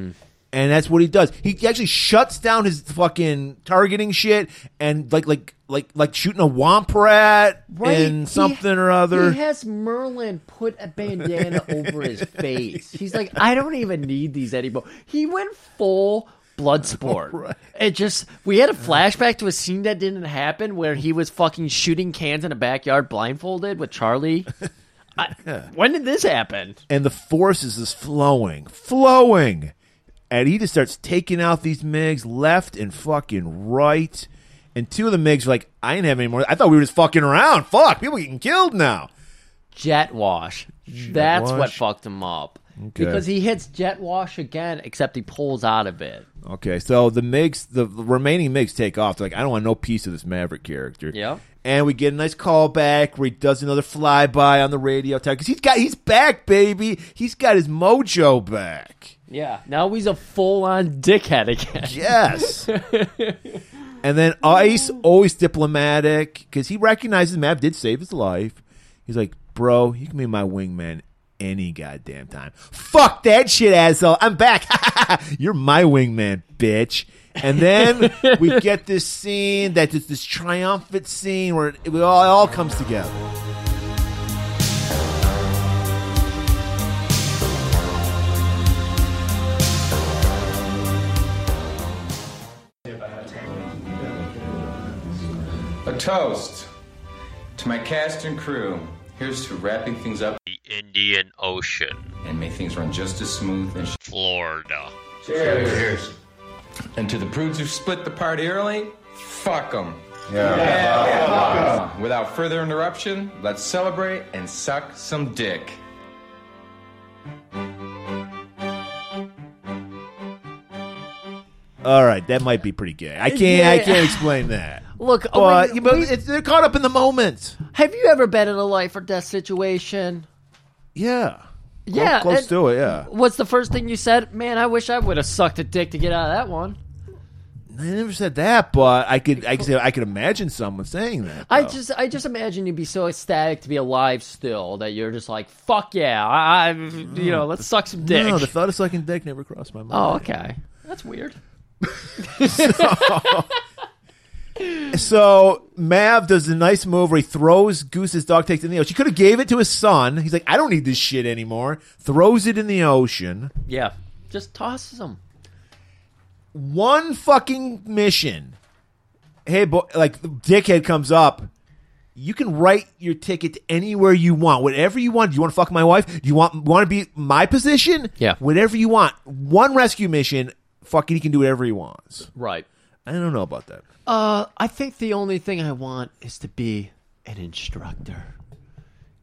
B: And that's what he does. He actually shuts down his fucking targeting shit, and like like like like shooting a womp rat
A: He-
B: and something or other.
A: He has Merlin put a bandana over his face. He's like, I don't even need these anymore. He went full Bloodsport. It just we had a flashback to a scene that didn't happen where he was fucking shooting cans in a backyard blindfolded with Charlie. I, When did this happen?
B: and the force is just flowing, flowing. And he just starts taking out these MiGs left and fucking right. And two of the MiGs are like, I didn't have any more. I thought we were just fucking around. Fuck, people getting killed now.
A: Jet wash. That's what
B: wash?
A: fucked him up.
B: Okay.
A: Because he hits jet wash again, except he pulls out of it.
B: Okay, so the MiGs, the remaining MiGs take off. They're like, I don't want no piece of this Maverick character.
A: Yeah.
B: And we get a nice callback where he does another flyby on the radio tower because he's got he's back, baby. He's got his mojo back.
A: Yeah. Now he's a full on dickhead again.
B: Yes. and then Ice, always diplomatic, because he recognizes Mav did save his life. He's like, bro, you can be my wingman any goddamn time. Fuck that shit, asshole. I'm back. You're my wingman, bitch. And then we get this scene that is this triumphant scene where it, it all, it all comes together.
F: A toast to my cast and crew. Here's to wrapping things up the Indian Ocean and may things run just as smooth as Florida.
E: Cheers.
F: And to the prudes who split the party early, fuck them.
E: Yeah. Yeah, fuck 'em.
F: Without further interruption, let's celebrate and suck some dick.
B: All right, that might be pretty gay. I can't, I
A: Yeah.
B: can't explain that.
A: Look, oh
B: but,
A: my-
B: but
A: we-
B: it's, they're caught up in the moment.
A: Have you ever been in a life or death situation?
B: Yeah, Clo-
A: Yeah,
B: close
A: and-
B: to it. Yeah,
A: What's the first thing you said? Man, I wish I would have sucked a dick to get out of that one.
B: I never said that, but I could, I could, say, I could imagine someone saying that.
A: I
B: though.
A: just, I just imagine you'd be so ecstatic to be alive still that you're just like, fuck yeah, I, I you know, let's suck some dick.
B: no, the thought of sucking dick never crossed my mind.
A: oh, okay, that's weird.
B: So Mav does a nice move where he throws Goose's dog takes in the ocean. She could have gave it to his son. He's like, I don't need this shit anymore. Throws it in the ocean.
A: Yeah, just tosses them.
B: One fucking mission. Hey, boy, like the dickhead comes up. You can write your ticket to anywhere you want, whatever you want. Do you want to fuck my wife? Do you want want to be my position?
A: Yeah.
B: whatever you want. One rescue mission. Fucking, he can do whatever he wants.
A: Right.
B: I don't know about that.
A: Uh, I think the only thing I want is to be an instructor.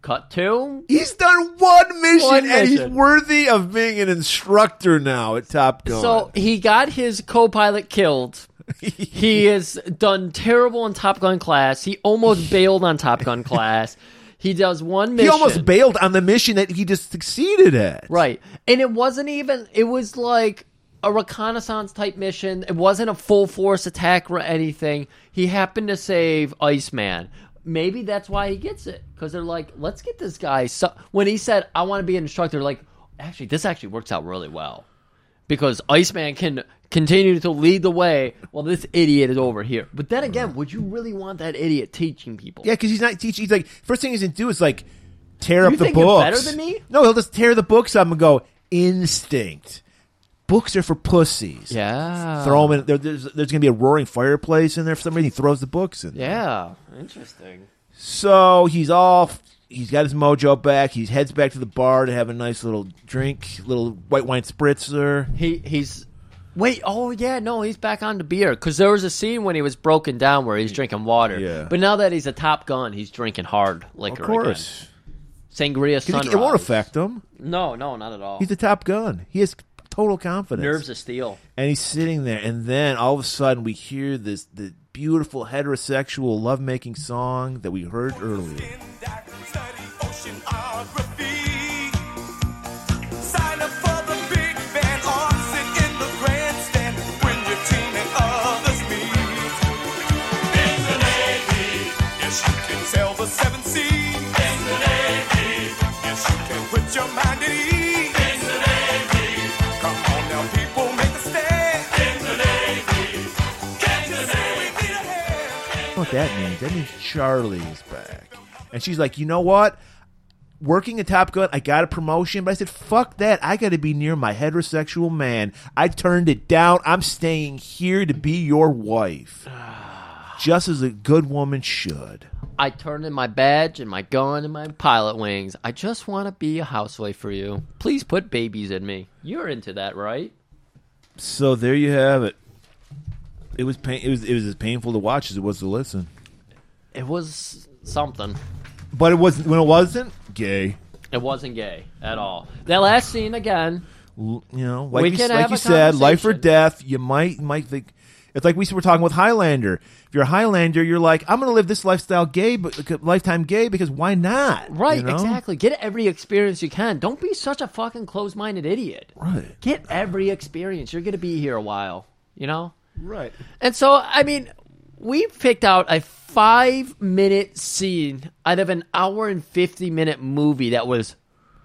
A: Cut two.
B: He's done one mission,
A: One
B: and he's
A: mission.
B: worthy of being an instructor now at Top Gun.
A: So he got his co-pilot killed. he has done terrible on Top Gun class. He almost bailed on Top Gun class. He does one
B: he
A: mission.
B: almost bailed on the mission that he just succeeded at.
A: right, and it wasn't even. It was like a reconnaissance type mission. It wasn't a full force attack or anything. He happened to save Iceman. Maybe that's why he gets it because they're like, let's get this guy. So when he said, "I want to be an instructor," like actually, this actually works out really well. because Iceman can continue to lead the way while this idiot is over here. But then again, would you really want that idiot teaching people?
B: Yeah, because he's not teaching. He's like first thing he's gonna do is like tear
A: You
B: up the
A: think you're
B: books.
A: better than me?
B: No, he'll just tear the books up and go instinct. Books are for pussies.
A: Yeah.
B: throw them in. There, there's there's gonna be a roaring fireplace in there for some reason. He throws the books in. there.
A: Yeah, interesting.
B: So he's off. He's got his mojo back. He heads back to the bar to have a nice little drink, little white wine spritzer.
A: He he's Wait, oh yeah, no, he's back on the beer because there was a scene when he was broken down where he's drinking water.
B: Yeah.
A: But now that he's a Top Gun, he's drinking hard liquor.
B: of course.
A: again. sangria
B: It,
A: sunrise.
B: it won't affect him.
A: No, no, not at all.
B: He's a Top Gun. He has total confidence.
A: Nerves of steel.
B: And he's sitting there, and then all of a sudden we hear this the beautiful heterosexual lovemaking song that we heard earlier.
M: Sign up for the big band or sit in the grandstand when your team and others meet. In the Navy, yes, you can sail the seven seas. In the Navy, yes, you can put your mind at ease. In the Navy, come on now, people, make a stand. In the Navy, can you say we need a hand?
B: What that means? That means Charlie is back, and she's like, you know what? Working at Top Gun, I got a promotion, but I said, fuck that. I got to be near my heterosexual man. I turned it down. I'm staying here to be your wife, just as a good woman should.
A: I turned in my badge and my gun and my pilot wings. I just want to be a housewife for you. Please put babies in me. You're into that, right?
B: So there you have it. It was pain. It was it was as painful to watch as it was to listen.
A: It was something.
B: But it wasn't when it wasn't gay.
A: It wasn't gay at all. That last scene again.
B: L- You know, like
A: We
B: you,
A: can
B: like
A: have
B: you
A: a
B: said, life or
A: conversation.
B: death. You might might think it's like we were talking with Highlander. If you're a Highlander, you're like, I'm going to live this lifestyle gay, but lifetime gay because why not? You
A: Right,
B: know?
A: exactly. Get every experience you can. Don't be such a fucking closed-minded idiot.
B: Right.
A: Get every experience. You're going to be here a while, you know?
B: Right.
A: And so, I mean, we picked out a five minute scene out of an hour and 50 minute movie that was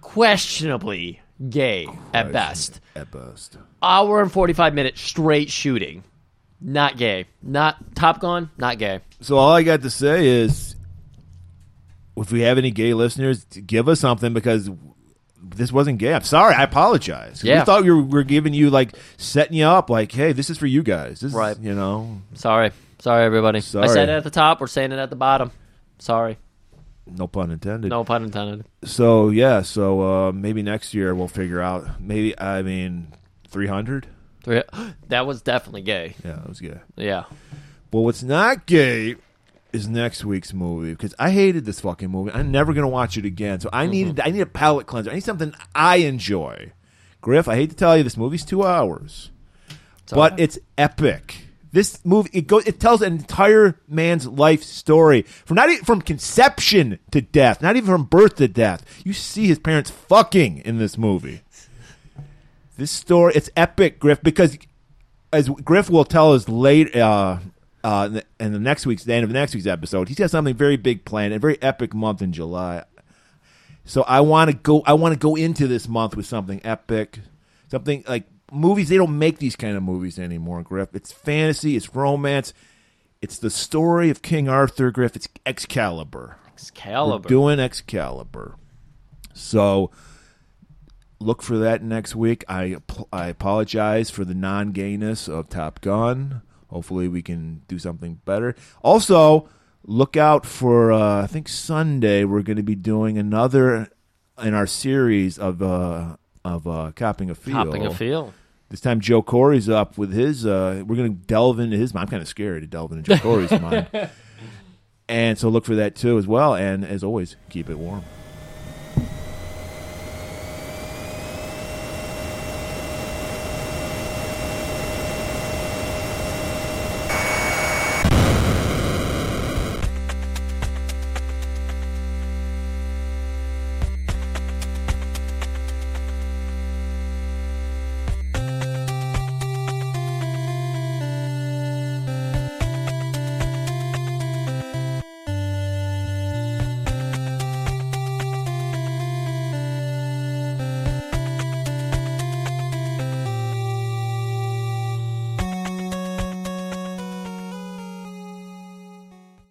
A: questionably gay at best.
B: At best.
A: Hour and 45 minute straight shooting. Not gay. Not Top Gun, not gay.
B: So all I got to say is, if we have any gay listeners, give us something because this wasn't gay. I'm sorry. I apologize.
A: Yeah.
B: We thought we were, we were giving you like setting you up, like, hey, this is for you guys. This
A: Right.
B: Is, you know.
A: Sorry. Sorry, everybody.
B: Sorry.
A: I said it at the top, we're saying it at the bottom. Sorry.
B: no pun intended.
A: No pun intended.
B: So yeah. So uh, maybe next year we'll figure out. Maybe I mean, three hundred.
A: Three- That was definitely gay.
B: Yeah, that was gay.
A: Yeah.
B: But what's not gay is next week's movie because I hated this fucking movie. I'm never gonna watch it again. So I needed I need a palate cleanser. I need something I enjoy. Griff, I hate to tell you, this movie's two hours, but it's epic. This movie it goes it tells an entire man's life story from not even from conception to death, not even from birth to death. You see his parents fucking in this movie. This story, it's epic, Griff, because as Griff will tell us late uh, uh, in the- in the next week's the end of next week's episode, he's got something very big planned, a very epic month in July. So I want to go. I want to go into this month with something epic, something like movies. They don't make these kind of movies anymore, Griff. It's fantasy. It's romance. It's the story of King Arthur, Griff. It's Excalibur.
A: Excalibur.
B: We're doing Excalibur. So look for that next week. I ap- I apologize for the non gayness of Top Gun. Hopefully, we can do something better. Also, look out for uh, I think Sunday we're going to be doing another in our series of uh, of uh, copping a field.
A: Copping a Field.
B: This time Joe Corey's up with his. Uh, we're going to delve into his mind. I'm kind of scared to delve into Joe Corey's mind. And so look for that too as well. And as always, keep it warm.